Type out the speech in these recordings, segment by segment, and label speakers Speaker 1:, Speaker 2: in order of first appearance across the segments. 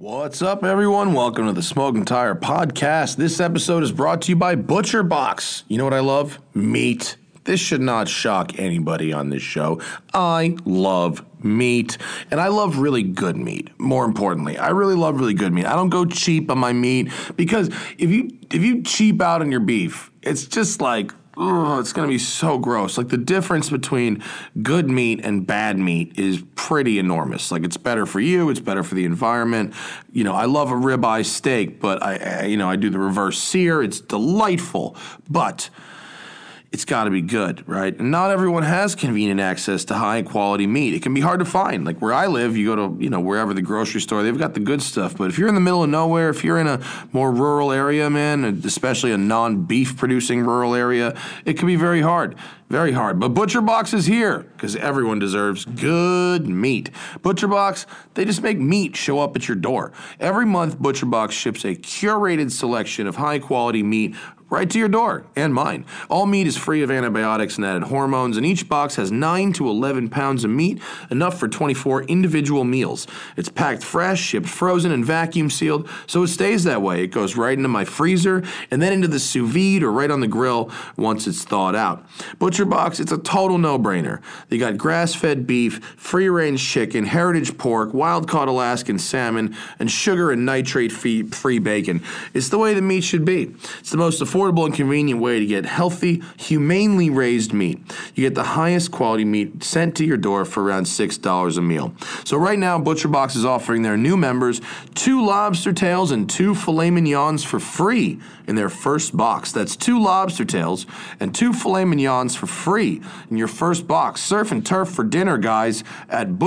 Speaker 1: What's up, everyone? Welcome to the Smoke and Tire Podcast. This episode is brought to you by Butcher Box. You know what I love? Meat. This should not shock anybody on this show. I love meat, and I love really good meat. More importantly, I really love really good meat. I don't go cheap on my meat because if you if you cheap out on your beef, it's just like Ugh, it's gonna be so gross. Like the difference between good meat and bad meat is pretty enormous. Like it's better for you, it's better for the environment. You know, I love a ribeye steak, but I, I you know, I do the reverse sear. It's delightful, but it's got to be good, right? And not everyone has convenient access to high quality meat. It can be hard to find. Like where I live, you go to, you know, wherever the grocery store, they've got the good stuff. But if you're in the middle of nowhere, if you're in a more rural area, man, and especially a non beef producing rural area, it can be very hard. Very hard. But Butcher Box is here because everyone deserves good meat. Butcher Box, they just make meat show up at your door. Every month, Butcher Box ships a curated selection of high quality meat right to your door and mine. All meat is free of antibiotics and added hormones, and each box has 9 to 11 pounds of meat, enough for 24 individual meals. It's packed fresh, shipped frozen, and vacuum sealed, so it stays that way. It goes right into my freezer and then into the sous vide or right on the grill once it's thawed out. Butcher Box, it's a total no brainer. They got grass fed beef, free range chicken, heritage pork, wild caught Alaskan salmon, and sugar and nitrate fee- free bacon. It's the way the meat should be. It's the most affordable and convenient way to get healthy, humanely raised meat. You get the highest quality meat sent to your door for around $6 a meal. So right now, Butcher Box is offering their new members two lobster tails and two filet mignons for free in their first box. That's two lobster tails and two filet mignons for free in your first box. Surf and turf for dinner, guys, at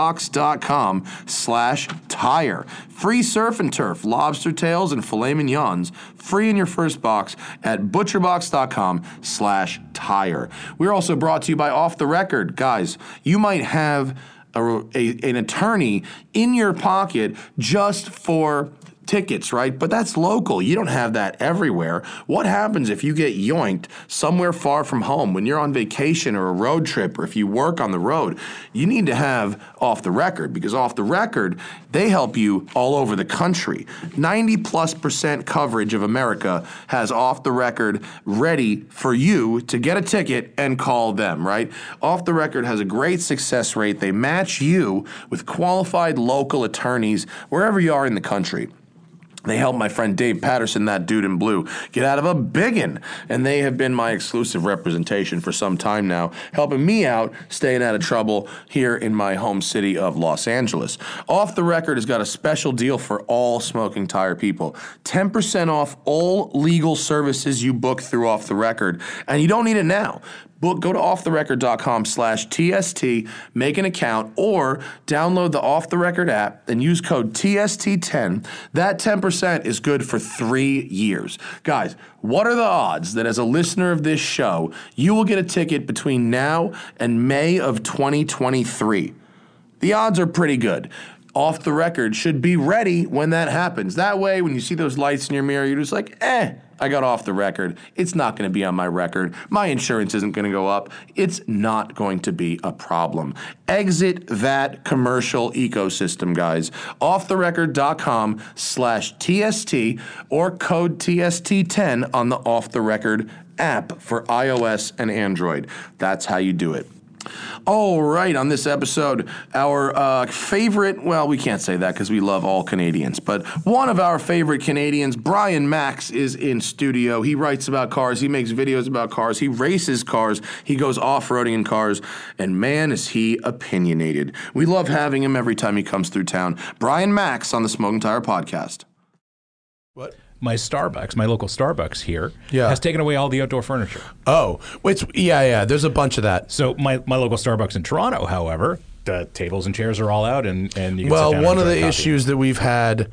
Speaker 1: butcherbox.com slash tire. Free surf and turf, lobster tails, and filet mignons free in your first box at butcherbox.com slash tire. We're also brought to you by Off the Record. Guys, you might have a, a- an attorney in your pocket just for tickets, right? But that's local. You don't have that everywhere. What happens if you get yoinked somewhere far from home when you're on vacation or a road trip or if you work on the road? You need to have off the record because off the record, they help you all over the country. 90 plus percent coverage of America has off the record ready for you to get a ticket and call them, right? Off the record has a great success rate. They match you with qualified local attorneys wherever you are in the country. They helped my friend Dave Patterson, that dude in blue, get out of a biggin. And they have been my exclusive representation for some time now, helping me out, staying out of trouble here in my home city of Los Angeles. Off the Record has got a special deal for all smoking tire people 10% off all legal services you book through Off the Record. And you don't need it now. Book, go to offtherecord.com slash TST, make an account, or download the Off the Record app and use code TST10. That 10% is good for three years. Guys, what are the odds that as a listener of this show, you will get a ticket between now and May of 2023? The odds are pretty good. Off the record should be ready when that happens. That way, when you see those lights in your mirror, you're just like, eh, I got off the record. It's not going to be on my record. My insurance isn't going to go up. It's not going to be a problem. Exit that commercial ecosystem, guys. Offtherecord.com slash TST or code TST10 on the Off the Record app for iOS and Android. That's how you do it. All right, on this episode, our uh, favorite, well, we can't say that because we love all Canadians, but one of our favorite Canadians, Brian Max, is in studio. He writes about cars, he makes videos about cars, he races cars, he goes off roading in cars, and man, is he opinionated. We love having him every time he comes through town. Brian Max on the Smoking Tire Podcast.
Speaker 2: What?
Speaker 3: my Starbucks, my local Starbucks here,
Speaker 2: Yeah.
Speaker 3: has taken away all the outdoor furniture.
Speaker 2: Oh, it's yeah, yeah. There's a bunch of that.
Speaker 3: So my, my local Starbucks in Toronto, however, the tables and chairs are all out, and and you can sit
Speaker 2: Well,
Speaker 3: down
Speaker 2: one
Speaker 3: and
Speaker 2: of
Speaker 3: enjoy
Speaker 2: the
Speaker 3: a coffee.
Speaker 2: issues that we've had,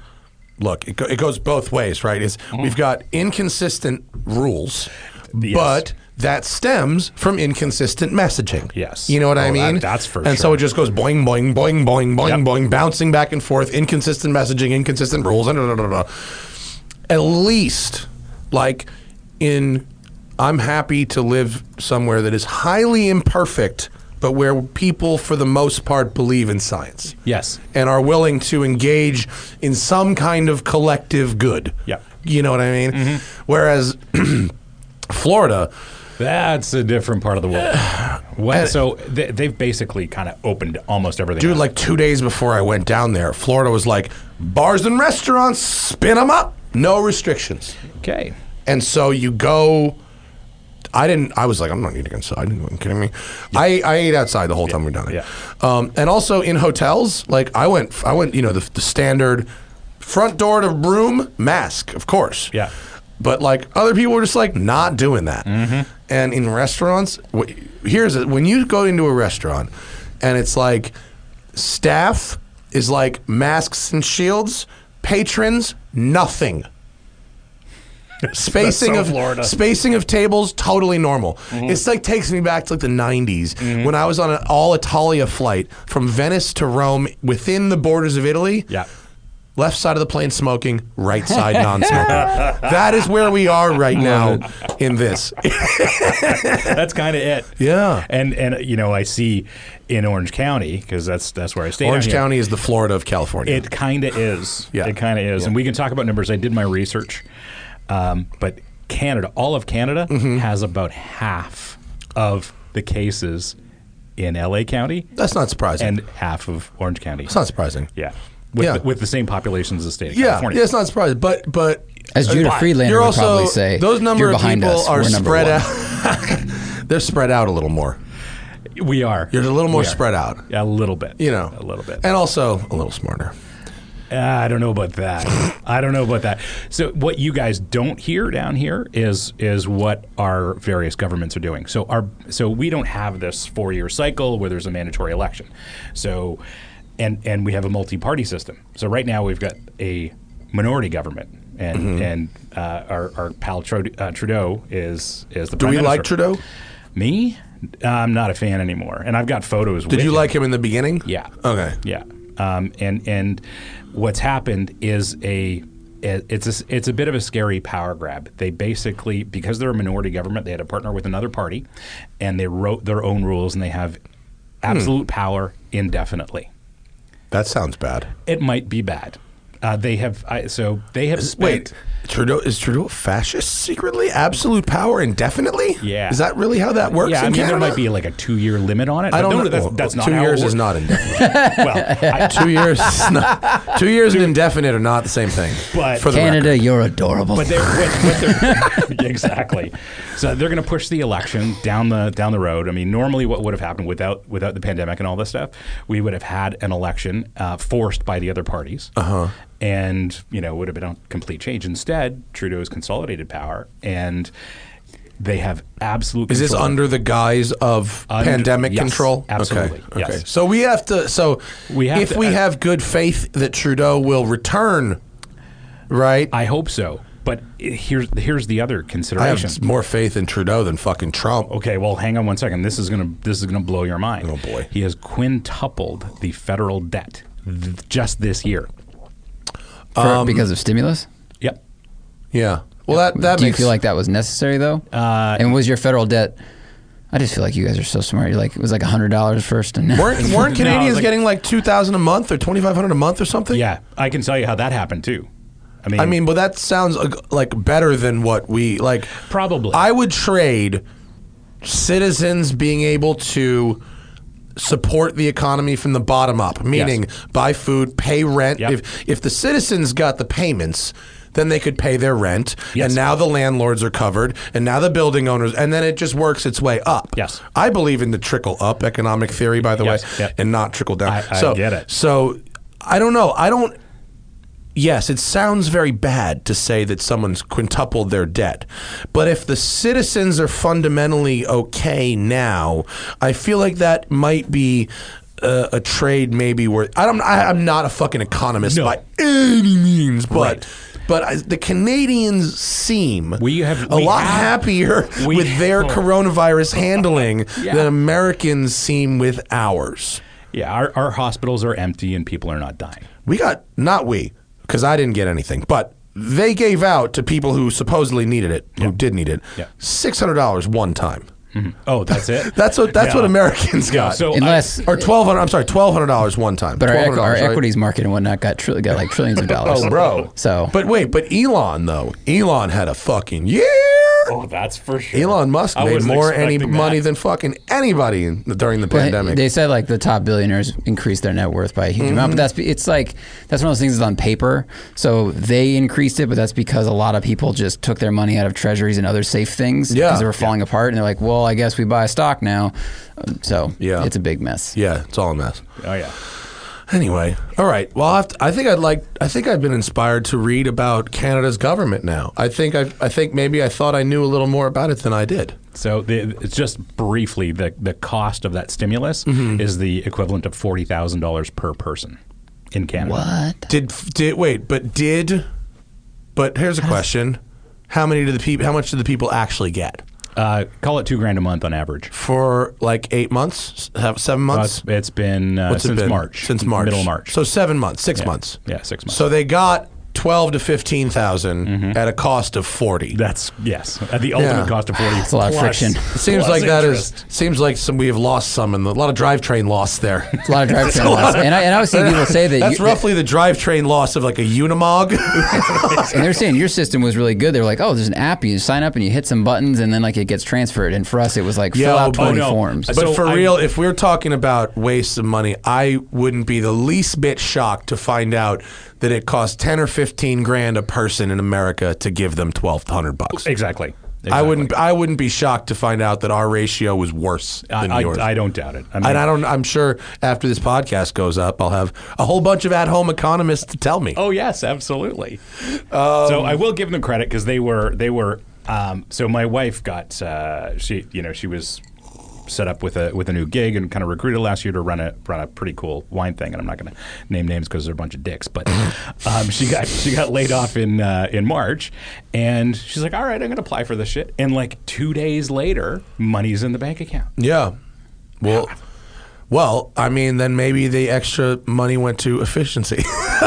Speaker 2: look, it, go, it goes both ways, right? Is we've got inconsistent rules,
Speaker 3: Yes.
Speaker 2: but that stems from inconsistent messaging.
Speaker 3: Yes.
Speaker 2: you know what I
Speaker 3: Oh, that-
Speaker 2: mean.
Speaker 3: that's for
Speaker 2: And so
Speaker 3: sure.
Speaker 2: it just goes boing, boing, boing, boing, boing, boing, bouncing back and forth, inconsistent messaging, inconsistent rules, and da, da, da, da, da. at least like in I'm happy to live somewhere that is highly imperfect but where people, for the most part, believe in science
Speaker 3: Yes.
Speaker 2: and are willing to engage in some kind of collective good.
Speaker 3: Yeah.
Speaker 2: You know what I mean? Whereas Florida,
Speaker 3: That's a different part of the world. Well, so they, they've basically kind of opened almost everything.
Speaker 2: dude,
Speaker 3: up.
Speaker 2: like two days before I went down there, Florida was like, bars and restaurants, spin them up, no restrictions.
Speaker 3: okay.
Speaker 2: And so you go. I didn't. I was like, I'm not eating inside. Are you kidding me? I, I ate outside the whole time we were down there.
Speaker 3: yeah.
Speaker 2: Um, and also in hotels, like I went, I went. You know, the, the standard front door to room mask, of course.
Speaker 3: Yeah.
Speaker 2: But like other people were just like not doing that.
Speaker 3: Mm-hmm.
Speaker 2: And in restaurants, wh- here's it. When you go into a restaurant, and it's like staff is like masks and shields, patrons nothing. Spacing
Speaker 3: so
Speaker 2: of
Speaker 3: Florida. Mm-hmm.
Speaker 2: spacing of tables totally normal. It's like takes me back to like the 90s when I was on an all Italia flight from Venice to Rome within the borders of Italy.
Speaker 3: Yeah.
Speaker 2: Left side of the plane smoking, right side non-smoking. that is where we are right now in this.
Speaker 3: That's kind of it.
Speaker 2: Yeah.
Speaker 3: And and you know I see in Orange County because that's that's where I stay.
Speaker 2: Orange County is the Florida of California.
Speaker 3: It kind of is.
Speaker 2: Yeah.
Speaker 3: It kind of is. And we can talk about numbers. I did my research. Um, but Canada, all of Canada
Speaker 2: Mm-hmm.
Speaker 3: has about half of the cases in LA County
Speaker 2: That's not surprising.
Speaker 3: and half of Orange County.
Speaker 2: it's not surprising.
Speaker 3: yeah. With,
Speaker 2: Yeah.
Speaker 3: The, with the same population as the state of
Speaker 2: Yeah,
Speaker 3: California.
Speaker 2: yeah, it's not surprising, but but
Speaker 4: As Judah
Speaker 2: but
Speaker 4: Friedlander
Speaker 2: you're
Speaker 4: would
Speaker 2: also,
Speaker 4: probably say,
Speaker 2: those number
Speaker 4: "You're
Speaker 2: of
Speaker 4: behind
Speaker 2: people
Speaker 4: us.
Speaker 2: are
Speaker 4: We're number
Speaker 2: spread
Speaker 4: one."
Speaker 2: out. they're spread out a little more.
Speaker 3: We are.
Speaker 2: You're a little more
Speaker 3: We are.
Speaker 2: spread out.
Speaker 3: Yeah, a little bit.
Speaker 2: You know,
Speaker 3: a little bit.
Speaker 2: and also a little smarter.
Speaker 3: Ah, I don't know about that. I don't know about that. So what you guys don't hear down here is is what our various governments are doing. So our so we don't have this four year cycle where there's a mandatory election. So and and we have a multi party system. So right now we've got a minority government. And
Speaker 2: Mm-hmm.
Speaker 3: and uh, our, our pal Trude- uh, Trudeau is is the
Speaker 2: Do we like Trudeau?
Speaker 3: Me, I'm not a fan anymore. And I've got photos.
Speaker 2: Did you like him in the beginning?
Speaker 3: Yeah.
Speaker 2: Okay.
Speaker 3: Yeah. Um, and and what's happened is a it's a, it's a bit of a scary power grab. They basically because they're a minority government, they had to partner with another party, and they wrote their own rules, and they have
Speaker 2: Hmm.
Speaker 3: absolute power indefinitely.
Speaker 2: That sounds bad.
Speaker 3: It might be bad. Uh, they have I, so they have spent.
Speaker 2: Wait, Trudeau is Trudeau a fascist secretly? Absolute power indefinitely?
Speaker 3: Yeah.
Speaker 2: Is that really how that works?
Speaker 3: Yeah, I
Speaker 2: in
Speaker 3: mean
Speaker 2: Canada?
Speaker 3: there might be like a two-year limit on it. but
Speaker 2: I don't
Speaker 3: no,
Speaker 2: know.
Speaker 3: That's,
Speaker 2: Well,
Speaker 3: that's not
Speaker 2: two
Speaker 3: how it
Speaker 2: years
Speaker 3: works.
Speaker 2: is not indefinite.
Speaker 3: well. I,
Speaker 2: two years, is not, two years and indefinite are not the same thing.
Speaker 3: But-
Speaker 2: for the record.
Speaker 4: Canada, you're adorable.
Speaker 3: But they're, what, what they're exactly. So they're going to push the election down the down the road. I mean, normally what would have happened without without the pandemic and all this stuff, we would have had an election uh, forced by the other parties, uh-huh. and you know would have been a complete change. Instead, Trudeau's consolidated power, and they have absolute.
Speaker 2: Is this
Speaker 3: control.
Speaker 2: under the guise of
Speaker 3: Under-
Speaker 2: pandemic
Speaker 3: yes,
Speaker 2: control?
Speaker 3: absolutely,
Speaker 2: Okay.
Speaker 3: yes.
Speaker 2: okay. So we have to. So
Speaker 3: We have
Speaker 2: if
Speaker 3: to-
Speaker 2: we
Speaker 3: uh,
Speaker 2: have good faith that Trudeau will return, right? I,
Speaker 3: I hope so. But i- here's here's the other consideration.
Speaker 2: have more faith in Trudeau than fucking Trump.
Speaker 3: Okay, well, hang on one second. This is gonna this is gonna blow your mind.
Speaker 2: Oh, boy.
Speaker 3: he has quintupled the federal debt th- just this year.
Speaker 4: For- because of stimulus?
Speaker 3: Yep.
Speaker 2: Yeah. Well, um, that that
Speaker 4: Do you
Speaker 2: makes
Speaker 4: feel like that was necessary though?
Speaker 3: Uh,
Speaker 4: and was your federal debt? I just feel like you guys are so smart. You're like it was like hundred dollars first, and
Speaker 2: weren't
Speaker 3: No, I
Speaker 2: weren't
Speaker 3: was
Speaker 2: Canadians
Speaker 3: like-
Speaker 2: getting like two thousand a month or twenty five hundred a month or something?
Speaker 3: Yeah, I can tell you how that happened too. I mean,
Speaker 2: I mean, but that sounds uh, like better than what we like.
Speaker 3: Probably.
Speaker 2: I would trade citizens being able to support the economy from the bottom up, meaning buy food, pay rent.
Speaker 3: Yep.
Speaker 2: If if the citizens got the payments. Then they could pay their rent, and
Speaker 3: Yes.
Speaker 2: now the landlords are covered, and now the building owners, and then it just works its way up.
Speaker 3: Yes.
Speaker 2: I believe in the trickle up economic theory, by the
Speaker 3: Yes,
Speaker 2: way,
Speaker 3: yep.
Speaker 2: and not trickle down.
Speaker 3: I- I
Speaker 2: so
Speaker 3: get it.
Speaker 2: So I don't know. I don't. Yes, it sounds very bad to say that someone's quintupled their debt. But if the citizens are fundamentally okay now, I feel like that might be uh, a trade maybe worth. I don't I, I'm not a fucking economist
Speaker 3: No.
Speaker 2: by any means, but
Speaker 3: Right.
Speaker 2: but I, the Canadians seem
Speaker 3: We have-
Speaker 2: a
Speaker 3: we
Speaker 2: lot
Speaker 3: have-
Speaker 2: happier
Speaker 3: we-
Speaker 2: with their
Speaker 3: oh.
Speaker 2: coronavirus handling
Speaker 3: Yeah.
Speaker 2: than Americans seem with ours.
Speaker 3: yeah, our, our hospitals are empty and people are not dying.
Speaker 2: we got not we because I didn't get anything, but they gave out to people who supposedly needed it, who did need it,
Speaker 3: Yeah.
Speaker 2: six hundred dollars one time.
Speaker 3: Oh, that's it.
Speaker 2: That's what that's
Speaker 3: Yeah.
Speaker 2: what Americans
Speaker 3: Yeah,
Speaker 2: got.
Speaker 3: so I-
Speaker 4: Unless,
Speaker 2: or twelve hundred. I'm sorry, twelve hundred dollars one time.
Speaker 4: but our, equi-
Speaker 2: $1,200,
Speaker 4: our
Speaker 2: right?
Speaker 4: equities market and whatnot got tr- got like trillions of dollars.
Speaker 2: Oh, bro.
Speaker 4: So,
Speaker 2: But wait, but Elon though. Elon had a fucking year.
Speaker 3: oh, that's for sure.
Speaker 2: Elon Musk
Speaker 3: I
Speaker 2: made
Speaker 3: wasn't
Speaker 2: more any
Speaker 3: expecting
Speaker 2: money
Speaker 3: that.
Speaker 2: than fucking anybody in, during the
Speaker 4: But
Speaker 2: pandemic. Mm-hmm.
Speaker 4: They said like the top billionaires increased their net worth by a huge amount, but that's be- it's like that's one of those things that's on paper. So they increased it, but that's because a lot of people just took their money out of treasuries and other safe things because
Speaker 2: Yeah.
Speaker 4: they were falling apart, and they're like, well, I guess we buy a stock now. Um, So
Speaker 2: Yeah.
Speaker 4: it's a big mess.
Speaker 2: yeah, it's all a mess.
Speaker 3: Oh yeah.
Speaker 2: Anyway, all right. Well, I, have to, I think I'd like. I think I've been inspired to read about Canada's government now. I think I. I think maybe I thought I knew a little more about it than I did.
Speaker 3: So the, it's just briefly the the cost of that stimulus
Speaker 2: Mm-hmm.
Speaker 3: is the equivalent of forty thousand dollars per person in Canada.
Speaker 4: What?
Speaker 2: Did did wait? But did? But here's a question: How many do the people? How much do the people actually get
Speaker 3: Uh, call it two grand a month on average.
Speaker 2: for like eight months, se- seven
Speaker 3: Uh,
Speaker 2: months?
Speaker 3: it's- it's been uh,
Speaker 2: What's it
Speaker 3: since
Speaker 2: been?
Speaker 3: March.
Speaker 2: Since March,
Speaker 3: Middle of March.
Speaker 2: So seven months, six months.
Speaker 3: yeah, six months. Mm-hmm.
Speaker 2: So they got twelve to fifteen at a cost of forty.
Speaker 3: that's yes. At the ultimate
Speaker 2: Yeah.
Speaker 3: cost of forty.
Speaker 4: That's a lot of
Speaker 3: plus-
Speaker 4: friction.
Speaker 2: It seems
Speaker 3: plus
Speaker 2: like that is
Speaker 3: interest.
Speaker 2: seems like some we have lost some and a lot of drivetrain loss there.
Speaker 4: It's a lot of drivetrain loss, and I and I was seeing people say that
Speaker 2: That's
Speaker 4: you-
Speaker 2: roughly the drivetrain loss of like a Unimog.
Speaker 4: and they're saying your system was really good. They were like, oh, there's an app you sign up and you hit some buttons, and then like it gets transferred. And for us, it was like
Speaker 2: Yeah,
Speaker 4: fill out
Speaker 2: oh,
Speaker 4: twenty
Speaker 3: no.
Speaker 4: forms.
Speaker 2: but
Speaker 3: So
Speaker 2: for
Speaker 3: I-
Speaker 2: real, if we're talking about waste of money, I wouldn't be the least bit shocked to find out that it costs ten or fifteen grand a person in America to give them twelve hundred bucks.
Speaker 3: Exactly.
Speaker 2: I
Speaker 3: Exactly.
Speaker 2: wouldn't. I wouldn't be shocked to find out that our ratio was worse
Speaker 3: I,
Speaker 2: than
Speaker 3: I-
Speaker 2: yours.
Speaker 3: I don't doubt it. I mean,
Speaker 2: and I don't. I'm sure after this podcast goes up, I'll have a whole bunch of at-home economists to tell me.
Speaker 3: Oh yes, absolutely. so I will give them credit because they were they were. Um, so my wife got uh, she you know she was set up with a with a new gig and kind of recruited last year to run a run a pretty cool wine thing and I'm not going to name names because they're a bunch of dicks but um, she got she got laid off in uh, in March and she's like all right I'm going to apply for this shit and like two days later money's in the bank account
Speaker 2: Yeah. Well, well, I mean, then maybe the extra money went to efficiency.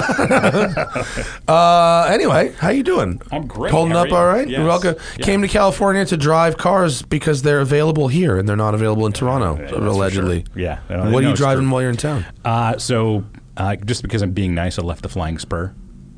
Speaker 2: uh, anyway, how you doing?
Speaker 3: I'm great.
Speaker 2: Holding
Speaker 3: How
Speaker 2: up
Speaker 3: are you?
Speaker 2: all right?
Speaker 3: Yes.
Speaker 2: Welcome.
Speaker 3: Yeah.
Speaker 2: Came to California to drive cars because they're available here and they're not available in Toronto,
Speaker 3: that's for
Speaker 2: allegedly.
Speaker 3: sure. Yeah. I don't
Speaker 2: What
Speaker 3: know,
Speaker 2: are you
Speaker 3: it's
Speaker 2: driving
Speaker 3: true.
Speaker 2: while you're in town?
Speaker 3: Uh, so, uh, just because I'm being nice, I left the Flying Spur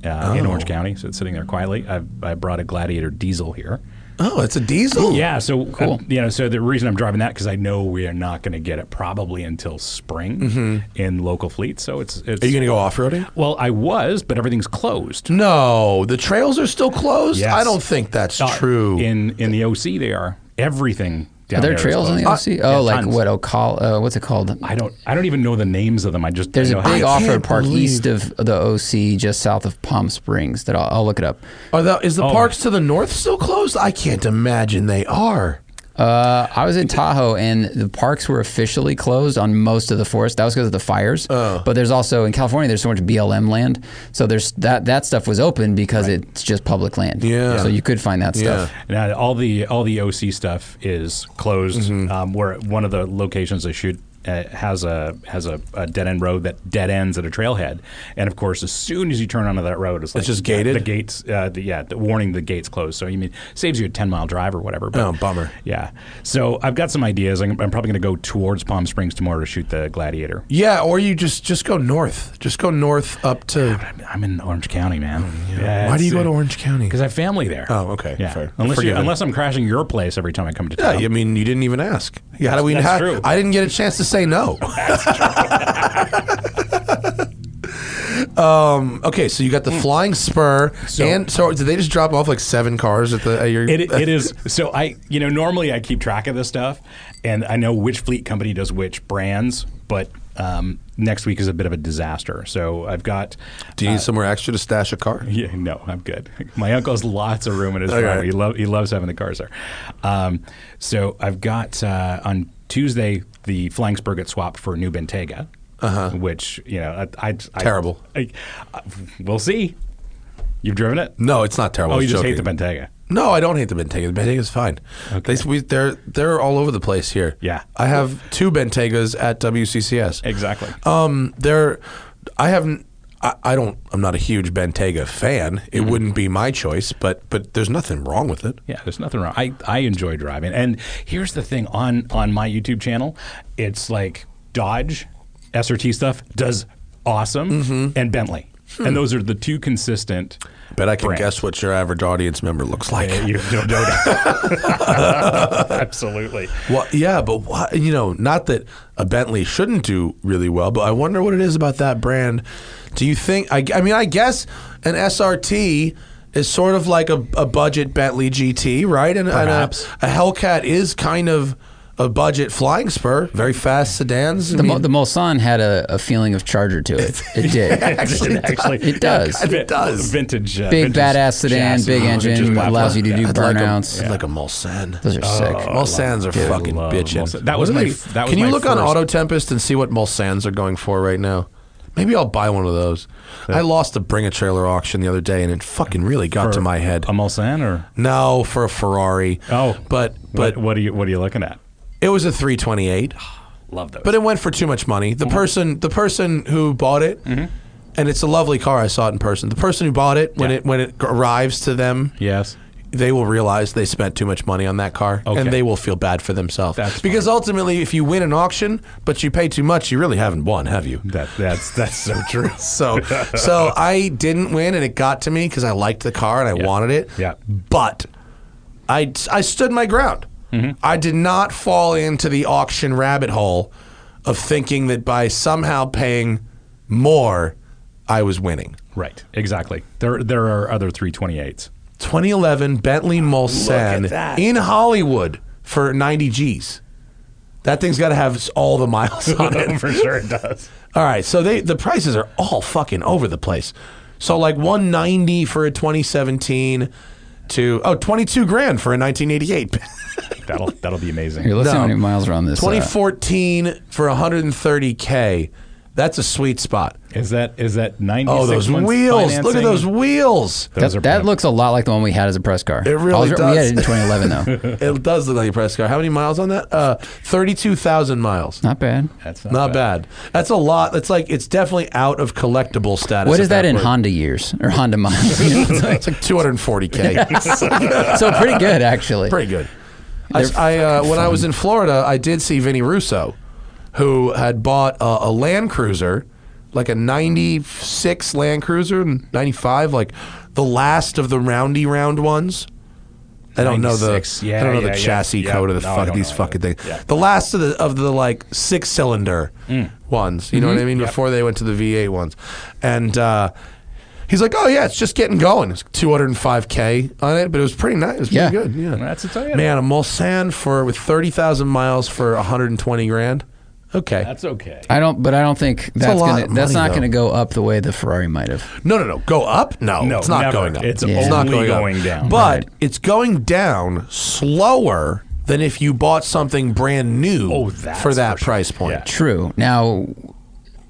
Speaker 3: uh, in
Speaker 4: Oh.
Speaker 3: Orange County, so it's sitting there quietly. I, I brought a Gladiator diesel here.
Speaker 2: Oh, it's a diesel.
Speaker 3: Yeah, so uh, you know, so the reason I'm driving that because I know we are not going to get it probably until spring
Speaker 4: Mm-hmm.
Speaker 3: in local fleet. So it's it's.
Speaker 2: Are you going to go off roading?
Speaker 3: well, I was, but everything's closed.
Speaker 2: No, the trails are still closed.
Speaker 3: Yes.
Speaker 2: I don't think that's
Speaker 3: Uh,
Speaker 2: true.
Speaker 3: In in the OC, they are everything. Down
Speaker 4: Are there
Speaker 3: is
Speaker 4: trails on the
Speaker 3: closed.
Speaker 4: OC? Oh,
Speaker 3: yeah,
Speaker 4: like
Speaker 3: tons.
Speaker 4: what Ocala? Uh, what's it called?
Speaker 3: I don't. I don't even know the names of them. I just
Speaker 4: There's
Speaker 3: I know
Speaker 4: a
Speaker 3: how
Speaker 4: big
Speaker 3: to-
Speaker 2: I
Speaker 4: off-road
Speaker 2: can't
Speaker 4: park
Speaker 2: believe-
Speaker 4: east of the OC, just south of Palm Springs. That I'll, I'll look it up.
Speaker 2: are the, is the
Speaker 3: Oh.
Speaker 2: parks to the north still closed? I can't imagine they are.
Speaker 4: Uh, I was in Tahoe, and the parks were officially closed on most of the forest. That was because of the fires. But there's also in California, there's so much BLM land, so there's that that stuff was open because it's just public land.
Speaker 2: Yeah.
Speaker 4: So you could find that stuff.
Speaker 2: Yeah.
Speaker 3: Now uh, all the all the OC stuff is closed.
Speaker 2: Mm-hmm.
Speaker 3: Um, where one of the locations they shoot uh, has a has a, a dead end road that dead ends at a trailhead, and of course, as soon as you turn onto that road, it's, like,
Speaker 2: just gated?
Speaker 3: The gates, uh, the, yeah, the warning the gates closed. So you mean saves you a ten mile drive or whatever. But,
Speaker 2: Oh, bummer.
Speaker 3: Yeah. So I've got some ideas. I'm, I'm probably going to go towards Palm Springs tomorrow to shoot the Gladiator.
Speaker 2: Yeah, or you just just go north. Just go north up to.
Speaker 3: I'm- I'm in Orange County, man.
Speaker 2: Oh, Why do you go to Orange County?
Speaker 3: Because I have family there.
Speaker 2: Oh, okay,
Speaker 3: Yeah.
Speaker 2: fair.
Speaker 3: Unless, you,
Speaker 2: Forgiven.
Speaker 3: unless I'm crashing your place every time I come to
Speaker 2: Yeah,
Speaker 3: town.
Speaker 2: I mean, you didn't even ask. Yeah, How do we?
Speaker 3: That's
Speaker 2: how-
Speaker 3: true.
Speaker 2: I didn't get a chance to say no. um, okay, so you got the flying spur,
Speaker 3: Hmm. So-
Speaker 2: and so did they just drop off like seven cars at the? At your,
Speaker 3: It, it is so I you know normally I keep track of this stuff and I know which fleet company does which brands but um, next week is a bit of a disaster so I've got
Speaker 2: Do
Speaker 3: uh,
Speaker 2: you need somewhere extra to stash a car?
Speaker 3: yeah no I'm good my uncle has lots of room in his
Speaker 2: Okay.
Speaker 3: driveway he, lo- he loves having the cars there um, so I've got uh, on Tuesday the Flying Spur gets swapped for New Bentayga which you know I, I, I
Speaker 2: Uh-huh. Terrible.
Speaker 3: I, I- we'll see you've driven it
Speaker 2: No, it's not terrible.
Speaker 3: oh
Speaker 2: I
Speaker 3: you
Speaker 2: was
Speaker 3: just hate the
Speaker 2: joking.
Speaker 3: Bentayga
Speaker 2: No, I don't hate the Bentayga. The Bentayga's fine.
Speaker 3: Okay.
Speaker 2: They, we, they're they're all over the place here.
Speaker 3: Yeah.
Speaker 2: I have two Bentegas at WCCS.
Speaker 3: exactly
Speaker 2: Um, there, I haven't. I, I don't. I'm not a huge Bentega fan. It
Speaker 3: Mm-hmm.
Speaker 2: wouldn't be my choice, but but there's nothing wrong with it.
Speaker 3: Yeah, there's nothing wrong. I, I enjoy driving. And here's the thing on on my YouTube channel, it's like Dodge SRT stuff does awesome
Speaker 2: Mm-hmm.
Speaker 3: and Bentley.
Speaker 2: Hmm.
Speaker 3: And those are the two consistent
Speaker 2: But I can
Speaker 3: Brand.
Speaker 2: guess what your average audience member looks like.
Speaker 3: you don't know Absolutely.
Speaker 2: Well, yeah, but why, you know, not that a Bentley shouldn't do really well, but I wonder what it is about that brand. Do you think? I, I mean, I guess an SRT is sort of like a, a budget Bentley GT, right? And, and a,
Speaker 3: Perhaps.
Speaker 2: a Hellcat is kind of a budget flying spur, very fast sedans. I
Speaker 4: The,
Speaker 2: mean,
Speaker 4: Mo- the Mulsanne had a, a feeling of Charger to it. It did.
Speaker 3: Actually, actually
Speaker 4: It does.
Speaker 2: It does.
Speaker 3: Vintage. Uh,
Speaker 4: Big
Speaker 3: vintage
Speaker 4: badass sedan,
Speaker 3: chassis.
Speaker 4: big engine,
Speaker 3: platform.
Speaker 4: allows you to do
Speaker 2: I'd like a,
Speaker 4: burnouts.
Speaker 2: I'd like a Mulsanne.
Speaker 4: Those are
Speaker 3: Oh,
Speaker 4: sick.
Speaker 2: Mulsannes are fucking
Speaker 3: love
Speaker 2: bitching.
Speaker 3: Mulsanne. That was
Speaker 2: What are
Speaker 3: my- that was
Speaker 2: Can you
Speaker 3: my
Speaker 2: look on
Speaker 3: first-
Speaker 2: Auto Tempest and see what Mulsannes are going for right now? Maybe I'll buy one of those. I lost the Bring a Trailer auction the other day, and it fucking really got
Speaker 3: Or
Speaker 2: to my head.
Speaker 3: A Mulsanne or
Speaker 2: no, for a Ferrari.
Speaker 3: Oh.
Speaker 2: but
Speaker 3: but
Speaker 2: but
Speaker 3: what, what are you what are you looking at?
Speaker 2: it was a 328,
Speaker 3: Love those.
Speaker 2: but it went for too much money.
Speaker 3: Mm-hmm.
Speaker 2: The person the person who bought it. And it's a lovely car. I saw it in person. The person who bought it, when
Speaker 3: Yeah.
Speaker 2: it when it arrives to them,
Speaker 3: yes.
Speaker 2: they will realize they spent too much money on that car
Speaker 3: Okay.
Speaker 2: and they will feel bad for themselves.
Speaker 3: That's
Speaker 2: because ultimately, if you win an auction but you pay too much, you really haven't won, have you?
Speaker 3: That that's that's so true.
Speaker 2: So, so I didn't win and it got to me because I liked the car and I
Speaker 3: Yeah.
Speaker 2: wanted it.
Speaker 3: Yeah.
Speaker 2: But I, I stood my ground.
Speaker 3: Mm-hmm.
Speaker 2: I did not fall into the auction rabbit hole of thinking that by somehow paying more, I was winning.
Speaker 3: Right. Exactly. There there are other 328s.
Speaker 2: 2011 Bentley Mulsanne in Hollywood for 90 G's. That thing's got to have s- all the miles on it.
Speaker 3: For sure it does.
Speaker 2: all right, so they the prices are all fucking over the place. So like 190 for a 2017 to oh 22 grand for a 1988.
Speaker 3: That'll that'll be amazing.
Speaker 4: Here, let's see
Speaker 2: No.
Speaker 4: how many miles are on this. uh,
Speaker 2: 2014 for 130k. That's a sweet spot.
Speaker 3: Is that is that 96
Speaker 2: Oh, those
Speaker 3: months
Speaker 2: wheels. Look at
Speaker 3: financing?
Speaker 2: those wheels.
Speaker 3: Those are
Speaker 4: that, that
Speaker 3: pretty-
Speaker 4: looks a lot like the one we had as a press car. It
Speaker 2: really
Speaker 4: We had
Speaker 2: does.
Speaker 4: it in 2011 though.
Speaker 2: It does look like a press car. How many miles on that? Uh 32,000 miles.
Speaker 4: Not bad.
Speaker 3: That's
Speaker 2: Not, bad. That's a lot. That's like it's definitely out of collectible status.
Speaker 4: What
Speaker 2: at
Speaker 4: is that in
Speaker 2: point.
Speaker 4: Honda years or Honda miles? You know, it's like-
Speaker 2: It's like 240k.
Speaker 4: so pretty good actually.
Speaker 2: Pretty good. I, I, uh, when I was in Florida, I did see Vinny Russo, who had bought a, a Land Cruiser, like a '96 Land Cruiser, '95, like the last of the roundy round ones. I don't know the
Speaker 3: 96, yeah,
Speaker 2: I don't know
Speaker 3: yeah,
Speaker 2: the
Speaker 3: yeah.
Speaker 2: chassis
Speaker 3: Yeah,
Speaker 2: code of the
Speaker 3: no, I
Speaker 2: fuck
Speaker 3: don't
Speaker 2: these
Speaker 3: know
Speaker 2: fucking
Speaker 3: either.
Speaker 2: things.
Speaker 3: Yeah. Mm.
Speaker 2: The last of the of the like six cylinder ones. You know
Speaker 3: Mm-hmm.
Speaker 2: what I mean? Before they went to the V8 ones, and uh, he's like, "Oh yeah, it's just getting going. It's 205k on it, but it was pretty nice. It was
Speaker 4: Yeah.
Speaker 2: pretty good. Yeah,
Speaker 3: That's a Toyota.
Speaker 2: Man, a Mulsanne for with 30,000 miles for 120 grand. Okay.
Speaker 3: That's okay.
Speaker 4: I don't, but I don't think that's
Speaker 2: lot
Speaker 4: gonna,
Speaker 2: of
Speaker 4: that's
Speaker 2: money,
Speaker 4: not
Speaker 2: though.
Speaker 4: going to go up the way the Ferrari might have.
Speaker 2: No, no, no. Go up? No.
Speaker 3: No,
Speaker 2: it's not
Speaker 3: never.
Speaker 2: going up.
Speaker 3: It's
Speaker 2: not
Speaker 3: only
Speaker 2: going, up.
Speaker 3: going down.
Speaker 2: But
Speaker 3: Right.
Speaker 2: it's going down slower than if you bought something brand new
Speaker 3: Oh, that's
Speaker 2: for that
Speaker 3: for sure.
Speaker 2: price point.
Speaker 3: Yeah.
Speaker 4: True. Now,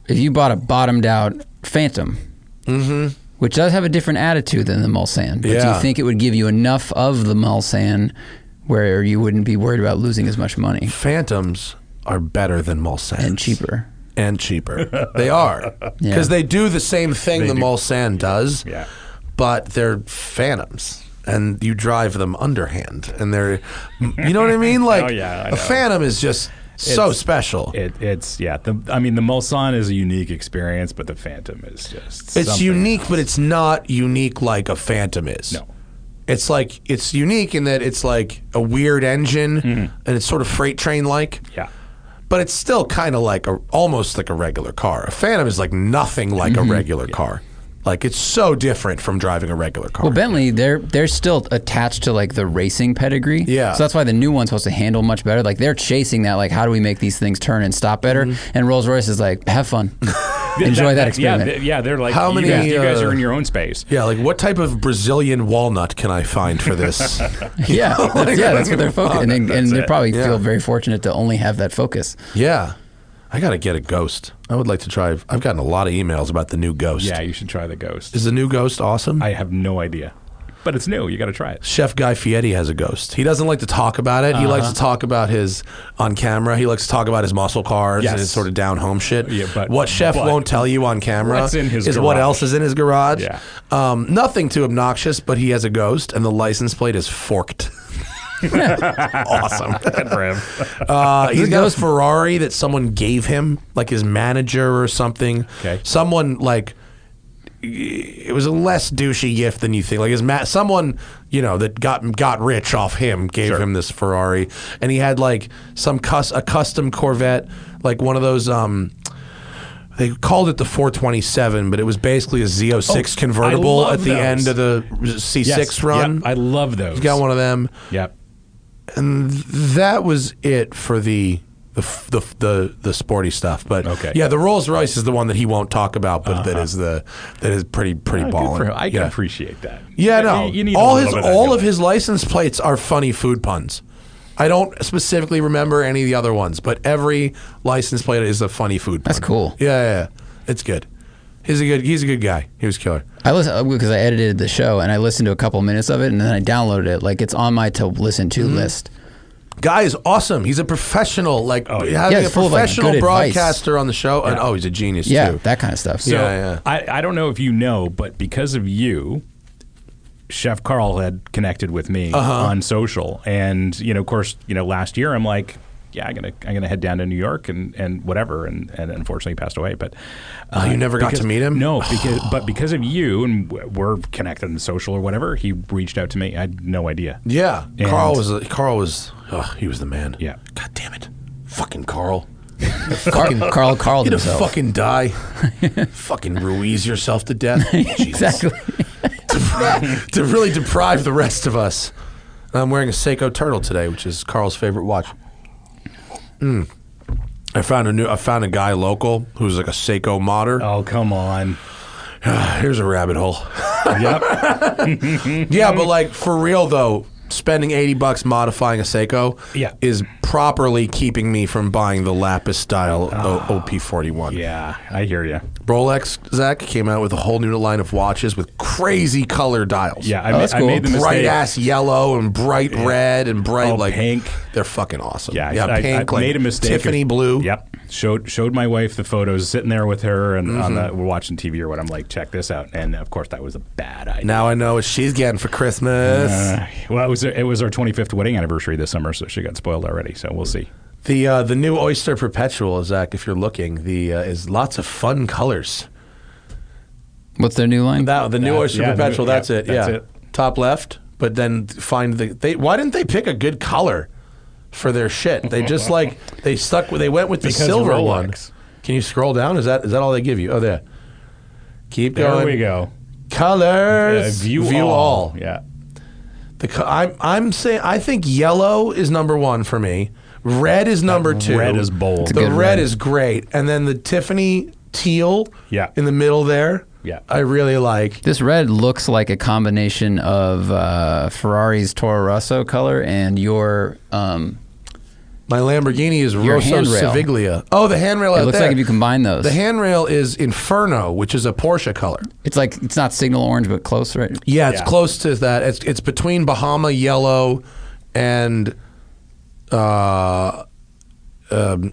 Speaker 4: if you bought a bottomed out Phantom, which does have a different attitude than the Mulsanne, but do
Speaker 2: Mm-hmm. Yeah.
Speaker 4: you think it would give you enough of the Mulsanne where you wouldn't be worried about losing as much money
Speaker 2: Phantoms are better than Mulsanne
Speaker 4: and cheaper?
Speaker 2: and cheaper. they are because
Speaker 4: Yeah.
Speaker 2: they do the same thing the
Speaker 3: do.
Speaker 2: Mulsanne does.
Speaker 3: Yeah.
Speaker 2: but they're phantoms, and you drive them underhand, and they're, you know what I mean? Like
Speaker 3: Oh, yeah, I
Speaker 2: a
Speaker 3: know.
Speaker 2: phantom is just so
Speaker 3: It's-
Speaker 2: special.
Speaker 3: It, it's yeah. The, I mean, the Mulsanne is a unique experience, but the Phantom is just
Speaker 2: it's
Speaker 3: something
Speaker 2: unique,
Speaker 3: else.
Speaker 2: but it's not unique like a phantom is.
Speaker 3: No.
Speaker 2: It's like it's unique in that it's like a weird engine, and it's sort of freight train like.
Speaker 3: Mm-hmm. yeah.
Speaker 2: but it's still kind of like a almost like a regular car. A Phantom is like nothing like a regular car. Like it's so different from driving a regular car.
Speaker 4: Well, Bentley, they're they're still attached to like the racing pedigree.
Speaker 2: Yeah.
Speaker 4: So that's why the new one's supposed to handle much better. Like they're chasing that. Like, how do we make these things turn and stop better?
Speaker 2: Mm-hmm.
Speaker 4: And Rolls Royce is like, have fun, enjoy that,
Speaker 3: that's- yeah,
Speaker 4: experiment.
Speaker 3: th- Yeah, they're like
Speaker 2: How
Speaker 3: you
Speaker 2: many,
Speaker 3: Guys, you guys
Speaker 2: uh,
Speaker 3: are in your own space.
Speaker 2: yeah, like what type of Brazilian walnut can I find for this?
Speaker 4: Yeah, that's, yeah, that's what they're focused, and, and, and they probably
Speaker 2: Yeah.
Speaker 4: feel very fortunate to only have that focus.
Speaker 2: yeah. I got to get a ghost. I would like to try. I've gotten a lot of emails about the new ghost.
Speaker 3: Yeah, you should try the Ghost.
Speaker 2: Is the new ghost awesome?
Speaker 3: I have no idea. but it's new. You got to try it.
Speaker 2: Chef Guy Fieri has a ghost. He doesn't like to talk about it. He
Speaker 3: Uh-huh.
Speaker 2: likes to talk about his on camera. He likes to talk about his muscle cars
Speaker 3: Yes.
Speaker 2: and his sort of down home shit.
Speaker 3: Yeah, but-
Speaker 2: what chef
Speaker 3: but
Speaker 2: won't tell you on camera
Speaker 3: what's in his
Speaker 2: is what
Speaker 3: garage.
Speaker 2: else is in his garage.
Speaker 3: Yeah.
Speaker 2: Um, nothing too obnoxious, but he has a ghost, and the license plate is forked. awesome.
Speaker 3: Good for him.
Speaker 2: Uh, he's got a Ferrari that someone gave him, like his manager or something.
Speaker 3: Okay.
Speaker 2: Someone like it was a less douchey gift than you think. Like his ma- someone you know that got got rich off him gave him this Ferrari, and he had like some cus- a custom Corvette, like one of those. um they called it the 427, but it was basically a Z06
Speaker 3: Oh, I
Speaker 2: convertible
Speaker 3: love
Speaker 2: at the
Speaker 3: those.
Speaker 2: end of the C6
Speaker 3: Yes.
Speaker 2: run.
Speaker 3: Yep. I love those.
Speaker 2: He's got one of them
Speaker 3: Yep.
Speaker 2: that was it for the the f- the f- the, the sporty stuff. But
Speaker 3: Okay.
Speaker 2: yeah, the Rolls Royce is the one that he won't talk about, but that is the that is pretty pretty
Speaker 3: Oh, Good
Speaker 2: balling.
Speaker 3: for him. I
Speaker 2: yeah.
Speaker 3: can appreciate that.
Speaker 2: yeah,
Speaker 3: You-
Speaker 2: no.
Speaker 3: You, need
Speaker 2: all
Speaker 3: a
Speaker 2: his
Speaker 3: little bit
Speaker 2: all
Speaker 3: that
Speaker 2: of his license plates are funny food puns. I don't specifically remember any of the other ones, but every license plate is a funny food pun.
Speaker 4: That's cool.
Speaker 2: Yeah, yeah, yeah. It's good. He's a good he's a good guy. He was killer.
Speaker 4: I listened because I edited the show and I listened to a couple minutes of it and then I downloaded it. Like it's on my to listen
Speaker 2: Mm-hmm.
Speaker 4: to list.
Speaker 2: Guy is awesome. He's a professional, like
Speaker 3: Oh, yeah.
Speaker 2: having
Speaker 4: Yeah,
Speaker 2: a
Speaker 4: he's full of, like,
Speaker 2: professional
Speaker 4: good advice.
Speaker 2: broadcaster on the show, and oh, he's a genius
Speaker 4: Yeah,
Speaker 2: too.
Speaker 4: that kind of stuff.
Speaker 3: So
Speaker 2: Yeah, yeah.
Speaker 3: I, I don't know if you know, but because of you, Chef Carl had connected with me
Speaker 2: Uh-huh.
Speaker 3: on social, and you know, of course, you know, last year I'm like, yeah, I'm gonna I'm gonna head down to New York and and whatever, and and unfortunately he passed away, but. Uh,
Speaker 2: Oh, you never got to
Speaker 3: because-
Speaker 2: meet him?
Speaker 3: No, because but because of you and w- we're connected on social or whatever, he reached out to me. I had no idea.
Speaker 2: Yeah,
Speaker 3: And-
Speaker 2: Carl was Carl was ugh, he was the man.
Speaker 3: Yeah.
Speaker 2: God damn it, fucking Carl.
Speaker 4: Car- Carl Carl
Speaker 2: You'd have
Speaker 4: himself.
Speaker 2: fucking die. fucking Ruiz yourself to death. Jesus.
Speaker 4: exactly.
Speaker 2: Depri- to really deprive the rest of us. I'm wearing a Seiko turtle today, which is Carl's favorite watch. Mm. I found a new. I found a guy local who's like a Seiko modder.
Speaker 3: Oh come on.
Speaker 2: Here's a rabbit hole.
Speaker 3: Yep.
Speaker 2: Yeah, but like for real though, spending eighty bucks modifying a Seiko
Speaker 3: Yeah.
Speaker 2: is properly keeping me from buying the Lapis style OP forty one.
Speaker 3: Ah. yeah, I hear you.
Speaker 2: Rolex Zach came out with a whole new line of watches with crazy color dials.
Speaker 3: Yeah, I,
Speaker 4: Oh,
Speaker 3: ma-
Speaker 4: that's
Speaker 3: I
Speaker 4: cool.
Speaker 3: made the mistake.
Speaker 2: bright ass yellow and bright red and bright
Speaker 3: Oh,
Speaker 2: like
Speaker 3: pink.
Speaker 2: They're fucking awesome.
Speaker 3: Yeah,
Speaker 2: yeah,
Speaker 3: I, I-
Speaker 2: pink.
Speaker 3: I
Speaker 2: like
Speaker 3: made a mistake.
Speaker 2: Tiffany blue.
Speaker 3: Yep. Showed showed my wife the photos, sitting there with her, and on
Speaker 2: Mm-hmm.
Speaker 3: the, we're watching TV or what. I'm like, check this out, and of course that was a bad idea.
Speaker 2: Now I know what she's getting for Christmas.
Speaker 3: Uh, well, it was it was our 25th wedding anniversary this summer, so she got spoiled already. So we'll see.
Speaker 2: The uh, the new Oyster Perpetual, Zach, if you're looking, the uh, is lots of fun colors.
Speaker 4: What's their new line?
Speaker 2: That the new
Speaker 3: That-
Speaker 2: oyster
Speaker 3: yeah, the new-
Speaker 2: perpetual.
Speaker 3: yeah,
Speaker 2: that's it.
Speaker 3: that's
Speaker 2: yeah,
Speaker 3: it.
Speaker 2: top left. But then find the they. Why didn't they pick a good color for their shit? They just like they stuck. with They went with the
Speaker 3: Because
Speaker 2: silver
Speaker 3: Rolex.
Speaker 2: one. Can you scroll down? Is that is that all they give you? Oh, there. Keep
Speaker 3: There
Speaker 2: going.
Speaker 3: we go. Uh,
Speaker 2: Colors.
Speaker 3: view, all. Yeah.
Speaker 2: The co- I'm I'm saying I think yellow is number one for me. Red is number two.
Speaker 3: red is bold. It's a
Speaker 2: The red,
Speaker 4: good red.
Speaker 2: is great, and then the Tiffany teal.
Speaker 3: Yeah.
Speaker 2: In the middle there.
Speaker 3: Yeah.
Speaker 2: I really like.
Speaker 4: This red looks like a combination of uh, Ferrari's Toro Rosso color and your. Um,
Speaker 2: My Lamborghini is
Speaker 4: Your
Speaker 2: Rosso
Speaker 4: handrail.
Speaker 2: Siviglia. Oh, the handrail.
Speaker 4: it
Speaker 2: out
Speaker 4: looks
Speaker 2: there.
Speaker 4: like if you combine those,
Speaker 2: the handrail is Inferno, which is a Porsche color.
Speaker 4: it's like it's not signal orange, but close, right?
Speaker 2: Yeah, it's
Speaker 3: Yeah.
Speaker 2: close to that. It's it's between Bahama yellow and uh, um,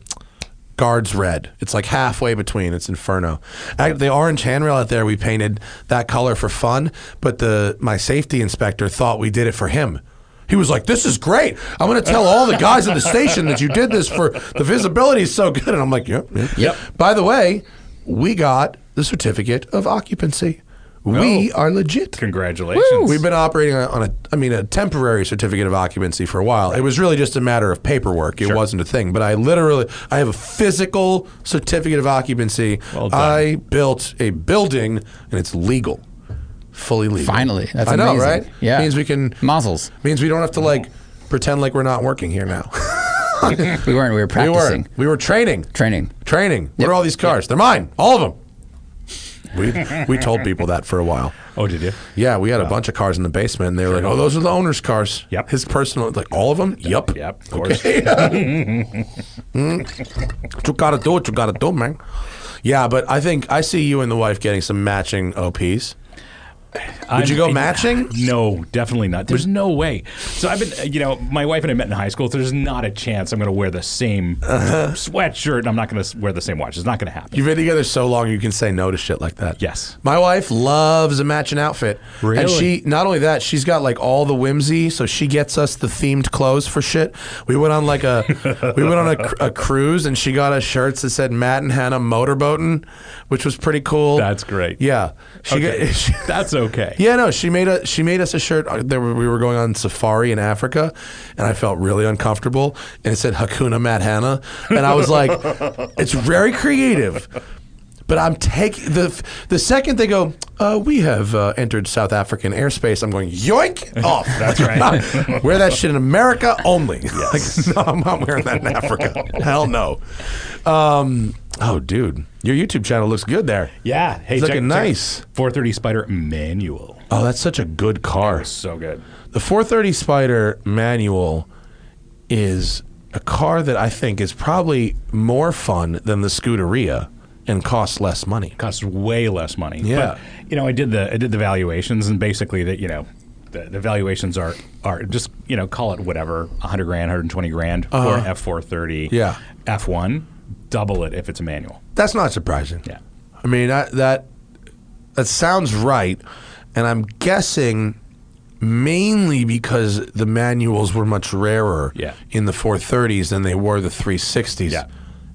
Speaker 2: guards red. It's like halfway between. It's Inferno. Act- the orange handrail out there, we painted that color for fun, but the my safety inspector thought we did it for him. He was like, "This is great. I'm going to tell all the guys at the station that you did this for the visibility is so good." And I'm like, "Yep, yep."
Speaker 4: Yep.
Speaker 2: By the way, we got the certificate of occupancy. We are legit.
Speaker 3: Congratulations.
Speaker 2: We've been operating on a, I mean, a temporary certificate of occupancy for a while. It was really just a matter of paperwork. It wasn't a thing. But I literally, I have a physical certificate of occupancy.
Speaker 3: Well done.
Speaker 2: I built a building, and it's legal, fully legal.
Speaker 4: Finally, that's
Speaker 2: I know,
Speaker 4: amazing.
Speaker 2: right?
Speaker 4: Yeah,
Speaker 2: means we can
Speaker 4: Mazzles.
Speaker 2: means we don't have to like pretend like we're not working here now.
Speaker 4: We weren't. We were
Speaker 2: we
Speaker 4: practicing
Speaker 2: were we were training,
Speaker 4: training.
Speaker 2: training. What are all these cars? They're mine, all of them. We we told people that for a while.
Speaker 3: Oh, did you?
Speaker 2: Yeah, we had a bunch of cars in the basement, and they were like, "Oh, those are the owner's cars."
Speaker 3: Yep.
Speaker 2: His personal, like all of them. Yep.
Speaker 3: Yep. Of course.
Speaker 2: Mm. What you gotta do, what you gotta do, man. Yeah, but I think I see you and the wife getting some matching ops. Would you go matching?
Speaker 3: No, definitely not. There's no way. So I've been, uh, you know, my wife and I met in high school. There's not a chance I'm going to wear the same
Speaker 2: Uh-huh.
Speaker 3: sweatshirt. and I'm not going to wear the same watch. It's not going to happen.
Speaker 2: You've been together so long, you can say no to shit like that.
Speaker 3: Yes.
Speaker 2: My wife loves a matching outfit. And
Speaker 3: Really?
Speaker 2: she, not only that, she's got like all the whimsy, so she gets us the themed clothes for shit. We went on like a, we went on a, cr- a cruise and she got us shirts that said Matt and Hannah motorboating, which was pretty cool.
Speaker 3: That's great.
Speaker 2: Yeah. She
Speaker 3: Okay.
Speaker 2: got, she,
Speaker 3: That's okay.
Speaker 2: yeah, no, she made a she made us a shirt. uh, There were- we were going on safari in Africa, and I felt really uncomfortable. And it said Hakuna Matana, and I was like, it's very creative. But I'm taking the the second they go, uh, we have uh, entered South African airspace. I'm going yoink off. That's right. Wear that shit in America only. like, no, I'm not wearing that in Africa. Hell no. Um, oh, dude, your YouTube channel looks good there.
Speaker 3: Yeah. Hey,
Speaker 2: It's
Speaker 3: check,
Speaker 2: looking
Speaker 3: check-
Speaker 2: nice.
Speaker 3: 430 Spider manual.
Speaker 2: Oh, that's such a good car.
Speaker 3: So good.
Speaker 2: The 430 Spider manual is a car that I think is probably more fun than the Scuderia and costs less money.
Speaker 3: costs way less money.
Speaker 2: Yeah.
Speaker 3: But, you know, I did the I did the valuations and basically that you know the, the valuations are are just you know call it whatever 100 grand 120 grand
Speaker 2: Uh-huh.
Speaker 3: for F430
Speaker 2: Yeah.
Speaker 3: F1 double it if it's a manual.
Speaker 2: That's not surprising.
Speaker 3: Yeah.
Speaker 2: I mean I, that that sounds right, and I'm guessing mainly because the manuals were much rarer
Speaker 3: Yeah.
Speaker 2: in the 430s than they were the 360s.
Speaker 3: Yeah.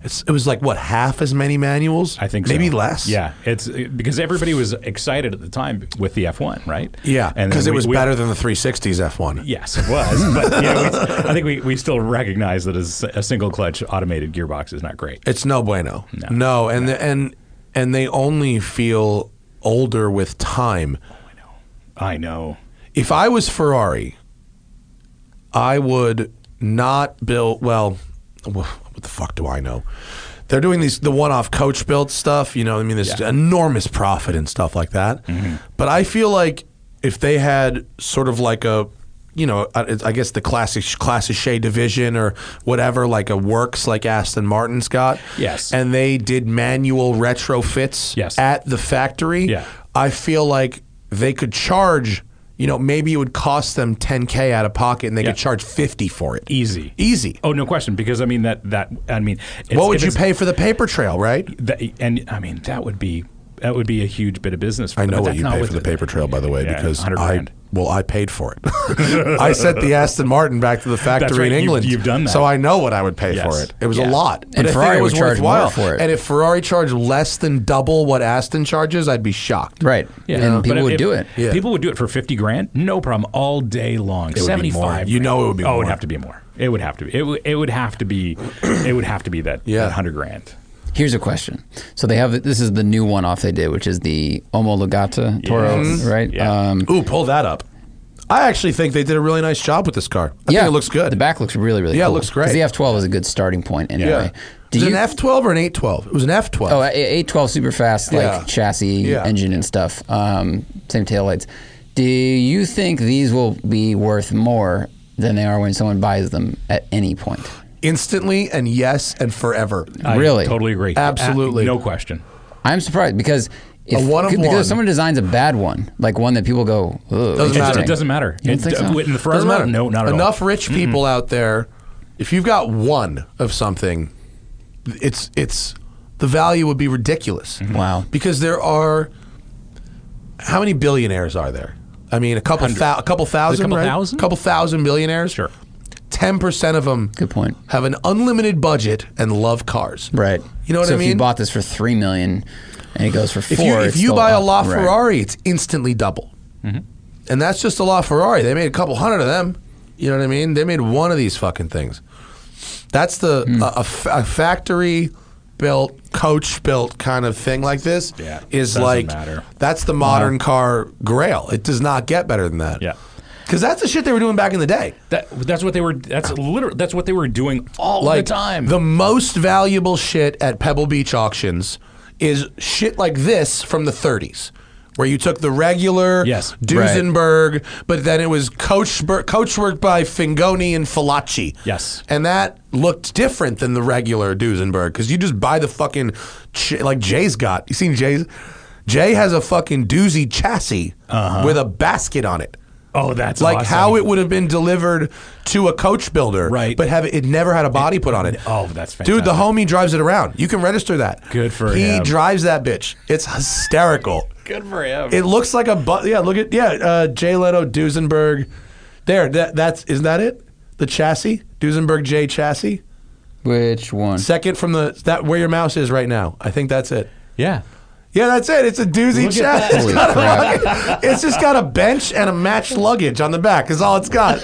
Speaker 2: It's, it was like what half as many manuals?
Speaker 3: I think
Speaker 2: maybe
Speaker 3: so.
Speaker 2: less.
Speaker 3: Yeah, it's because everybody was excited at the time with the F1, right?
Speaker 2: yeah,
Speaker 3: And then
Speaker 2: because it
Speaker 3: we-
Speaker 2: was
Speaker 3: we-
Speaker 2: better than the 360s F1.
Speaker 3: Yes, it was. But you know, we, I think we, we still recognize that a s- a single clutch automated gearbox is not great.
Speaker 2: It's no bueno.
Speaker 3: No.
Speaker 2: No, and The, and and they only feel older with time.
Speaker 3: I know.
Speaker 2: If I was Ferrari, I would not build. Well, wh- what the fuck do I know? They're doing these the one-off coach built stuff. You know, I mean, there's
Speaker 3: Yeah. Mm-hmm.
Speaker 2: enormous profit and stuff like that. But I feel like if they had sort of like a you know, I I guess the classic classic Shea division or whatever, like a works like Aston Martin's got.
Speaker 3: Yes.
Speaker 2: and they did manual retrofits.
Speaker 3: Yes.
Speaker 2: at the factory.
Speaker 3: Yeah.
Speaker 2: I feel like they could charge, you know, maybe it would cost them 10K out of pocket and they
Speaker 3: Yeah. E-,
Speaker 2: could charge 50 for it.
Speaker 3: Easy.
Speaker 2: Easy.
Speaker 3: Oh no question because I mean that that I mean it's-
Speaker 2: E what would
Speaker 3: if
Speaker 2: you
Speaker 3: it's-
Speaker 2: pay for the paper trail, right?
Speaker 3: that, and I mean that would be that would be a huge bit of business. For
Speaker 2: I
Speaker 3: them,
Speaker 2: know
Speaker 3: but
Speaker 2: what
Speaker 3: that's
Speaker 2: you
Speaker 3: not
Speaker 2: pay for the paper trail, by the way,
Speaker 3: Yeah,
Speaker 2: because
Speaker 3: 100
Speaker 2: I
Speaker 3: grand.
Speaker 2: well, I paid for it. I sent the Aston Martin back to the factory
Speaker 3: right,
Speaker 2: in
Speaker 3: you've-
Speaker 2: England.
Speaker 3: you've done that.
Speaker 2: So I know what I would pay
Speaker 3: Yes.
Speaker 2: for it. It was
Speaker 3: Yeah.
Speaker 2: a lot, but I think
Speaker 4: Ferrari
Speaker 2: it was
Speaker 4: would charge more
Speaker 2: worthwhile.
Speaker 4: for it.
Speaker 2: And if Ferrari charged less than double what Aston charges, I'd be shocked.
Speaker 4: Right. And people
Speaker 3: But
Speaker 4: would
Speaker 3: if-
Speaker 4: do it.
Speaker 2: Yeah.
Speaker 3: People would do it for fifty grand, no problem, all day long.
Speaker 2: more.
Speaker 3: Seventy-five.
Speaker 2: You
Speaker 3: grand.
Speaker 2: know it would be
Speaker 3: Oh, it would
Speaker 2: more.
Speaker 3: have to be more. It would have to be. It, w- it would have to be. it would have to be that.
Speaker 2: Yeah.
Speaker 3: that hundred grand.
Speaker 4: Here's a question. So they have this is the new one off they did, which is the Omo Legata Toro,
Speaker 3: Yes.
Speaker 4: right?
Speaker 3: Yeah.
Speaker 4: Um,
Speaker 2: Ooh, pull that up. I actually think they did a really nice job with this car. I think it looks good.
Speaker 4: The back looks really, really
Speaker 2: Yeah, it
Speaker 4: cool.
Speaker 2: looks great.
Speaker 4: 'Cause The F12 is a good starting point anyway. Do
Speaker 2: was it
Speaker 4: you,
Speaker 2: an F12 or an 812? It was an F12.
Speaker 4: oh, a- a- A12 super fast like
Speaker 2: Yeah.
Speaker 4: chassis,
Speaker 2: Yeah.
Speaker 4: engine and stuff. Um, same taillights. Do you think these will be worth more than they are when someone buys them at any point?
Speaker 2: Instantly and yes and forever.
Speaker 3: I
Speaker 4: Really?
Speaker 3: totally agree.
Speaker 2: Absolutely.
Speaker 3: A- no question.
Speaker 4: I'm surprised because if
Speaker 2: A one of
Speaker 4: because
Speaker 2: one.
Speaker 4: if someone designs a bad one, like one that people go, Ugh,
Speaker 2: Doesn't
Speaker 3: It,
Speaker 2: matter.
Speaker 3: it doesn't matter.
Speaker 4: You don't
Speaker 3: It- uh,
Speaker 4: think so?
Speaker 3: In the Ferrari
Speaker 2: Doesn't matter.
Speaker 3: model, No, not at all.
Speaker 2: Enough rich people out there. If you've got one of something, it's it's the value would be ridiculous.
Speaker 4: Wow.
Speaker 2: Because there are how many billionaires are there? I mean, a couple thou, a couple thousand,
Speaker 3: couple
Speaker 2: right?
Speaker 3: thousand?
Speaker 2: couple thousand billionaires.
Speaker 3: Sure.
Speaker 2: Ten percent of them.
Speaker 4: Good point.
Speaker 2: Have an unlimited budget and love cars.
Speaker 4: Right.
Speaker 2: You know what
Speaker 4: so
Speaker 2: I mean?
Speaker 4: if you bought this for three million and it goes for four,
Speaker 2: If you,
Speaker 4: it's
Speaker 2: if you
Speaker 4: still
Speaker 2: buy a
Speaker 4: up. Right.
Speaker 2: LaFerrari, it's instantly double. And that's just a LaFerrari. They made a couple hundred of them. You know what I mean? They made one of these fucking things. That's the a- a, fa- a factory built, coach built kind of thing like this
Speaker 3: Yeah,
Speaker 2: is
Speaker 3: doesn't
Speaker 2: like
Speaker 3: matter.
Speaker 2: that's the modern car grail. It does not get better than that.
Speaker 3: Yeah.
Speaker 2: Because that's the shit they were doing back in the day.
Speaker 3: That, that's what they were. That's literally. That's what they were doing all
Speaker 2: like
Speaker 3: the time.
Speaker 2: the most valuable shit at Pebble Beach auctions is shit like this from the 30s. Where you took the regular
Speaker 3: Yes.
Speaker 2: Duesenberg, but then it was coach coachwork by Fingoni and Falacci.
Speaker 3: Yes.
Speaker 2: and that looked different than the regular Duesenberg because you just buy the fucking ch- like Jay's got. You seen Jay's? Jay has a fucking doozy chassis
Speaker 3: Uh-huh.
Speaker 2: with a basket on it.
Speaker 3: Oh, that's
Speaker 2: like
Speaker 3: awesome.
Speaker 2: how it would have been delivered to a coach builder,
Speaker 3: Right.
Speaker 2: But have it never had a body put on it.
Speaker 3: oh, that's
Speaker 2: Dude, the
Speaker 3: fantastic.
Speaker 2: homie drives it around. You can register that.
Speaker 3: Good for
Speaker 2: he
Speaker 3: him.
Speaker 2: He drives that bitch. It's hysterical.
Speaker 3: Good for him.
Speaker 2: It looks like a bu- yeah. Look at yeah. Uh, Jay Leno, Duesenberg. There, that that's isn't that it? The chassis, Duesenberg J chassis.
Speaker 4: Which one?
Speaker 2: Second from the that where your mouse is right now. I think that's it.
Speaker 3: yeah.
Speaker 2: Yeah, that's it. It's a doozy
Speaker 3: Look at
Speaker 2: chassis.
Speaker 3: that.
Speaker 2: It's,
Speaker 4: Holy
Speaker 2: got a
Speaker 4: crap.
Speaker 2: luggage- it's just got a bench and a matched luggage on the back. Is all it's got.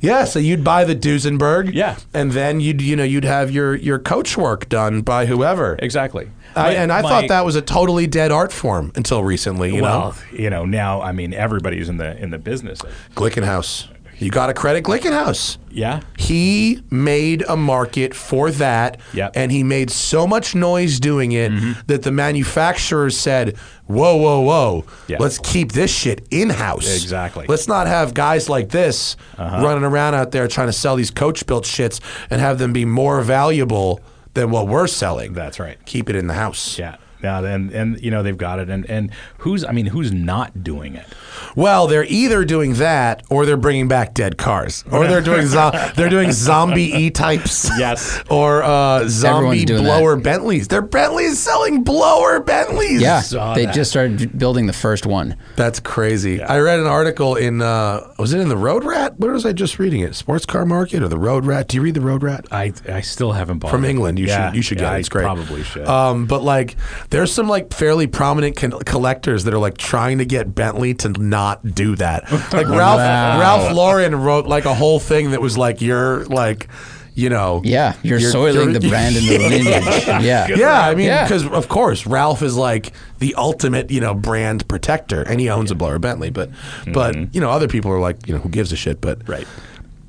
Speaker 2: yeah, so you'd buy the Duesenberg.
Speaker 3: Yeah.
Speaker 2: and then you'd you know you'd have your your coach work done by whoever.
Speaker 3: Exactly.
Speaker 2: I,
Speaker 3: My-
Speaker 2: and I
Speaker 3: my-
Speaker 2: thought that was a totally dead art form until recently. You know.
Speaker 3: well, you know, now I mean everybody's in the in the business. of-
Speaker 2: Glickenhaus. You got to credit Glickenhaus.
Speaker 3: Yeah.
Speaker 2: He made a market for that,
Speaker 3: Yep. Mm-hmm.
Speaker 2: and he made so much noise doing it that the manufacturers said, "Whoa, whoa, whoa!
Speaker 3: Yeah.
Speaker 2: Let's keep this shit in house.
Speaker 3: Exactly. Uh-huh.
Speaker 2: Let's not have guys like this running around out there trying to sell these coach built shits and have them be more valuable than what we're selling.
Speaker 3: That's right.
Speaker 2: Keep it in the house.
Speaker 3: Yeah. Now and and you know they've got it and and who's I mean who's not doing it?
Speaker 2: Well, they're either doing that or they're bringing back dead cars or they're doing zo- they're doing zombie E types.
Speaker 3: Yes.
Speaker 2: or uh, zombie
Speaker 4: Everyone's doing
Speaker 2: blower Bentleys. Their Bentleys selling blower Bentleys.
Speaker 4: yeah,
Speaker 3: saw
Speaker 4: they
Speaker 3: that.
Speaker 4: just started j- building the first one.
Speaker 2: That's crazy. I read an article in uh, was it in the Road Rat? Where was I just reading it? Sports Car Market or the Road Rat? Do you read the Road Rat?
Speaker 3: I I still haven't bought
Speaker 2: From
Speaker 3: it.
Speaker 2: England, you
Speaker 3: Yeah,
Speaker 2: should you should
Speaker 3: yeah,
Speaker 2: get
Speaker 3: I
Speaker 2: it. It's great.
Speaker 3: Probably should.
Speaker 2: Um, but like, there's some like fairly prominent con- collectors that are like trying to get Bentley to not do that. Like Ralph
Speaker 4: Wow.
Speaker 2: Ralph Lauren wrote like a whole thing that was like, you're like, you know,
Speaker 4: Yeah, you're,
Speaker 2: You're-
Speaker 4: soiling
Speaker 2: you're-
Speaker 4: the brand and the lineage. Yeah.
Speaker 2: yeah. I mean,
Speaker 4: Yeah.
Speaker 2: because of course Ralph is like the ultimate, you know, brand protector, and he owns a blower Bentley. But but you know, other people are like, you know, who gives a shit? But
Speaker 3: Mm-hmm. Right.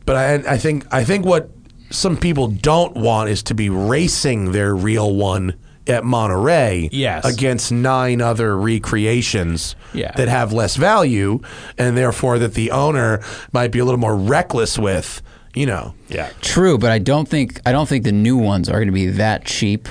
Speaker 2: But I, I think I think what some people don't want is to be racing their real one at Monterey
Speaker 3: Yes.
Speaker 2: against nine other recreations
Speaker 3: Yeah.
Speaker 2: that have less value and therefore that the owner might be a little more reckless with, you know.
Speaker 3: yeah.
Speaker 4: True, but I don't think I don't think the new ones are going to be that cheap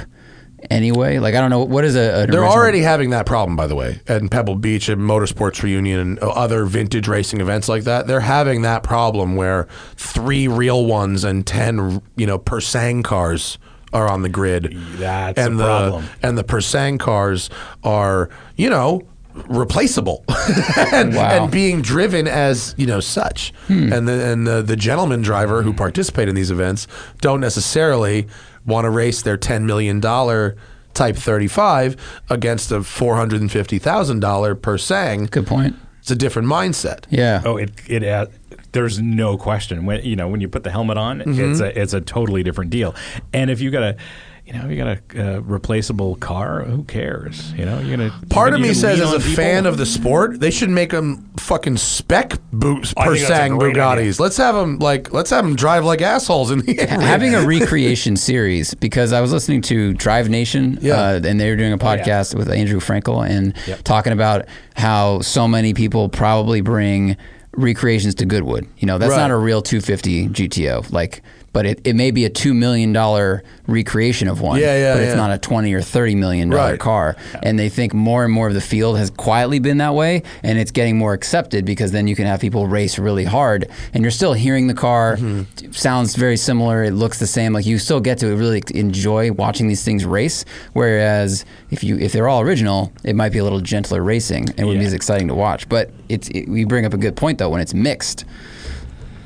Speaker 4: anyway. Like I don't know what is a an
Speaker 2: They're
Speaker 4: original-
Speaker 2: already having that problem, by the way, at Pebble Beach and Motorsports Reunion and other vintage racing events like that. They're having that problem where three real ones and ten, you know, Persang cars are on the grid.
Speaker 3: That's
Speaker 2: and
Speaker 3: a
Speaker 2: the
Speaker 3: problem.
Speaker 2: and the Persang cars are, you know. Replaceable and,
Speaker 4: Wow.
Speaker 2: and being driven as you know such,
Speaker 3: Hmm.
Speaker 2: and the and the, the gentleman driver who participate in these events don't necessarily want to race their ten million dollar type thirty five against a four hundred and fifty thousand dollar per sang.
Speaker 4: good point.
Speaker 2: It's a different mindset.
Speaker 4: Yeah.
Speaker 3: Oh, it it uh, there's no question when you know when you put the helmet on, it's
Speaker 2: Mm-hmm.
Speaker 3: a it's a totally different deal. And if you got a you know, you got a uh, replaceable car. Who cares? You know, you're gonna.
Speaker 2: Part of
Speaker 3: you
Speaker 2: me
Speaker 3: can
Speaker 2: says,
Speaker 3: lean
Speaker 2: as a
Speaker 3: on people.
Speaker 2: fan of the sport, they should make them fucking spec boots
Speaker 3: I
Speaker 2: per
Speaker 3: think that's a
Speaker 2: sang
Speaker 3: great
Speaker 2: Bugattis.
Speaker 3: idea.
Speaker 2: Let's have them like let's have them drive like assholes in the air.
Speaker 4: having a recreation series because I was listening to Drive Nation,
Speaker 2: Yeah. Oh,
Speaker 4: uh, and they were doing a
Speaker 3: yeah.
Speaker 4: podcast with Andrew Frankel and talking about how so many people probably bring recreations to Goodwood. You know, that's
Speaker 2: Right.
Speaker 4: not a real 250 GTO, like, but it, it may be a two million dollar recreation of one.
Speaker 2: Yeah, yeah,
Speaker 4: But it's
Speaker 2: yeah.
Speaker 4: not a twenty or thirty million dollar
Speaker 2: Right.
Speaker 4: car, and they think more and more of the field has quietly been that way, and it's getting more accepted because then you can have people race really hard, and you're still hearing the car. It Sounds very similar. It looks the same. Like you still get to really enjoy watching these things race. Whereas if you if they're all original, it might be a little gentler racing and wouldn't be
Speaker 3: Yeah.
Speaker 4: as exciting to watch. But it's it, you bring up a good point though. When it's mixed,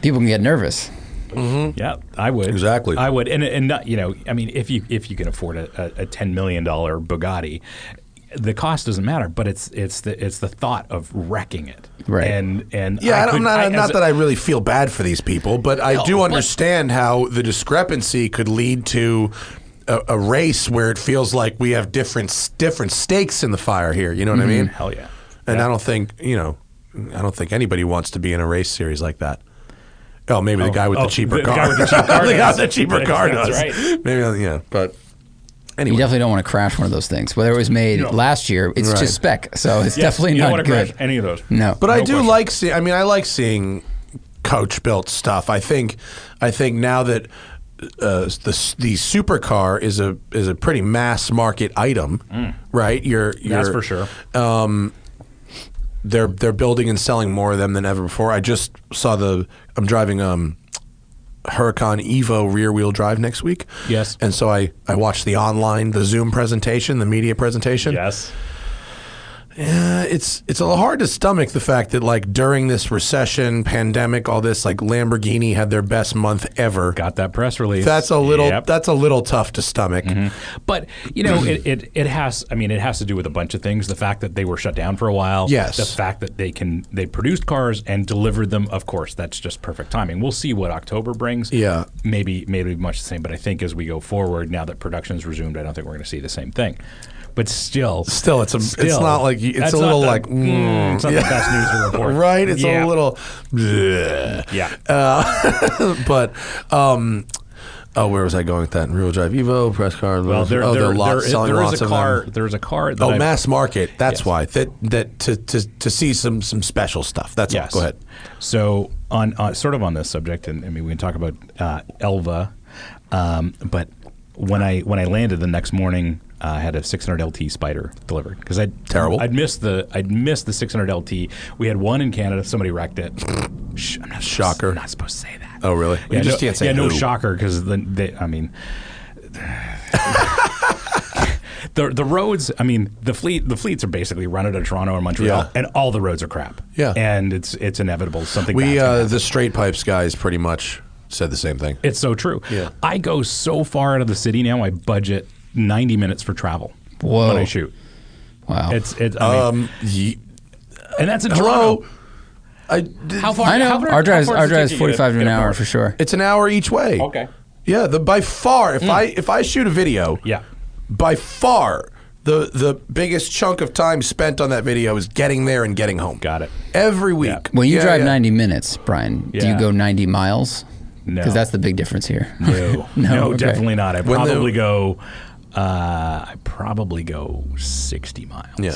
Speaker 4: people can get nervous.
Speaker 3: Yeah, I would
Speaker 2: Exactly.
Speaker 3: I would, and and not, you know, I mean, if you if you can afford a, a, a ten million dollar Bugatti, the cost doesn't matter, but it's it's the it's the thought of wrecking it,
Speaker 4: Right.
Speaker 3: And and
Speaker 2: Yeah, I
Speaker 3: could-
Speaker 2: don't, not,
Speaker 3: I- as
Speaker 2: not
Speaker 3: a-
Speaker 2: that I really feel bad for these people, but I do
Speaker 3: but-
Speaker 2: understand how the discrepancy could lead to a, a race where it feels like we have different s- different stakes in the fire here. You know what I mean?
Speaker 3: hell Mm-hmm. yeah.
Speaker 2: And I don't think you know, I don't think anybody wants to be in a race series like that. Oh, maybe the guy with
Speaker 3: oh,
Speaker 2: the cheaper
Speaker 3: the
Speaker 2: car.
Speaker 3: guy with the cheap car
Speaker 2: The guy with the
Speaker 3: does.
Speaker 2: cheaper car
Speaker 3: That's
Speaker 2: does.
Speaker 3: right.
Speaker 2: Maybe yeah, but
Speaker 4: You
Speaker 2: anyway.
Speaker 4: definitely don't want to crash one of those things. Whether it was made last year, it's
Speaker 2: Right.
Speaker 4: just spec, so it's
Speaker 3: Yes,
Speaker 4: definitely
Speaker 3: you
Speaker 4: not
Speaker 3: don't want to
Speaker 4: good.
Speaker 3: crash any of those.
Speaker 4: No,
Speaker 2: But I
Speaker 3: No
Speaker 2: do
Speaker 3: question.
Speaker 2: like seeing. I mean, I like seeing coach built stuff. I think, I think now that uh, the the supercar is a is a pretty mass market item, right? You're,
Speaker 3: Mm.
Speaker 2: you're
Speaker 3: That's for sure.
Speaker 2: They're they're building and selling more of them than ever before. I just saw the I'm driving um Huracan Evo rear wheel drive next week.
Speaker 3: Yes.
Speaker 2: and so I I watched the online the Zoom presentation, the media presentation.
Speaker 3: Yes.
Speaker 2: Uh, it's it's a little hard to stomach the fact that like during this recession, pandemic, all this like Lamborghini had their best month ever.
Speaker 3: Got that press release.
Speaker 2: That's a little
Speaker 3: Yep. Mm-hmm.
Speaker 2: that's a little tough to stomach.
Speaker 3: But you know, it, it it has. I mean, it has to do with a bunch of things. The fact that they were shut down for a while.
Speaker 2: Yes.
Speaker 3: The fact that they can they produced cars and delivered them. Of course, that's just perfect timing. We'll see what October brings.
Speaker 2: Yeah.
Speaker 3: Maybe maybe much the same. But I think as we go forward, now that production's resumed, I don't think we're going to see the same thing. But still,
Speaker 2: Still, it's a it's
Speaker 3: Still,
Speaker 2: not like you- it's
Speaker 3: that's
Speaker 2: a
Speaker 3: not
Speaker 2: little
Speaker 3: the-
Speaker 2: like mm,
Speaker 3: it's not the best news to report,
Speaker 2: right. It's
Speaker 3: Yeah.
Speaker 2: a little, bleh.
Speaker 3: Yeah.
Speaker 2: Uh, but um, oh, where was I going with that? Real drive Evo press car.
Speaker 3: well, there,
Speaker 2: oh,
Speaker 3: there,
Speaker 2: they're lots,
Speaker 3: there is-
Speaker 2: selling
Speaker 3: there is
Speaker 2: lots
Speaker 3: a
Speaker 2: of
Speaker 3: car.
Speaker 2: them.
Speaker 3: There's a car. That
Speaker 2: Oh,
Speaker 3: I've-
Speaker 2: mass market. That's
Speaker 3: Yes.
Speaker 2: why that that to, to to see some some special stuff. That's
Speaker 3: Yes.
Speaker 2: all. Go ahead.
Speaker 3: So on uh, sort of on this subject, and I mean we can talk about uh, Elva, um, but when I when I landed the next morning, uh, I had a 600 LT Spider delivered because I
Speaker 2: Terrible.
Speaker 3: I'd missed the I'd missed the 600 LT. We had one in Canada. Somebody wrecked it. Shh, I'm not supposed-
Speaker 2: Shocker.
Speaker 3: I'm not supposed to say that.
Speaker 2: Oh, really?
Speaker 3: Yeah,
Speaker 2: you just
Speaker 3: no,
Speaker 2: can't say
Speaker 3: yeah, no
Speaker 2: who.
Speaker 3: shocker because they, I mean. The, the roads, I mean, the fleet the fleets are basically run out of Toronto and Montreal,
Speaker 2: Yeah.
Speaker 3: and all the roads are crap.
Speaker 2: Yeah.
Speaker 3: and it's it's inevitable. Something bad's
Speaker 2: We
Speaker 3: gonna
Speaker 2: uh, the straight pipes guys pretty much said the same thing.
Speaker 3: It's so true.
Speaker 2: Yeah.
Speaker 3: I go so far out of the city now. I budget ninety minutes for travel
Speaker 4: Whoa.
Speaker 3: when I shoot.
Speaker 4: Wow.
Speaker 3: It's it's I mean,
Speaker 2: Um, ye-
Speaker 3: and that's in
Speaker 2: hello.
Speaker 3: Toronto.
Speaker 2: I,
Speaker 3: How far?
Speaker 4: I know
Speaker 3: How far,
Speaker 4: our drives.
Speaker 3: how far
Speaker 4: Our
Speaker 3: does it
Speaker 4: drives
Speaker 3: take you to
Speaker 4: forty five to
Speaker 3: get
Speaker 4: an
Speaker 3: a
Speaker 4: hour
Speaker 3: car?
Speaker 4: for sure.
Speaker 2: it's an hour each way.
Speaker 3: Okay. Hmm.
Speaker 2: Yeah, the by far if I if I shoot a video,
Speaker 3: Yeah.
Speaker 2: by far the the biggest chunk of time spent on that video is getting there and getting home.
Speaker 3: Got it.
Speaker 2: Every week.
Speaker 4: When you
Speaker 2: Yeah,
Speaker 4: drive
Speaker 2: yeah.
Speaker 4: ninety minutes, Brian, do
Speaker 3: Yeah.
Speaker 4: you go ninety miles?
Speaker 3: No.
Speaker 4: Because that's the big difference here.
Speaker 3: No, no,
Speaker 4: No, okay.
Speaker 3: definitely not. I
Speaker 2: When the-
Speaker 3: probably go. Uh, I probably go sixty miles.
Speaker 2: Yeah.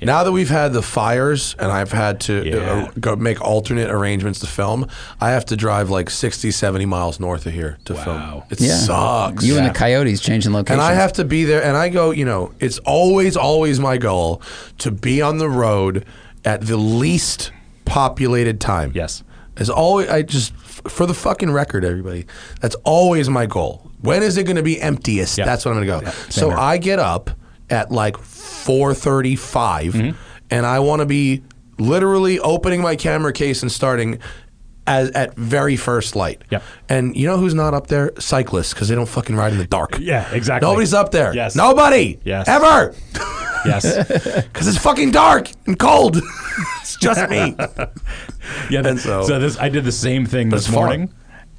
Speaker 2: Now that we've had the fires and I've had to
Speaker 3: Yeah.
Speaker 2: uh, go make alternate arrangements to film, I have to drive like 60, 70 miles north of here to film.
Speaker 3: Wow.
Speaker 2: It
Speaker 4: Yeah.
Speaker 2: sucks.
Speaker 4: You and the coyotes changing
Speaker 2: and
Speaker 4: locations.
Speaker 2: I have to be there. And I go, you know, it's always, always my goal to be on the road at the least populated time.
Speaker 3: Yes.
Speaker 2: As always, I just f- for the fucking record, everybody. That's always my goal. When is it going to be emptiest?
Speaker 3: Yeah.
Speaker 2: That's when I'm going to go. so
Speaker 3: here.
Speaker 2: I get up at like 4:35,
Speaker 3: Mm-hmm.
Speaker 2: and I want to be literally opening my camera case and starting. As, at very first light,
Speaker 3: Yeah.
Speaker 2: and you know who's not up there? Cyclists, because they don't fucking ride in the dark.
Speaker 3: Yeah, exactly.
Speaker 2: Nobody's up there.
Speaker 3: Yes.
Speaker 2: Nobody.
Speaker 3: Yes.
Speaker 2: Ever.
Speaker 3: Yes.
Speaker 2: Because it's fucking dark and cold. it's just me.
Speaker 3: Yeah,
Speaker 2: And
Speaker 3: that's,
Speaker 2: so-
Speaker 3: so, this I did the same thing this
Speaker 2: That's fun.
Speaker 3: morning.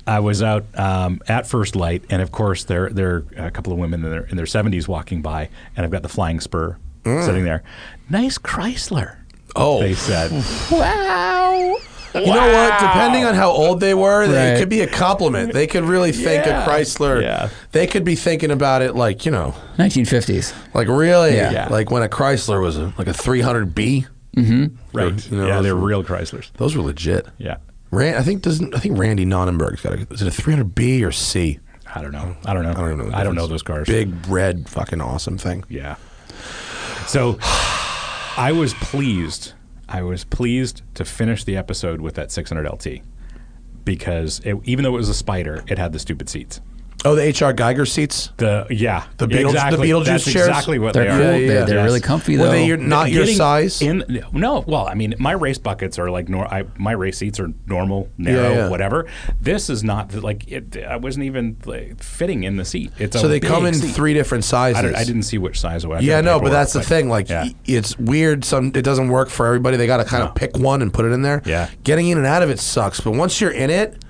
Speaker 3: I was out um, at first light, and of course there there are a couple of women in their in their seventies walking by, and I've got the flying spur sitting there. Nice Chrysler,
Speaker 2: Mm. Oh.
Speaker 3: they said.
Speaker 4: wow.
Speaker 2: You know what? Depending on how old they were, they- it
Speaker 4: Right.
Speaker 2: could be a compliment. They could really think
Speaker 3: Yeah.
Speaker 2: a Chrysler.
Speaker 3: Yeah.
Speaker 2: They could be thinking about it like, you know,
Speaker 4: Nineteen fifties.
Speaker 2: like really,
Speaker 4: Yeah.
Speaker 3: Yeah.
Speaker 2: like when a Chrysler was a, like a 300B.
Speaker 3: right?
Speaker 2: You know,
Speaker 3: yeah,
Speaker 2: those
Speaker 3: they're
Speaker 2: were-
Speaker 3: real Chryslers.
Speaker 2: Those were legit.
Speaker 3: Yeah,
Speaker 2: Rand, I think doesn't I think Randy Nonnenberg's got a is it a 300B or C?
Speaker 3: I don't know. I don't know. I
Speaker 2: Oh, don't know the
Speaker 3: I don't know
Speaker 2: difference.
Speaker 3: those cars.
Speaker 2: Big red fucking awesome thing.
Speaker 3: Yeah. So I was pleased. I was pleased to finish the episode with that 600 LT because it, even though it was a spider, it had the stupid seats.
Speaker 2: Oh, the HR Geiger seats.
Speaker 3: The yeah,
Speaker 2: The
Speaker 3: Yeah,
Speaker 2: Beetleju- the
Speaker 3: exactly.
Speaker 2: Beetlejuice
Speaker 3: That's
Speaker 2: chairs?
Speaker 3: Exactly what
Speaker 4: They're
Speaker 3: they
Speaker 4: cool.
Speaker 3: are.
Speaker 2: Yeah, yeah,
Speaker 4: they're
Speaker 2: yeah.
Speaker 4: they're
Speaker 3: Yes.
Speaker 4: really comfy
Speaker 2: Were
Speaker 4: though.
Speaker 2: they your, not your
Speaker 3: Getting
Speaker 2: size?
Speaker 3: In no, well, I mean, my race buckets are like nor, I, my race seats are normal, narrow,
Speaker 2: Yeah, yeah.
Speaker 3: whatever. This is not like it. I wasn't even like, fitting in the seat. It's a
Speaker 2: So they
Speaker 3: big
Speaker 2: come in
Speaker 3: seat.
Speaker 2: three different sizes.
Speaker 3: I, don't- I didn't see which size it was.
Speaker 2: Yeah, no, but
Speaker 3: Paperwork,
Speaker 2: that's the thing. Like,
Speaker 3: Yeah.
Speaker 2: y- it's weird. Some it doesn't work for everybody. They got to kind of pick one and put it in there.
Speaker 3: Yeah.
Speaker 2: getting in and out of it sucks. But once you're in it,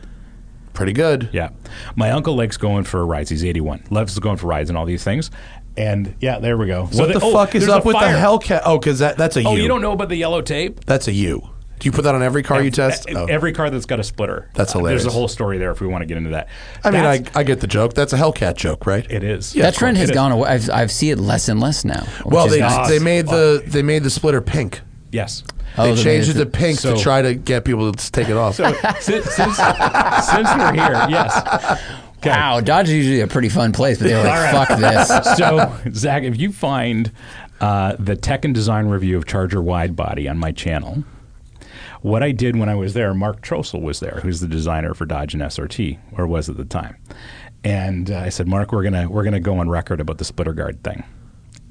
Speaker 2: pretty good.
Speaker 3: Yeah. My uncle likes going for rides. He's 81. Loves going for rides and all these things. And yeah, there we go. So
Speaker 2: What the
Speaker 3: they- oh,
Speaker 2: fuck is
Speaker 3: there's a
Speaker 2: up with
Speaker 3: fire.
Speaker 2: the Hellcat? Oh, because that that's a
Speaker 3: Oh,
Speaker 2: U.
Speaker 3: you don't know about the yellow tape?
Speaker 2: That's a U. Do you put that on every car you test?
Speaker 3: E-
Speaker 2: Oh.
Speaker 3: Every car that's got a splitter.
Speaker 2: That's
Speaker 3: Uh,
Speaker 2: hilarious.
Speaker 3: There's a whole story there if we want to get into that.
Speaker 2: I mean, I,
Speaker 3: That's-
Speaker 2: I get the joke. That's a Hellcat joke, right?
Speaker 3: it is.
Speaker 4: that trend
Speaker 3: It
Speaker 4: has
Speaker 3: is.
Speaker 4: gone away. I've, I've see it less and less now. which
Speaker 2: well,
Speaker 4: is
Speaker 2: they
Speaker 4: nice.
Speaker 2: they made the they made the splitter pink.
Speaker 3: Yes.
Speaker 4: Oh,
Speaker 2: They
Speaker 4: they made
Speaker 2: changed
Speaker 4: it
Speaker 2: it to pink to
Speaker 3: so-
Speaker 2: try to get people to take it off.
Speaker 3: since, since, since we're here, yes.
Speaker 4: Wow, Dodge is usually a pretty fun place, but they were like, fuck this.
Speaker 3: so, Zach, if you find uh, the tech and design review of Charger Wide Body on my channel, what I did when I was there, Mark Trosel was there, who's the designer for Dodge and SRT, or was at the time, and uh, I said, Mark, we're gonna we're gonna go on record about the splitter guard thing.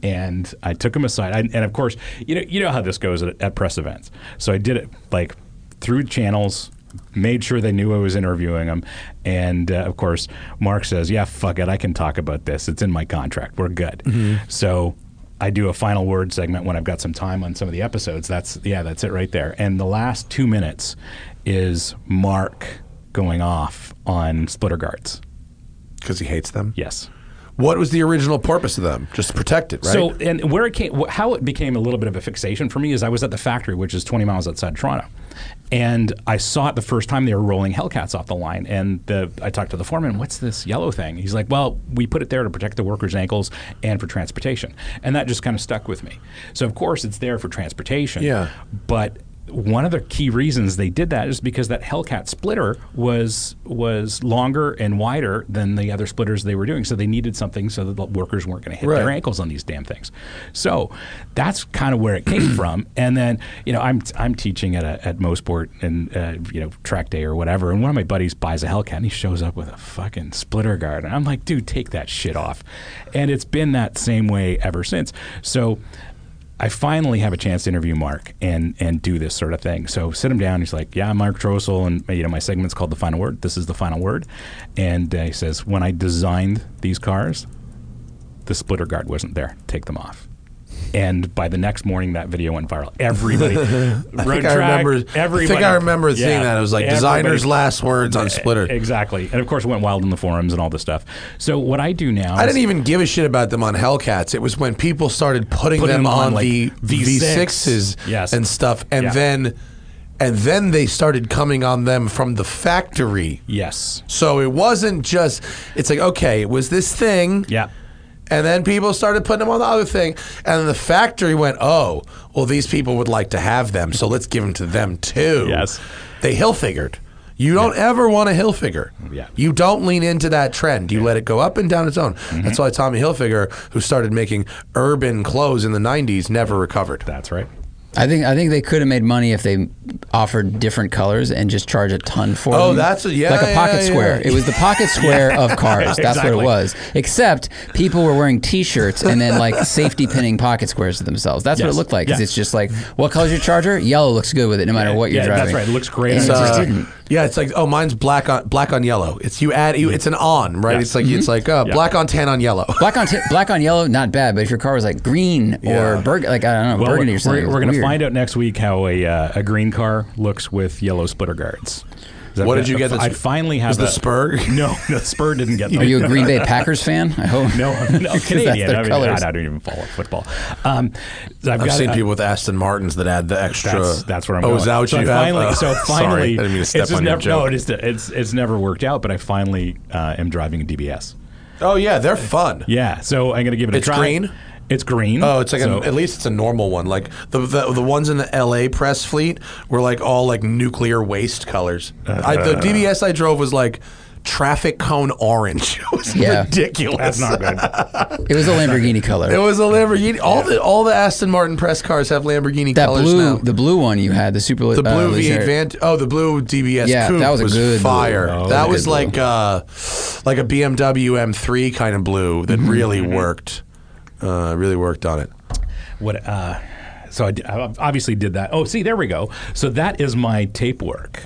Speaker 3: And I took him aside, I, and of course, you know you know how this goes at, at press events. So I did it like through channels, made sure they knew I was interviewing them. And uh, of course, Mark says, Yeah, fuck it. I can talk about this. It's in my contract. We're good. So I do a final word segment when I've got some time on some of the episodes. That's, yeah, that's it right there. And the last two minutes is Mark going off on splitter guards.
Speaker 2: because he hates them.
Speaker 3: Yes.
Speaker 2: What was the original purpose of them? Just to protect it, right?
Speaker 3: So, and where it came, wh- how it became a little bit of a fixation for me is I was at the factory, which is 20 miles outside Toronto, and I saw it the first time they were rolling Hellcats off the line. And the I talked to the foreman, "What's this yellow thing?" He's like, "Well, we put it there to protect the workers' ankles and for transportation." And that just kind of stuck with me. So, of course, it's there for transportation.
Speaker 2: Yeah.
Speaker 3: But one of the key reasons they did that is because that Hellcat splitter was was longer and wider than the other splitters they were doing, so they needed something so that the workers weren't going to hit their
Speaker 2: Right.
Speaker 3: ankles on these damn things. So that's kind of where it came from. And then you know I'm I'm teaching at a, at Mosport and uh, you know track day or whatever, and one of my buddies buys a Hellcat and he shows up with a fucking splitter guard, and I'm like, dude, take that shit off. And it's been that same way ever since. So. I finally have a chance to interview Mark and and do this sort of thing. So sit him down. He's like, "Yeah, I'm Mark Trosel, and you know my segment's called the Final Word. This is the Final Word." And uh, he says, "When I designed these cars, the splitter guard wasn't there. Take them off." And by the next morning, that video went viral. Everybody,
Speaker 2: I think I remember. I think I remember seeing that. It was like designers' last words on Splitter.
Speaker 3: Eh, Exactly, and of course, it went wild in the forums and all this stuff. So what I do now,
Speaker 2: I
Speaker 3: is,
Speaker 2: didn't even give a shit about them on Hellcats. It was when people started putting,
Speaker 3: Putting
Speaker 2: them,
Speaker 3: them on,
Speaker 2: on,
Speaker 3: like,
Speaker 2: the
Speaker 3: V6.
Speaker 2: V6s
Speaker 3: Yes.
Speaker 2: and stuff, and
Speaker 3: Yeah.
Speaker 2: then and then they started coming on them from the factory.
Speaker 3: yes,
Speaker 2: So it wasn't just. It's like okay, it was this thing.
Speaker 3: yeah.
Speaker 2: And then people started putting them on the other thing, and the factory went, "Oh, well, these people would like to have them, so let's give them to them too."
Speaker 3: Yes.
Speaker 2: they hill figured. You don't ever want a hill figure.
Speaker 3: Yeah.
Speaker 2: You don't lean into that trend. You let it go up and down its own.
Speaker 3: Mm-hmm.
Speaker 2: That's why Tommy Hilfiger, who started making urban clothes in the 90s, never recovered.
Speaker 3: That's right.
Speaker 4: I think I think they could have made money if they offered different colors and just charge a ton for
Speaker 2: Oh,
Speaker 4: them.
Speaker 2: that's a- yeah,
Speaker 4: like a
Speaker 2: yeah,
Speaker 4: pocket
Speaker 2: yeah.
Speaker 4: square. It was the pocket square of cars. That's what
Speaker 3: Exactly.
Speaker 4: it was. Except people were wearing T-shirts and then like safety pinning pocket squares to themselves. That's what
Speaker 3: Yes.
Speaker 4: it looked like. 'cause
Speaker 3: Yeah.
Speaker 4: It's just like, what color's your charger? Yellow looks good with it, no matter what you're
Speaker 3: yeah, that's
Speaker 4: driving.
Speaker 3: right. It looks great
Speaker 4: And
Speaker 3: on
Speaker 4: it
Speaker 3: your
Speaker 4: just
Speaker 3: car.
Speaker 4: didn't.
Speaker 2: Uh, Yeah, it's like oh, mine's black on black on yellow. It's you add you, it's an on
Speaker 3: Mm-hmm. Yeah.
Speaker 2: right.
Speaker 3: Mm-hmm.
Speaker 2: It's like it's like uh,
Speaker 3: Yeah.
Speaker 2: black on tan on yellow.
Speaker 4: Black on t- black on yellow, not bad. But if your car was like green
Speaker 2: Yeah.
Speaker 4: or burg- like I don't know,
Speaker 3: Well,
Speaker 4: burgundy
Speaker 3: we're,
Speaker 4: or something,
Speaker 3: we're going to
Speaker 4: find out.
Speaker 3: find out next week how a, uh, a green car looks with yellow splitter guards. 'Cause I've
Speaker 2: What
Speaker 3: got-
Speaker 2: did you get that's-
Speaker 3: I finally have
Speaker 2: was the
Speaker 3: a-
Speaker 2: spur?
Speaker 3: No, the spur didn't get.
Speaker 4: Are you a Green Bay Packers fan? I hope.
Speaker 3: No, I'm no,
Speaker 4: 'Cause
Speaker 3: Canadian. I,
Speaker 4: Oh, That's their
Speaker 3: mean,
Speaker 4: colors.
Speaker 3: I don't even follow football. Um, so I've,
Speaker 2: I've
Speaker 3: got,
Speaker 2: seen
Speaker 3: I-
Speaker 2: people with Aston Martins that add the extra.
Speaker 3: That's, that's where I'm
Speaker 2: oh,
Speaker 3: going.
Speaker 2: is that what
Speaker 3: so
Speaker 2: you
Speaker 3: I
Speaker 2: have?
Speaker 3: finally,
Speaker 2: Oh,
Speaker 3: So
Speaker 2: sorry.
Speaker 3: finally,
Speaker 2: I didn't mean to
Speaker 3: it's
Speaker 2: step
Speaker 3: just
Speaker 2: on your
Speaker 3: never, No,
Speaker 2: joke.
Speaker 3: it is, it's it's never worked out. But I finally uh, am driving a DBS.
Speaker 2: oh yeah, they're fun.
Speaker 3: Yeah, so I'm going to give it
Speaker 2: It's
Speaker 3: a try.
Speaker 2: green?
Speaker 3: It's green.
Speaker 2: Oh, it's like
Speaker 3: so,
Speaker 2: a, at least it's a normal one. Like the, the the ones in the L.A. press fleet were like all like nuclear waste colors.
Speaker 3: Uh,
Speaker 2: I, the DBS I drove was like traffic cone orange. it was
Speaker 4: Yeah.
Speaker 2: ridiculous.
Speaker 3: That's not good.
Speaker 4: It was a Lamborghini color.
Speaker 2: It was a Lamborghini. All the all the Aston Martin press cars have Lamborghini
Speaker 4: that
Speaker 2: colors
Speaker 4: blue,
Speaker 2: now.
Speaker 4: the blue one you had, the super
Speaker 2: The blue
Speaker 4: uh,
Speaker 2: V8
Speaker 4: Luxury-
Speaker 2: Vant. Oh, the blue DBS
Speaker 4: Yeah,
Speaker 2: coupe
Speaker 4: that was a good blue.
Speaker 2: fire.
Speaker 4: Oh,
Speaker 2: that
Speaker 4: that was
Speaker 2: was
Speaker 4: a good
Speaker 2: like uh, like a BMW M3 kind of blue that
Speaker 4: Mm-hmm.
Speaker 2: really worked. Uh, really worked on it.
Speaker 3: what uh so I, did, I obviously did that oh see there we go so that is my tape work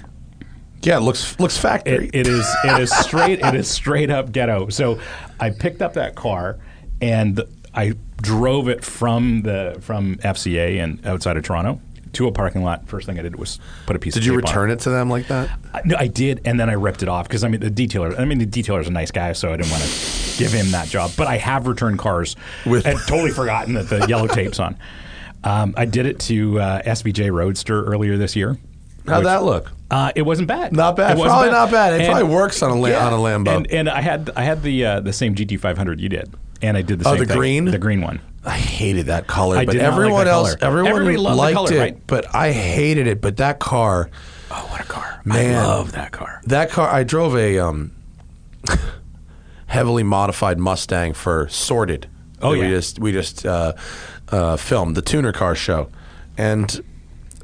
Speaker 2: Yeah, it looks looks factory.
Speaker 3: it, it is it is straight it is straight up ghetto so i picked up that car and i drove it from the from fca and outside of toronto to a parking lot first thing i did was put a piece
Speaker 2: Did
Speaker 3: of
Speaker 2: you
Speaker 3: tape on it.
Speaker 2: return it to them like that?
Speaker 3: I, no, I did, and then I ripped it off because I mean the detailer. I mean the detailer's a nice guy, so I didn't want to give him that job. But I have returned cars
Speaker 2: With-
Speaker 3: and totally forgotten that the yellow tape's on. Um, I did it to uh, SBJ Roadster earlier this year.
Speaker 2: How'd that look?
Speaker 3: Uh, it wasn't bad.
Speaker 2: Not bad.
Speaker 3: It wasn't
Speaker 2: Probably not bad. It
Speaker 3: And-
Speaker 2: probably works on a la- on a Lambo.
Speaker 3: And, and I had I had the uh, the same GT500 you did, and I did the
Speaker 2: Oh,
Speaker 3: same
Speaker 2: the
Speaker 3: thing.
Speaker 2: green?
Speaker 3: the green one.
Speaker 2: I hated that color,
Speaker 3: I
Speaker 2: but
Speaker 3: did not like
Speaker 2: everyone
Speaker 3: that
Speaker 2: else,
Speaker 3: color.
Speaker 2: everyone
Speaker 3: Everybody loved the
Speaker 2: liked
Speaker 3: color,
Speaker 2: it.
Speaker 3: right?
Speaker 2: But I hated it. But that car,
Speaker 3: Oh, what a car!
Speaker 2: Man.
Speaker 3: I love that car.
Speaker 2: that car, I drove a um, heavily modified Mustang for Sorted.
Speaker 3: Oh,
Speaker 2: that we
Speaker 3: yeah.
Speaker 2: just we just uh, uh, filmed the tuner car show, and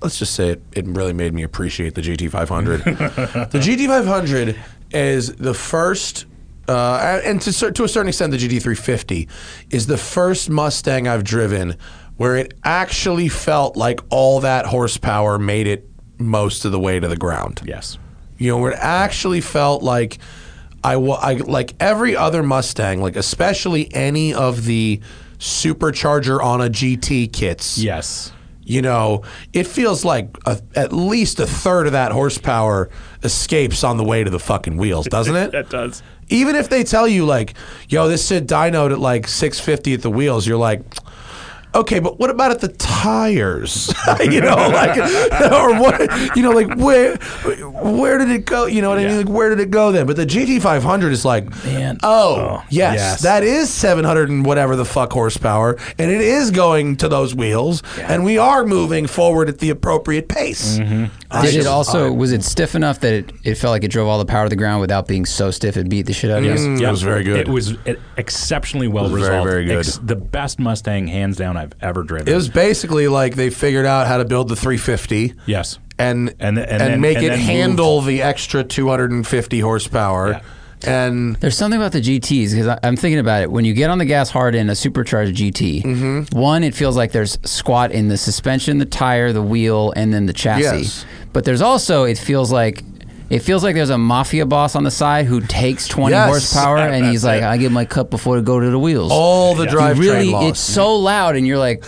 Speaker 2: let's just say it, it really made me appreciate the GT500. the GT500 is the first. Uh, and to, cer- to a certain extent, the GT350 is the first Mustang I've driven where it actually felt like all that horsepower made it most of the way to the ground
Speaker 3: Yes.
Speaker 2: you know, where it actually felt like I, wa- I like every other Mustang, like especially any of the supercharger on a GT kits.
Speaker 3: Yes.
Speaker 2: You know, it feels like a, at least a third of that horsepower escapes on the way to the fucking wheels, doesn't it?
Speaker 3: That does.
Speaker 2: Even if they tell you like, yo, this shit dynoed at like 650 at the wheels, you're like, okay, but what about at the tires? you know, like, or what? You know, like where, where did it go? You know what I
Speaker 3: Yeah.
Speaker 2: mean? Like where did it go then? But the GT500 is like,
Speaker 4: Man.
Speaker 2: oh, yes,
Speaker 3: yes.
Speaker 2: that is 700 and whatever the fuck horsepower, and it is going to those wheels, and we are moving forward at the appropriate pace. I
Speaker 4: Did it
Speaker 2: just-
Speaker 4: also was it stiff enough that it, it felt like it drove all the power to the ground without being so stiff it beat the shit out of you?
Speaker 2: Mm, it was very good.
Speaker 3: It was e- exceptionally well
Speaker 2: was very,
Speaker 3: resolved.
Speaker 2: very good.
Speaker 3: the best Mustang, hands down, I've ever driven.
Speaker 2: It was basically like they figured out how to build the 350.
Speaker 3: yes.
Speaker 2: and
Speaker 3: And
Speaker 2: and,
Speaker 3: th- and then-
Speaker 2: make
Speaker 3: and
Speaker 2: it
Speaker 3: then
Speaker 2: handle the extra 250 horsepower. And
Speaker 4: There's something about the GTs because I'm thinking about it. When you get on the gas hard in a supercharged GT,
Speaker 2: Mm-hmm.
Speaker 4: one, it feels like there's squat in the suspension, the tire, the wheel, and then the chassis.
Speaker 2: Yes.
Speaker 4: But there's also it feels like it feels like there's a mafia boss on the side who takes 20
Speaker 2: Yes.
Speaker 4: horsepower and he's like, I get my cup before it go to the wheels.
Speaker 2: all the
Speaker 3: Yeah.
Speaker 4: You
Speaker 2: drivetrain
Speaker 4: really,
Speaker 2: loss.
Speaker 4: it's so loud, and you're like,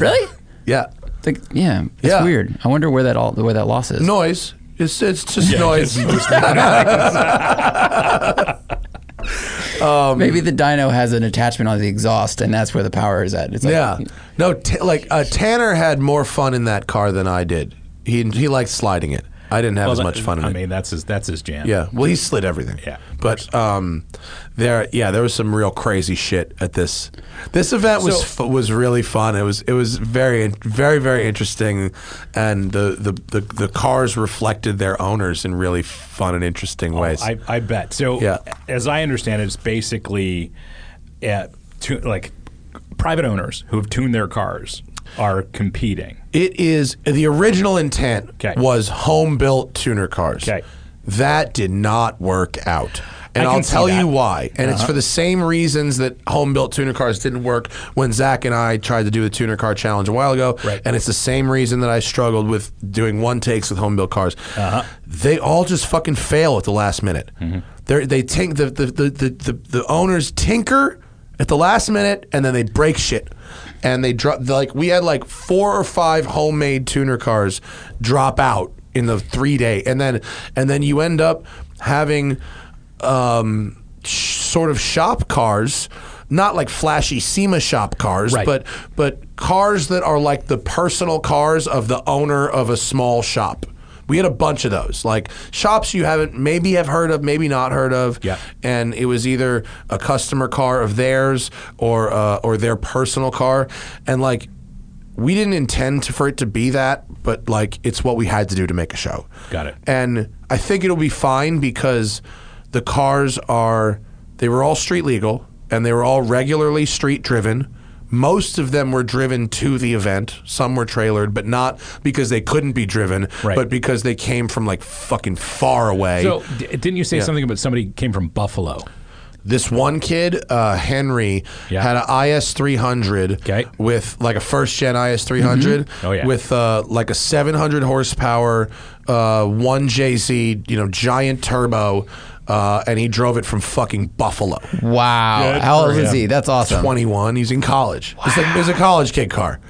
Speaker 4: really?
Speaker 2: yeah,
Speaker 4: It's Like, yeah, it's
Speaker 2: Yeah.
Speaker 4: weird. I wonder where that all where that loss is.
Speaker 2: noise. It's it's just noise.
Speaker 4: Maybe the dyno has an attachment on the exhaust, and that's where the power is at. It's like,
Speaker 2: yeah. No, t- like uh, Tanner had more fun in that car than I did. He he liked sliding it. I didn't have as much fun in
Speaker 3: I
Speaker 2: it.
Speaker 3: mean, that's his that's his jam.
Speaker 2: Yeah. Well, he slid everything.
Speaker 3: Yeah, of
Speaker 2: But um, there, yeah, there was some real crazy shit at this. This event was
Speaker 3: So-
Speaker 2: f- was really fun. It was it was very very very interesting, and the the the, the cars reflected their owners in really fun and interesting ways.
Speaker 3: Oh, I, I bet. So,
Speaker 2: Yeah.
Speaker 3: as I understand it, it's basically uh, tu- like private owners who have tuned their cars are competing.
Speaker 2: It is the original intent
Speaker 3: Okay.
Speaker 2: was home built tuner cars.
Speaker 3: Okay.
Speaker 2: That did not work out. And
Speaker 3: I can
Speaker 2: I'll
Speaker 3: see
Speaker 2: tell
Speaker 3: that. Uh-huh.
Speaker 2: you why. And it's for the same reasons that home built tuner cars didn't work when Zach and I tried to do the tuner car challenge a while ago.
Speaker 3: Right.
Speaker 2: And it's the same reason that I struggled with doing one takes with home built cars. Uh-huh. They all just fucking fail at the last minute. They're, they tink the, the, the, the, the, the owners tinker at the last minute and then they break shit and they drop like we had like four or five homemade tuner cars drop out in the three day and then and then you end up having um sh- sort of shop cars not like flashy SEMA shop cars
Speaker 3: Right.
Speaker 2: but but cars that are like the personal cars of the owner of a small shop we had a bunch of those, like shops you haven't maybe have heard of, maybe not heard of
Speaker 3: Yeah.
Speaker 2: and it was either a customer car of theirs or uh, or their personal car, and like we didn't intend to, for it to be that, but like it's what we had to do to make a show.
Speaker 3: Got it.
Speaker 2: And I think it'll be fine because the cars are they were all street legal and they were all regularly street driven. Most of them were driven to the event. Some were trailered, but not because they couldn't be driven,
Speaker 3: Right.
Speaker 2: but because they came from like fucking far away.
Speaker 3: So, d- didn't you say something about somebody came from Buffalo?
Speaker 2: This one kid, uh, Henry,
Speaker 3: Yeah.
Speaker 2: had an IS 300
Speaker 3: Okay.
Speaker 2: with like a first gen IS 300
Speaker 3: Oh, yeah.
Speaker 2: with uh, like a 700 horsepower, uh, 1JZ, you know, giant turbo, uh, and he drove it from fucking Buffalo.
Speaker 4: wow.
Speaker 3: Good
Speaker 4: How
Speaker 3: for
Speaker 4: old is
Speaker 3: him.
Speaker 4: he? That's awesome.
Speaker 2: 21. He's in college. It's like it was a college kid car.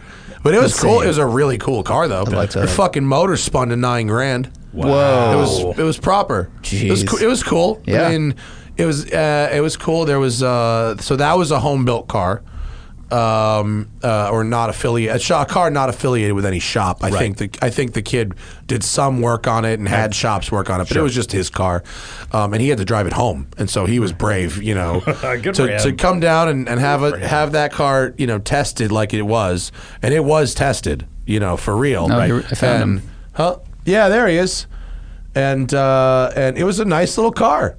Speaker 2: But it was cool.
Speaker 4: see.
Speaker 2: It was a really cool car though.
Speaker 4: like
Speaker 2: the
Speaker 4: that.
Speaker 2: fucking motor spun to nine grand.
Speaker 4: Whoa.
Speaker 2: It was it was proper. It was
Speaker 4: Jeez.
Speaker 2: coo- it was cool.
Speaker 4: Yeah.
Speaker 2: I mean, it was uh, it was cool. There was uh, so that was a home built car, um, uh, or not affiliate a shop, car not affiliated with any shop. I think the I think the kid did some work on it and had shops work on it, but it was just his car, um, and he had to drive it home, and so he was brave, you know,
Speaker 3: Uh, Good
Speaker 2: to,
Speaker 3: for him.
Speaker 2: to come down and, and have a have that car you know tested like it was, and it was tested, you know, for real.
Speaker 4: No, you're- I found
Speaker 2: And-
Speaker 4: him.
Speaker 2: Huh? Yeah, there he is. And uh, and it was a nice little car.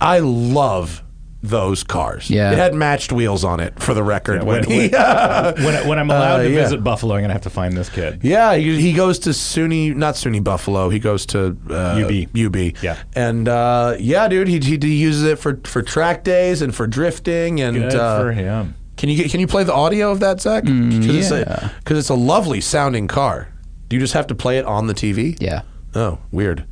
Speaker 2: I love those cars.
Speaker 4: Yeah.
Speaker 2: It had matched wheels on it, for the record. when,
Speaker 3: when-
Speaker 2: he,
Speaker 3: when, I- when I'm allowed to
Speaker 2: Uh, yeah.
Speaker 3: visit Buffalo, I'm gonna have to find this kid.
Speaker 2: Yeah, he, he goes to SUNY, not SUNY Buffalo. He goes to uh,
Speaker 3: UB.
Speaker 2: UB.
Speaker 3: Yeah.
Speaker 2: and uh, yeah, dude, he, he he uses it for for track days and for drifting and.
Speaker 3: Good
Speaker 2: uh,
Speaker 3: for him.
Speaker 2: Can you get- can you play the audio of that, Zach? Because it's,
Speaker 4: Mm, yeah.
Speaker 2: a- 'cause it's a lovely sounding car. Do you just have to play it on the TV?
Speaker 4: Yeah.
Speaker 2: Oh, weird.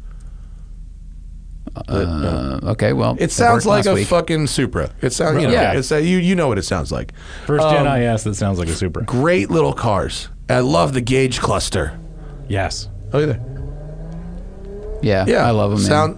Speaker 4: Uh, okay. Well,
Speaker 2: It sounds
Speaker 4: worked
Speaker 2: like
Speaker 4: last
Speaker 2: a
Speaker 4: week.
Speaker 2: fucking Supra. It sounds, you know,
Speaker 4: Yeah.
Speaker 2: it's a, you you know what it sounds like.
Speaker 3: First
Speaker 2: um,
Speaker 3: gen IS that sounds like a Supra.
Speaker 2: Great little cars. I love the gauge cluster.
Speaker 3: Yes.
Speaker 2: Look at that.
Speaker 4: yeah.
Speaker 2: Yeah,
Speaker 4: I love them.
Speaker 2: Sound uh,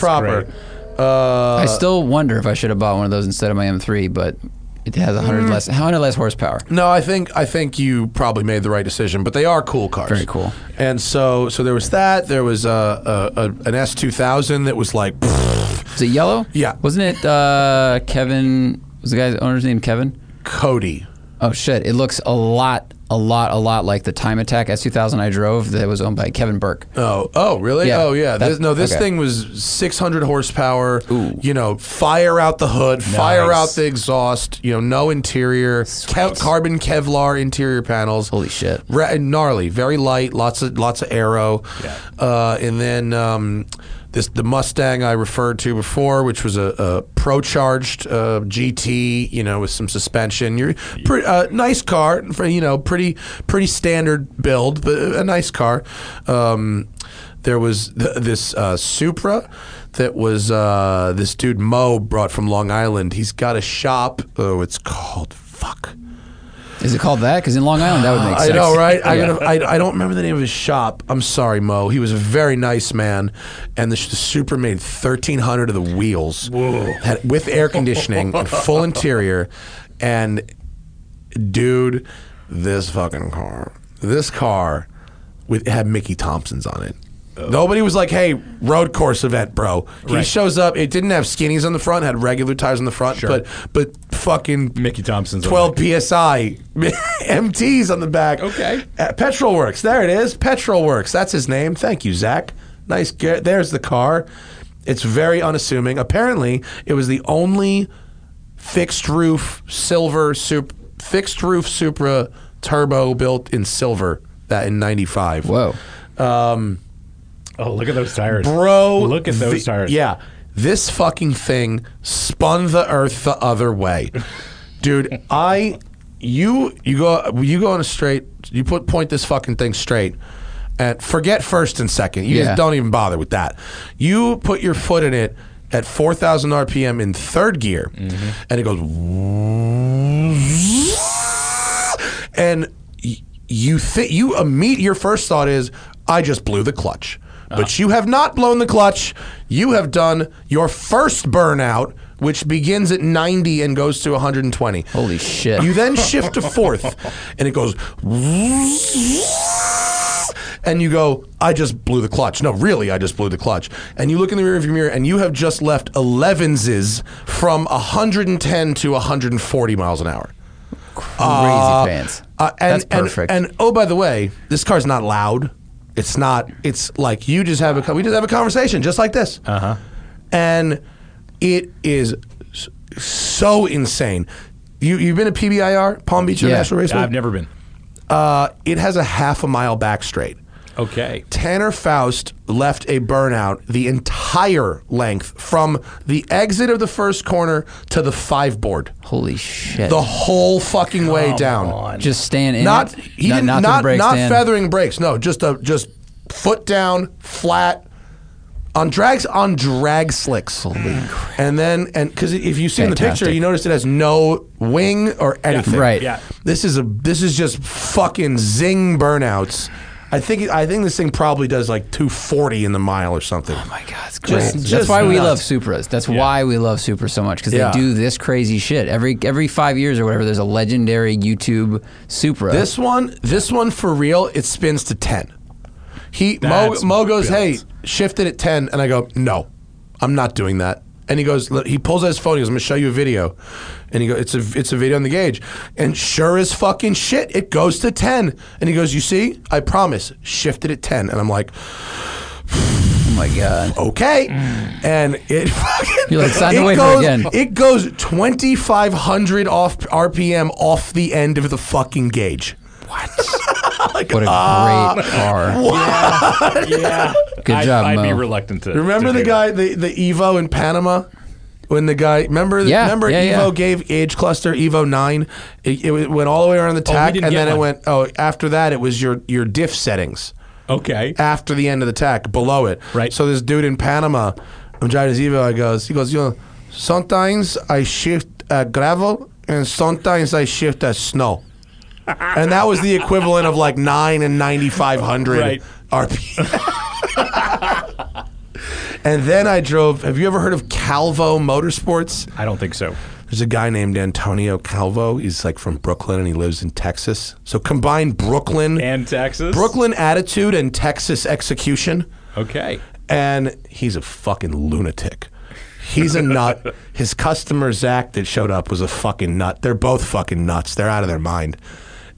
Speaker 3: That's
Speaker 2: proper.
Speaker 4: I still wonder if I should have bought one of those instead of my M3, but it has
Speaker 2: Mm.
Speaker 4: 100 less 100 less horsepower.
Speaker 2: No, I think I think you probably made the right decision, but they are cool cars.
Speaker 4: Very cool.
Speaker 2: And so so there was that. There was uh, a, a an S two thousand that was like
Speaker 4: Is it yellow?
Speaker 2: Yeah.
Speaker 4: Wasn't it uh, Kevin? Was the guy's owner's name Kevin?
Speaker 2: Cody.
Speaker 4: Oh shit! It looks a lot, a lot, a lot like the Time Attack S2000 I drove that was owned by Kevin Burke.
Speaker 2: Oh, oh, really?
Speaker 4: Yeah.
Speaker 2: Oh, yeah.
Speaker 4: That-
Speaker 2: This, no, this
Speaker 4: okay.
Speaker 2: thing was 600 horsepower. You know, fire out the hood, fire out
Speaker 3: Nice.
Speaker 2: the exhaust. You know, no interior, Kev- carbon Kevlar interior panels.
Speaker 4: Holy shit!
Speaker 2: Ra- gnarly, very light, lots of lots of arrow.
Speaker 3: Yeah.
Speaker 2: Uh, and then um, this the Mustang I referred to before, which was a, a pro-charged uh, GT, you know, with some suspension. You're pre- uh, nice car, for, you know, pretty pretty standard build, but a nice car. Um, there was th- this uh, Supra that was uh, this dude Mo brought from Long Island. He's got a shop. Oh, it's called fuck.
Speaker 4: Is it called that? Because in Long Island, that would make
Speaker 2: I
Speaker 4: sense.
Speaker 2: know, right? I, gotta, I, I don't remember the name of his shop. I'm sorry, Mo. He was a very nice man, and the, the Super made 1,300 of the wheels Had- with air conditioning and full interior. And dude, this fucking car, this car, with had Mickey Thompson's on it. Nobody was like, "Hey, road course event, bro." He
Speaker 3: Oh. Right.
Speaker 2: shows up. It didn't have skinnies on the front; had regular tires on the front, but but fucking
Speaker 3: Mickey Thompson's on
Speaker 2: 12 psi MTs on the back.
Speaker 3: Okay.
Speaker 2: At Petrol Works. There it is. Petrol Works. That's his name. Thank you, Zach. Nice. Ge- There's the car. It's very unassuming. Apparently, it was the only fixed roof silver sup- fixed roof Supra turbo built in silver that in 95.
Speaker 4: Whoa!
Speaker 3: Oh, look at those tires,
Speaker 2: Bro,
Speaker 3: Look at those
Speaker 2: the-
Speaker 3: tires.
Speaker 2: Yeah, this fucking thing spun the earth the other way, dude. I, you, you go, you go on a straight. You put point this fucking thing straight, and forget first and second. You
Speaker 4: Yeah.
Speaker 2: just don't even bother with that. You put your foot in it at four thousand RPM in third gear,
Speaker 4: Mm-hmm.
Speaker 2: and it goes, and y- you think you immediate your first thought is, I just blew the clutch.
Speaker 4: Uh-huh.
Speaker 2: But you have not blown the clutch. You have done your first burnout, which begins at 90 and goes to 120.
Speaker 4: Holy shit!
Speaker 2: You then shift to fourth, and it goes. And you go, I just blew the clutch. No, really, I just blew the clutch. And you look in the rearview mirror, and you have just left 11s from 110 to 140 miles an hour.
Speaker 4: Crazy pants.
Speaker 2: Uh, and,
Speaker 4: That's perfect.
Speaker 2: And, and oh, by the way, this car's not loud. It's not. It's like you just have a. co- We just have a conversation, just like this. Uh
Speaker 4: Uh-huh.
Speaker 2: huh. And it is s- so insane. You you've been at PBIR Palm Beach
Speaker 4: Yeah.
Speaker 2: International Raceway.
Speaker 3: I've never been.
Speaker 2: Uh, it has a half a mile back straight.
Speaker 3: Okay.
Speaker 2: Tanner Faust left a burnout the entire length from the exit of the first corner to the five board,
Speaker 4: Holy shit!
Speaker 2: the whole fucking way down
Speaker 4: just stand in.
Speaker 2: not
Speaker 4: it.
Speaker 2: he didn't
Speaker 4: to
Speaker 2: not
Speaker 4: the
Speaker 2: not,
Speaker 4: brakes, stand.
Speaker 2: feathering brakes. No, just a just foot down, flat on drags on drag slicks. Holy crap! And then and because if you see in the picture,
Speaker 4: Fantastic.
Speaker 2: you notice it has no wing or anything.
Speaker 4: Right.
Speaker 3: Yeah.
Speaker 2: This is a this is just fucking zing burnouts. I think I think this thing probably does like 240 in the mile or something.
Speaker 4: Oh my God, it's
Speaker 2: Just-
Speaker 4: great.
Speaker 2: just
Speaker 4: That's why we
Speaker 2: nuts.
Speaker 4: love Supras. That's why we love Supras so much because
Speaker 2: Yeah.
Speaker 4: they do this crazy shit every every five years or whatever. There's a legendary YouTube Supra.
Speaker 2: This one, this one for real, it spins to ten. He Mo,
Speaker 3: That's
Speaker 2: Mo goes,
Speaker 3: built.
Speaker 2: hey, shift it at ten, and I go, no, I'm not doing that. And he goes, he pulls out his phone. He goes, I'm gonna show you a video, and he goes, it's a it's a video on the gauge, and sure as fucking shit, it goes to ten, and he goes, you see, I promise, shifted at ten, and I'm like,
Speaker 4: Oh my god.
Speaker 2: okay.
Speaker 3: Mm.
Speaker 2: And it fucking
Speaker 4: You're like, sign
Speaker 2: it
Speaker 4: away for
Speaker 2: goes,
Speaker 4: again.
Speaker 2: It goes 2,500 off RPM off the end of the fucking gauge. What?
Speaker 4: What a great car.
Speaker 3: yeah.
Speaker 4: Good
Speaker 3: I'd,
Speaker 4: job,
Speaker 3: I'd be
Speaker 4: Mo.
Speaker 3: reluctant to.
Speaker 2: Remember
Speaker 3: to
Speaker 2: the
Speaker 3: do
Speaker 2: guy, the, the Evo in Panama? When the guy, remember, the-
Speaker 4: Yeah,
Speaker 2: remember
Speaker 4: yeah,
Speaker 2: Evo
Speaker 4: yeah.
Speaker 2: gave age cluster Evo 9? It, it went all the way around the tack,
Speaker 3: didn't
Speaker 2: and
Speaker 3: get
Speaker 2: then it
Speaker 3: one.
Speaker 2: went, oh, after that, it was your, your diff settings.
Speaker 3: that. Okay.
Speaker 2: after the end of the tack, below it.
Speaker 3: Right.
Speaker 2: So this dude in Panama, I'm driving his Evo. I goes, he goes, you know, sometimes I shift uh, gravel and sometimes I shift at snow. And that was the equivalent of like nine and ninety five hundred
Speaker 3: Right.
Speaker 2: RPM. and then I drove. Have you ever heard of Calvo Motorsports?
Speaker 3: I don't think so.
Speaker 2: There's a guy named Antonio Calvo. He's like from Brooklyn and he lives in Texas. So combine Brooklyn
Speaker 3: And Texas.
Speaker 2: Brooklyn attitude and Texas execution,
Speaker 3: Okay.
Speaker 2: and he's a fucking lunatic. He's a nut. His customer Zach that showed up was a fucking nut. They're both fucking nuts. They're out of their mind.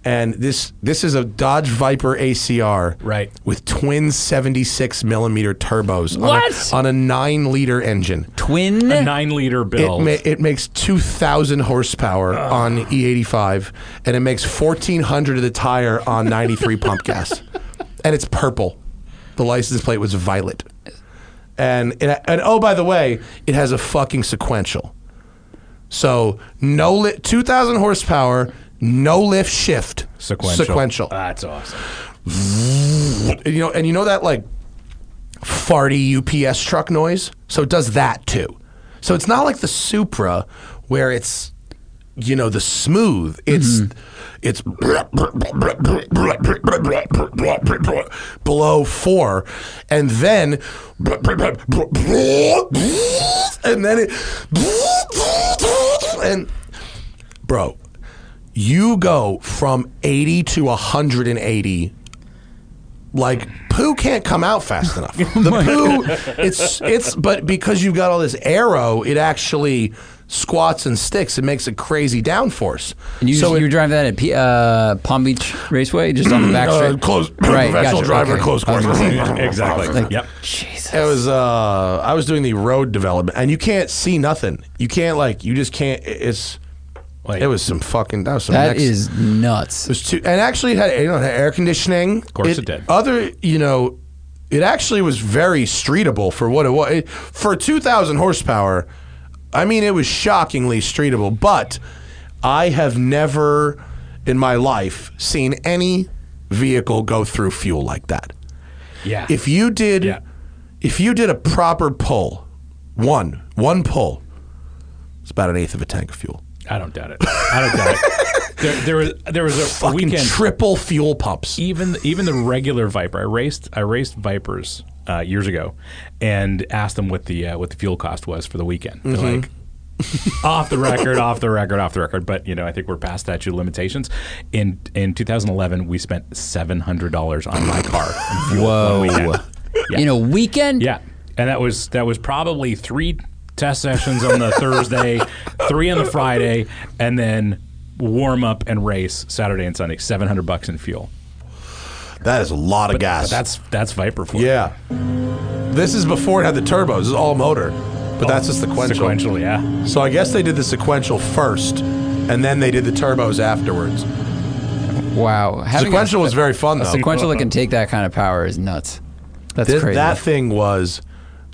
Speaker 2: And this this is a Dodge Viper ACR,
Speaker 3: Right.
Speaker 2: With twin seventy six millimeter turbos
Speaker 3: What?
Speaker 2: On, a, on a nine liter engine.
Speaker 4: Twin.
Speaker 3: A nine liter
Speaker 2: It,
Speaker 3: build.
Speaker 2: ma- it makes 2,000 horsepower on E85, and it makes 1,400 of the tire on 93 pump gas. And it's purple. The license plate was violet. And, it, and oh, by the way, it has a fucking sequential. So no li- 2,000 horsepower, no lift shift.
Speaker 3: sequential. Ah,
Speaker 2: Sequential.
Speaker 3: That's awesome.
Speaker 2: you know, and you know that like farty UPS truck noise. So it does that too. So it's not like the Supra where it's you know the smooth. It's it's below four, and then and then it and bro. You go from 80 to 180 like poo can't come out fast enough. The poo, it's it's but because you've got all this arrow, it actually squats and sticks. It makes a crazy downforce.
Speaker 4: And you,
Speaker 2: so
Speaker 4: you
Speaker 2: it,
Speaker 4: drive that at P, uh, Palm Beach Raceway, just on the back
Speaker 2: uh,
Speaker 4: straight.
Speaker 2: close
Speaker 4: Right,
Speaker 2: professional
Speaker 4: gotcha,
Speaker 2: driver,
Speaker 4: okay.
Speaker 2: close
Speaker 4: I was
Speaker 2: course.
Speaker 3: Exactly.
Speaker 4: Like,
Speaker 3: yep.
Speaker 4: Jesus.
Speaker 2: It was uh, I was doing the road development, and you can't see nothing. You can't like you just can't. It's
Speaker 3: Like,
Speaker 2: it was some fucking that was some
Speaker 4: That
Speaker 2: next-
Speaker 4: is nuts.
Speaker 2: It was two, and actually it had, you know, it had air conditioning. Of
Speaker 3: course it did.
Speaker 2: Other, you know, it actually was very streetable for what it was. It- for 2,000 horsepower, I mean, it was shockingly streetable, but I have never in my life seen any vehicle go through fuel like that.
Speaker 3: Yeah.
Speaker 2: If you did,
Speaker 3: Yeah.
Speaker 2: if you did a proper pull, one, one pull, it's about an eighth of a tank of fuel.
Speaker 3: I don't doubt it. I don't doubt it. There, there was there was a
Speaker 2: Fucking
Speaker 3: weekend. E
Speaker 2: triple fuel pumps.
Speaker 3: even even the regular Viper. I raced I raced Vipers uh, years ago, and asked them what the uh, what the fuel cost was for the weekend. They're like. off the record, off the record, off the record. But you know, I think we're past statute of limitations. In in 2011, we spent seven hundred dollars on my car. in fuel one
Speaker 4: Whoa.
Speaker 3: weekend. Yeah.
Speaker 4: In a weekend?
Speaker 3: Yeah, and that was that was probably three test sessions on the Thursday, three on the Friday, and then warm up and race Saturday and Sunday. Seven hundred bucks in fuel.
Speaker 2: That is a lot of
Speaker 3: But
Speaker 2: gas.
Speaker 3: that's that's Viper for
Speaker 2: Yeah. This is before it had the turbos. This is all motor. But that's just sequential.
Speaker 3: sequential. Yeah,
Speaker 2: So I guess they did the sequential first, and then they did the turbos afterwards.
Speaker 4: Wow. Having a-
Speaker 2: sequential was very fun, though.
Speaker 4: sequential that can take that kind of power is nuts. That's
Speaker 2: Th-
Speaker 4: crazy.
Speaker 2: That thing was.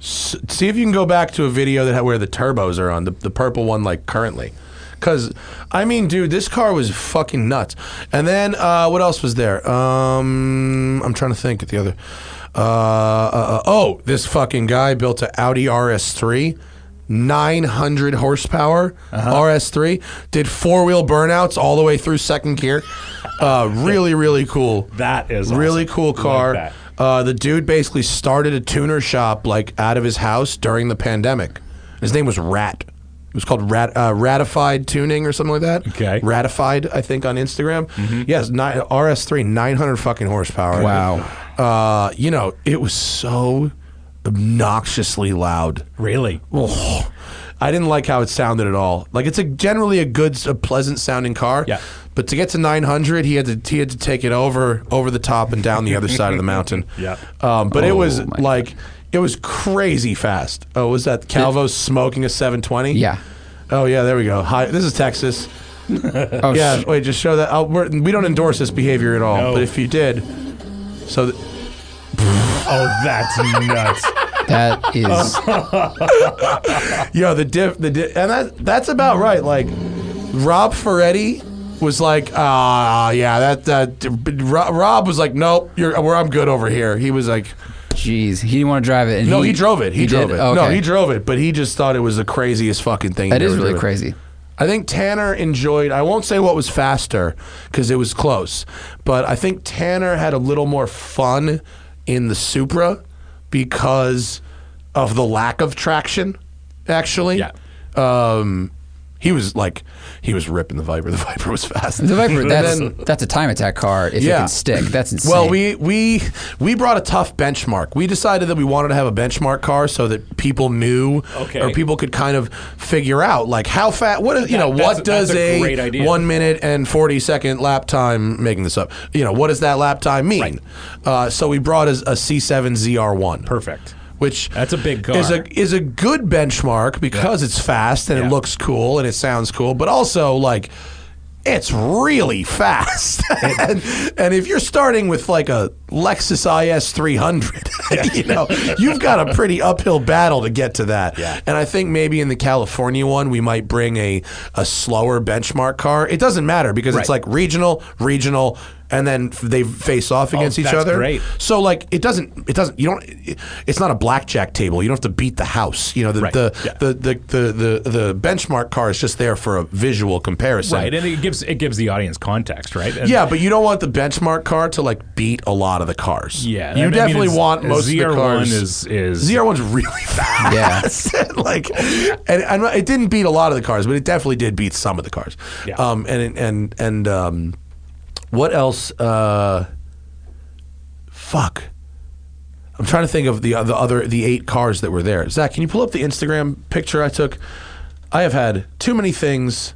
Speaker 2: s- See if you can go back to a video that had where the turbos are on the, the purple one, like currently. Cause I mean, dude, this car was fucking nuts. And then uh, what else was there? Um, I'm trying to think at the other. Uh, uh, uh, oh, this fucking guy built an Audi RS3, 900 horsepower
Speaker 3: Uh-huh.
Speaker 2: RS3. Did four wheel burnouts all the way through second gear. Uh, really, really cool.
Speaker 3: that is
Speaker 2: Really
Speaker 3: awesome.
Speaker 2: cool
Speaker 3: Love
Speaker 2: car.
Speaker 3: that.
Speaker 2: uh, the dude basically started a tuner shop like out of his house during the pandemic. His name was Rat. It was called Rat, uh, Ratified Tuning or something like that.
Speaker 3: Okay.
Speaker 2: Ratified, I think, on Instagram. Yes, ni- RS3, 900 fucking horsepower.
Speaker 4: Wow.
Speaker 2: Uh, you know, it was so obnoxiously loud.
Speaker 3: Really.
Speaker 2: Oh, I didn't like how it sounded at all. Like it's a generally a good, a pleasant sounding car.
Speaker 3: Yeah.
Speaker 2: But to get to 900, he had to he had to take it over over the top and down the other side of the mountain.
Speaker 3: Yeah.
Speaker 2: Um, but it
Speaker 4: Oh,
Speaker 2: was
Speaker 4: my
Speaker 2: like It was crazy fast. Oh, was that Calvo smoking a 720?
Speaker 4: Yeah.
Speaker 2: Oh yeah, there we go. Hi, this is Texas.
Speaker 4: Oh,
Speaker 2: Yeah,
Speaker 4: sh-
Speaker 2: wait, just show that. I'll, we're, we don't endorse this behavior at all.
Speaker 3: No.
Speaker 2: But if you did, so th-
Speaker 3: Oh, that's nuts.
Speaker 4: that is
Speaker 2: yo, the diff, the diff, and that that's about right. Like Rob Ferretti was like, ah, yeah, that that d- b- Ro- Rob was like, nope, you're where I'm good over here. He was like,
Speaker 4: jeez. He didn't want to drive it. and
Speaker 2: no, he, drove it. He, drove
Speaker 4: did?
Speaker 2: it.
Speaker 4: Okay.
Speaker 2: No, he drove it. But he just thought it was the craziest fucking thing.
Speaker 4: That
Speaker 2: he'd
Speaker 4: is
Speaker 2: ever
Speaker 4: really
Speaker 2: driven.
Speaker 4: crazy.
Speaker 2: I think Tanner enjoyed. I won't say what was faster because it was close, but I think Tanner had a little more fun in the Supra because of the lack of traction. Actually,
Speaker 3: Yeah.
Speaker 2: Um, he was like, he was ripping the Viper. The Viper was fast.
Speaker 4: The Viper,
Speaker 2: And
Speaker 4: that's
Speaker 2: then-
Speaker 4: that's a time attack car. If it
Speaker 2: Yeah.
Speaker 4: can stick, that's insane.
Speaker 2: well, we we we brought a tough benchmark. We decided that we wanted to have a benchmark car so that people knew
Speaker 3: Okay.
Speaker 2: or people could kind of figure out like how fast what is you know
Speaker 3: That- that's
Speaker 2: what
Speaker 3: a- that's
Speaker 2: does
Speaker 3: a
Speaker 2: a,
Speaker 3: great idea.
Speaker 2: 1 minute and 40 second lap time making this up. You know, what does that lap time mean? Uh, so we brought a, a C7 ZR1.
Speaker 3: Perfect.
Speaker 2: Which
Speaker 3: That's a big car.
Speaker 2: Is a is a good benchmark because it's fast and
Speaker 3: Yeah.
Speaker 2: it looks cool and it sounds cool, but also like it's really fast. and, and if you're starting with like a Lexus IS 300, you know, you've got a pretty uphill battle to get to that.
Speaker 3: Yeah.
Speaker 2: And I think maybe in the California one, we might bring a, a slower benchmark car. It doesn't matter because it's
Speaker 3: Right.
Speaker 2: like regional, regional, and then f- they face off against each
Speaker 3: Oh, that's
Speaker 2: other.
Speaker 3: great.
Speaker 2: So like it doesn't it doesn't you don't it, it's not a blackjack table. You don't have to beat the house. You know the
Speaker 3: Right.
Speaker 2: the,
Speaker 3: Yeah.
Speaker 2: the, the the the the benchmark car is just there for a visual comparison.
Speaker 3: Right, and it gives it gives the audience context, right? And-
Speaker 2: Yeah, but you don't want the benchmark car to like beat a lot of the cars.
Speaker 3: Yeah,
Speaker 2: you
Speaker 3: I mean,
Speaker 2: definitely
Speaker 3: it's-
Speaker 2: want most of the
Speaker 3: ZR1
Speaker 2: cars.
Speaker 3: is- is-
Speaker 2: ZR1's really fast. Yeah, like, and, and it didn't beat a lot of the cars, but it definitely did beat some of the cars.
Speaker 3: Yeah.
Speaker 2: Um, and and and um, what else? Uh, fuck. I'm trying to think of the the other the eight cars that were there. Zach, can you pull up the Instagram picture I took? I have had too many things.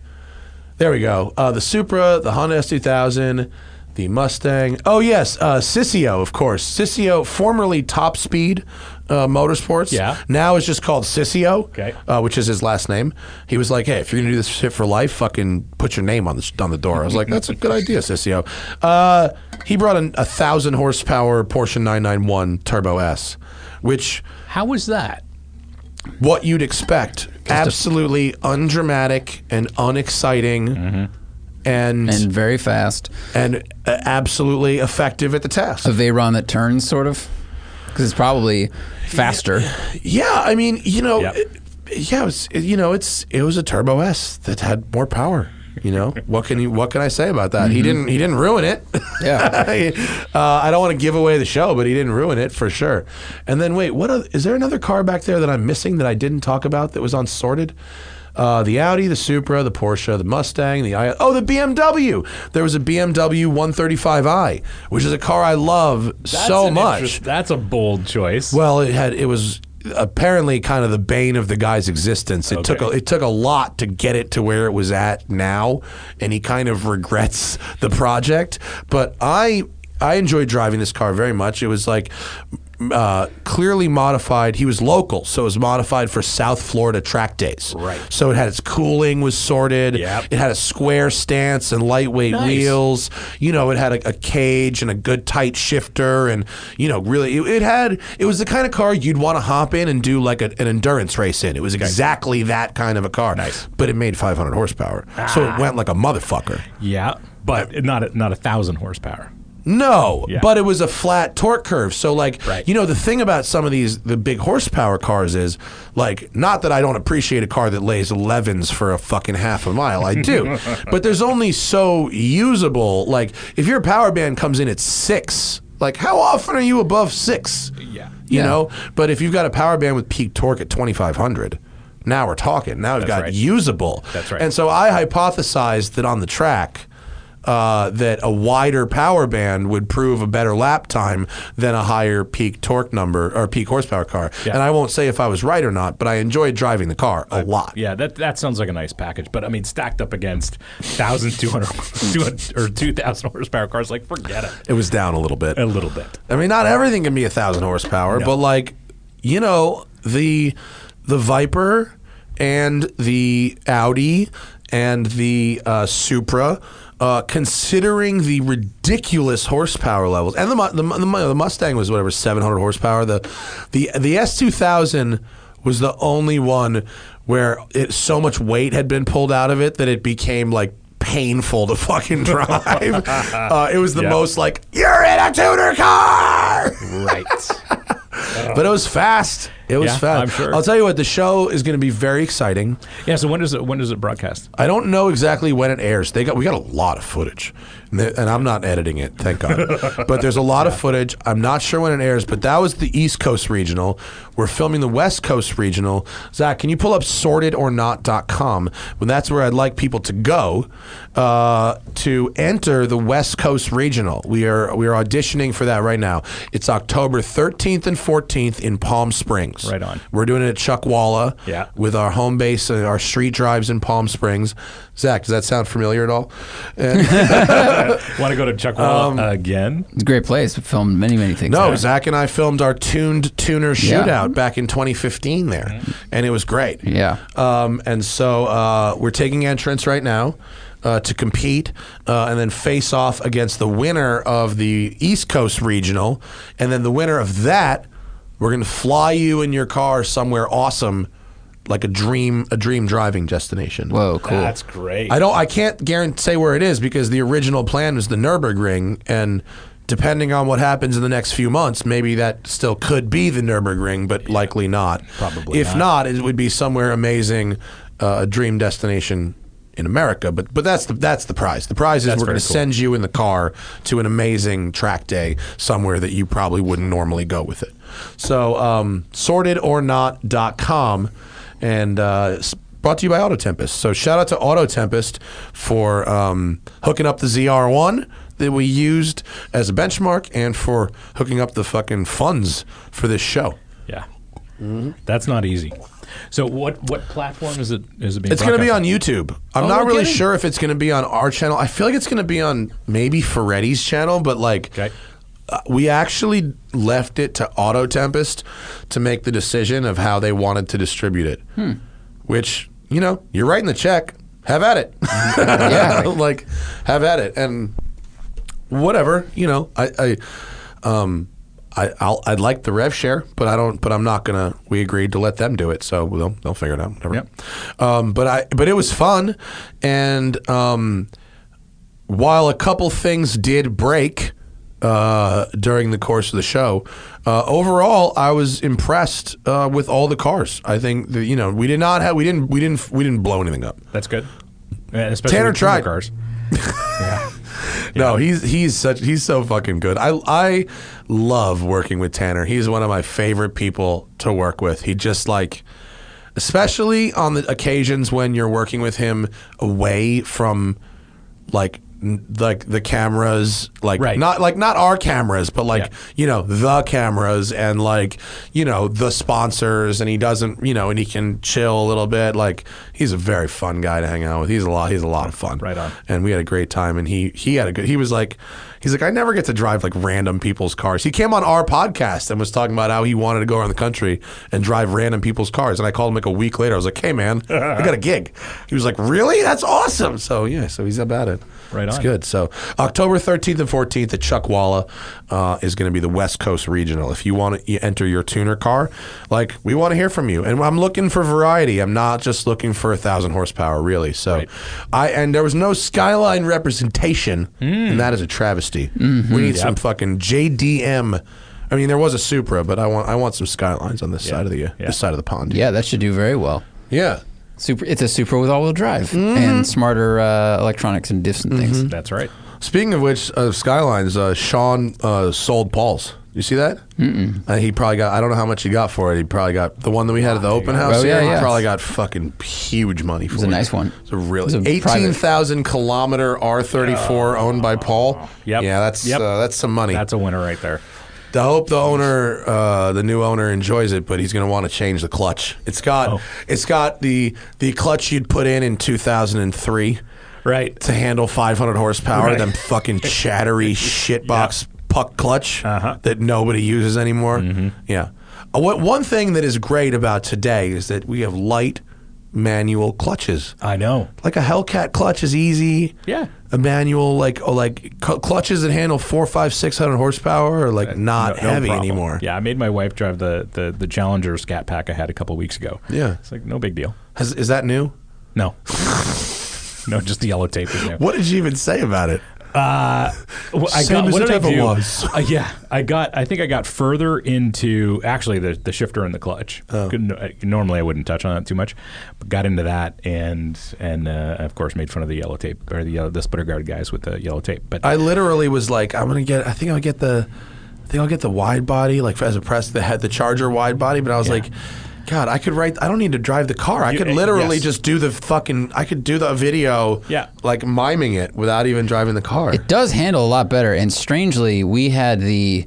Speaker 2: There we go. Uh, the Supra, the Honda S2000, the Mustang. Oh yes, uh, Sissio, of course. Sissio, formerly Top Speed uh, Motorsports.
Speaker 3: Yeah.
Speaker 2: Now it's just called Sissio.
Speaker 3: Okay.
Speaker 2: Uh, which is his last name. He was like, "Hey, if you're gonna do this shit for life, fucking put your name on the on the door." I was like, "That's a good idea, Sissio." Uh, he brought an, a thousand horsepower Porsche 991 Turbo S, which
Speaker 3: How was that?
Speaker 2: what you'd expect. Absolutely undramatic and unexciting, and
Speaker 4: Mm-hmm. and
Speaker 2: and,
Speaker 4: very fast.
Speaker 2: uh, absolutely effective at the task.
Speaker 4: A Veyron that turns, sort of, because it's probably faster.
Speaker 2: Yeah, I mean, you know,
Speaker 3: Yep.
Speaker 2: it- yeah, it was, it- you know, it's it was a Turbo S that had more power. You know, what can you what can I say about that? He didn't he didn't ruin it.
Speaker 4: Yeah.
Speaker 2: uh, I don't want to give away the show, but he didn't ruin it for sure. And then wait, what oth- is there another car back there that I'm missing that I didn't talk about that was on sorted? Uh, the Audi, the Supra, the Porsche, the Mustang, the I- oh the BMW. There was a BMW 135i, which is a car I love so
Speaker 3: an
Speaker 2: much.
Speaker 3: interest- that's a bold choice.
Speaker 2: Well, it had it was apparently kind of the bane of the guy's existence. It took a,
Speaker 3: Okay.
Speaker 2: it took a lot to get it to where it was at now, and he kind of regrets the project. But I I enjoyed driving this car very much. It was like. Uh, clearly modified. He was local, so it was modified for South Florida track days.
Speaker 3: Right.
Speaker 2: So it had its cooling was sorted.
Speaker 3: Yep.
Speaker 2: It had a square stance and lightweight
Speaker 3: Nice.
Speaker 2: wheels wheels. You know, it had a, a cage and a good tight shifter, and you know, really, it, it had. It was the kind of car you'd want to hop in and do like a, an endurance race in. It was exactly that kind of a car.
Speaker 3: Nice. Ah.
Speaker 2: but it made 500 horsepower, so it went like a motherfucker.
Speaker 3: yeah, but not a, not a thousand horsepower.
Speaker 2: No,
Speaker 3: Yeah.
Speaker 2: but it was a flat torque curve. So, like,
Speaker 3: Right.
Speaker 2: you know, the thing about some of these the big horsepower cars is, like, not that I don't appreciate a car that lays 11s for a fucking half a mile. I do, but there's only so usable. Like, if your power band comes in at six, like, how often are you above six?
Speaker 3: Yeah.
Speaker 2: you
Speaker 4: Yeah.
Speaker 2: know. But if you've got a power band with peak torque at 2,500. Now we're talking. Now we've got
Speaker 3: right.
Speaker 2: usable.
Speaker 3: That's right.
Speaker 2: And so I hypothesized that on the track, uh, that a wider power band would prove a better lap time than a higher peak torque number or peak horsepower car.
Speaker 3: Yeah.
Speaker 2: And I won't say if I was right or not, but I enjoyed driving the car a lot.
Speaker 3: Yeah, that that sounds like a nice package, but I mean, stacked up against 1,200 200 or 2,000 horsepower cars, like forget it.
Speaker 2: It was down a little bit.
Speaker 3: A little bit.
Speaker 2: I mean, not everything can be a thousand horsepower, but like you know the the Viper and the Audi and the uh, Supra. Uh, considering the ridiculous horsepower levels, and the mu- the, mu- the, mu- the Mustang was whatever 700 horsepower. The the the S2000 was the only one where it, so much weight had been pulled out of it that it became like painful to fucking drive. uh, it was the
Speaker 3: Yeah.
Speaker 2: most like you're in a tuner car.
Speaker 3: Right.
Speaker 2: But it was fast. It was
Speaker 3: Yeah,
Speaker 2: fast.
Speaker 3: I'm sure.
Speaker 2: I'll tell you what, the show is going to be very exciting.
Speaker 3: yeah. So when does it when does it broadcast?
Speaker 2: I don't know exactly when it airs. They got we got a lot of footage, and, th- and I'm not editing it, thank God. but there's a lot of footage. I'm not sure when it airs, but that was the East Coast regional. We're filming the West Coast regional. Zach, can you pull up sortedornot.com? Well, that's where I'd like people to go uh, to enter the West Coast regional. We are we are auditioning for that right now. It's October 13th and 14th in Palm Springs.
Speaker 3: Right on.
Speaker 2: We're doing it at Chuck Walla
Speaker 3: Yeah.
Speaker 2: with our home base, uh, our street drives in Palm Springs. Zach, does that sound familiar at all? Uh, And-
Speaker 3: Want to go to Chuck Wall
Speaker 2: Um,
Speaker 3: again?
Speaker 4: It's a great place. We filmed many, many things.
Speaker 2: no,
Speaker 4: there.
Speaker 2: Zach and I filmed our tuned tuner
Speaker 4: Yeah. Mm-hmm.
Speaker 2: shootout back in 2015 there, and it was great.
Speaker 4: Yeah.
Speaker 2: Um, and so uh, we're taking entrance right now. Uh, to compete uh, and then face off against the winner of the East Coast Regional. And then the winner of that, we're going to fly you in your car somewhere awesome, like a dream, a dream driving destination.
Speaker 4: Whoa, cool.
Speaker 3: That's great.
Speaker 2: I don't. I can't guarantee say where it is because the original plan was the Nurburgring, and depending on what happens in the next few months, maybe that still could be the Nurburgring, but likely not.
Speaker 3: probably
Speaker 2: If not, it would be somewhere amazing, uh, a dream destination in America. But but that's the that's the prize. The prize is
Speaker 3: That's
Speaker 2: we're going
Speaker 3: very
Speaker 2: to
Speaker 3: cool.
Speaker 2: send you in the car to an amazing track day somewhere that you probably wouldn't normally go with it. So um, sortedornot.com and uh, s- brought to you by Auto Tempest. So shout out to Auto Tempest for um, hooking up the ZR1 that we used as a benchmark and for hooking up the fucking funds for this show.
Speaker 3: Yeah. That's not easy. So what what platform is it is it being
Speaker 2: It's going to be
Speaker 3: broadcast
Speaker 2: on YouTube. I'm
Speaker 3: Oh,
Speaker 2: not
Speaker 3: no
Speaker 2: really
Speaker 3: kidding.
Speaker 2: sure if it's going to be on our channel. I feel like it's going to be on maybe Ferretti's channel, but like
Speaker 3: Okay.
Speaker 2: uh, we actually left it to Auto Tempest to make the decision of how they wanted to distribute it.
Speaker 3: Hmm.
Speaker 2: Which, you know, you're writing the check. Have at it. yeah. like have at it and whatever, you know, I I um I, I'll, I'd like the rev share, but I don't. But I'm not gonna. We agreed to let them do it, so they'll, they'll figure it out. Whatever.
Speaker 3: Yep.
Speaker 2: Um, but I. But it was fun, and um, while a couple things did break uh, during the course of the show, uh, overall I was impressed uh, with all the cars. I think that, you know we did not have we didn't we didn't we didn't blow anything up.
Speaker 3: That's good. And especially
Speaker 2: Tanner
Speaker 3: with tuner
Speaker 2: tried.
Speaker 3: cars.
Speaker 2: No, he's he's such he's so fucking good. I I love working with Tanner. He's one of my favorite people to work with. He just like especially on the occasions when you're working with him away from like n- like the cameras like
Speaker 3: Right.
Speaker 2: not like not our cameras but like
Speaker 3: Yeah.
Speaker 2: you know the cameras and like you know the sponsors and he doesn't you know and he can chill a little bit like he's a very fun guy to hang out with he's a lot he's a lot of fun
Speaker 3: Right on.
Speaker 2: and we had a great time and he he had a good he was like he's like I never get to drive like random people's cars. He came on our podcast and was talking about how he wanted to go around the country and drive random people's cars and I called him like a week later. I was like, "Hey man, I got a gig." He was like, "Really? That's awesome." So, yeah, so he's about it.
Speaker 3: Right
Speaker 2: It's
Speaker 3: on.
Speaker 2: good. So, October 13th and 14th at Chuck Walla uh, is going to be the West Coast Regional. If you want to enter your tuner car, like we want to hear from you. And I'm looking for variety. I'm not just looking for a thousand horsepower, really. So, I and there was no Skyline representation,
Speaker 3: Hmm.
Speaker 2: and that is a travesty.
Speaker 3: Mm-hmm.
Speaker 2: We need some fucking JDM. I mean, there was a Supra, but I want I want some Skylines on this side of the uh,
Speaker 3: Yeah.
Speaker 2: this side of the pond.
Speaker 4: yeah, that should do very well.
Speaker 2: yeah.
Speaker 4: Super. It's a super with all-wheel drive
Speaker 2: Mm-hmm.
Speaker 4: and smarter uh, electronics and diffs and things.
Speaker 3: That's right.
Speaker 2: Speaking of which, uh, Skylines, uh, Sean uh, sold Paul's. You see that? Mm-mm. Uh, he probably got. I don't know how much he got for it. He probably got the one that we had at the open house.
Speaker 4: Oh, yeah,
Speaker 2: here, He
Speaker 4: yeah.
Speaker 2: probably got fucking huge money for it.
Speaker 4: was a nice one.
Speaker 2: It's a really
Speaker 4: It was a
Speaker 2: eighteen thousand kilometer R thirty four owned by Paul.
Speaker 3: Oh. Yep.
Speaker 2: Yeah, that's
Speaker 3: Yep.
Speaker 2: uh, that's some money.
Speaker 3: That's a winner right there.
Speaker 2: I hope the owner, uh, the new owner, enjoys it, but he's going to want to change the clutch. It's got
Speaker 3: Oh.
Speaker 2: it's got the the clutch you'd put in in two thousand and three
Speaker 3: Right.
Speaker 2: to handle 500 horsepower,
Speaker 3: Right.
Speaker 2: them fucking chattery shitbox puck clutch
Speaker 3: Uh-huh.
Speaker 2: that nobody uses anymore.
Speaker 3: Mm-hmm.
Speaker 2: Yeah. Uh, What one thing that is great about today is that we have light manual clutches.
Speaker 3: I know.
Speaker 2: Like a Hellcat clutch is easy.
Speaker 3: Yeah.
Speaker 2: A manual like oh, like cl- clutches that handle four, five, six hundred horsepower are like not
Speaker 3: Uh, No- no
Speaker 2: heavy
Speaker 3: problem.
Speaker 2: anymore.
Speaker 3: Yeah, I made my wife drive the the, the Challenger Scat Pack I had a couple weeks ago.
Speaker 2: Yeah.
Speaker 3: it's like no big deal.
Speaker 2: Has, is that new?
Speaker 3: No, no, just the yellow tape is new.
Speaker 2: What did you even say about it?
Speaker 3: Well, I
Speaker 2: Same
Speaker 3: got,
Speaker 2: as
Speaker 3: what
Speaker 2: it
Speaker 3: did I
Speaker 2: ever
Speaker 3: do?
Speaker 2: was.
Speaker 3: Uh, yeah, I got. I think I got further into actually the the shifter and the clutch.
Speaker 2: Oh.
Speaker 3: Couldn't- uh, Normally, I wouldn't touch on that too much, but got into that and and uh, of course made fun of the yellow tape or the yellow, the splitter guard guys with the yellow tape. But
Speaker 2: I literally was like, I'm gonna get. I think I'll get the. I think I'll get the wide body, like as a press that had the Charger wide body. But I was
Speaker 3: Yeah.
Speaker 2: like, God, I could write. I don't need to drive the car. I
Speaker 3: You-
Speaker 2: could
Speaker 3: eh,
Speaker 2: literally
Speaker 3: yes.
Speaker 2: just do the fucking. I could do the video.
Speaker 3: Yeah.
Speaker 2: Like miming it without even driving the car.
Speaker 4: It does handle a lot better. And strangely, we had the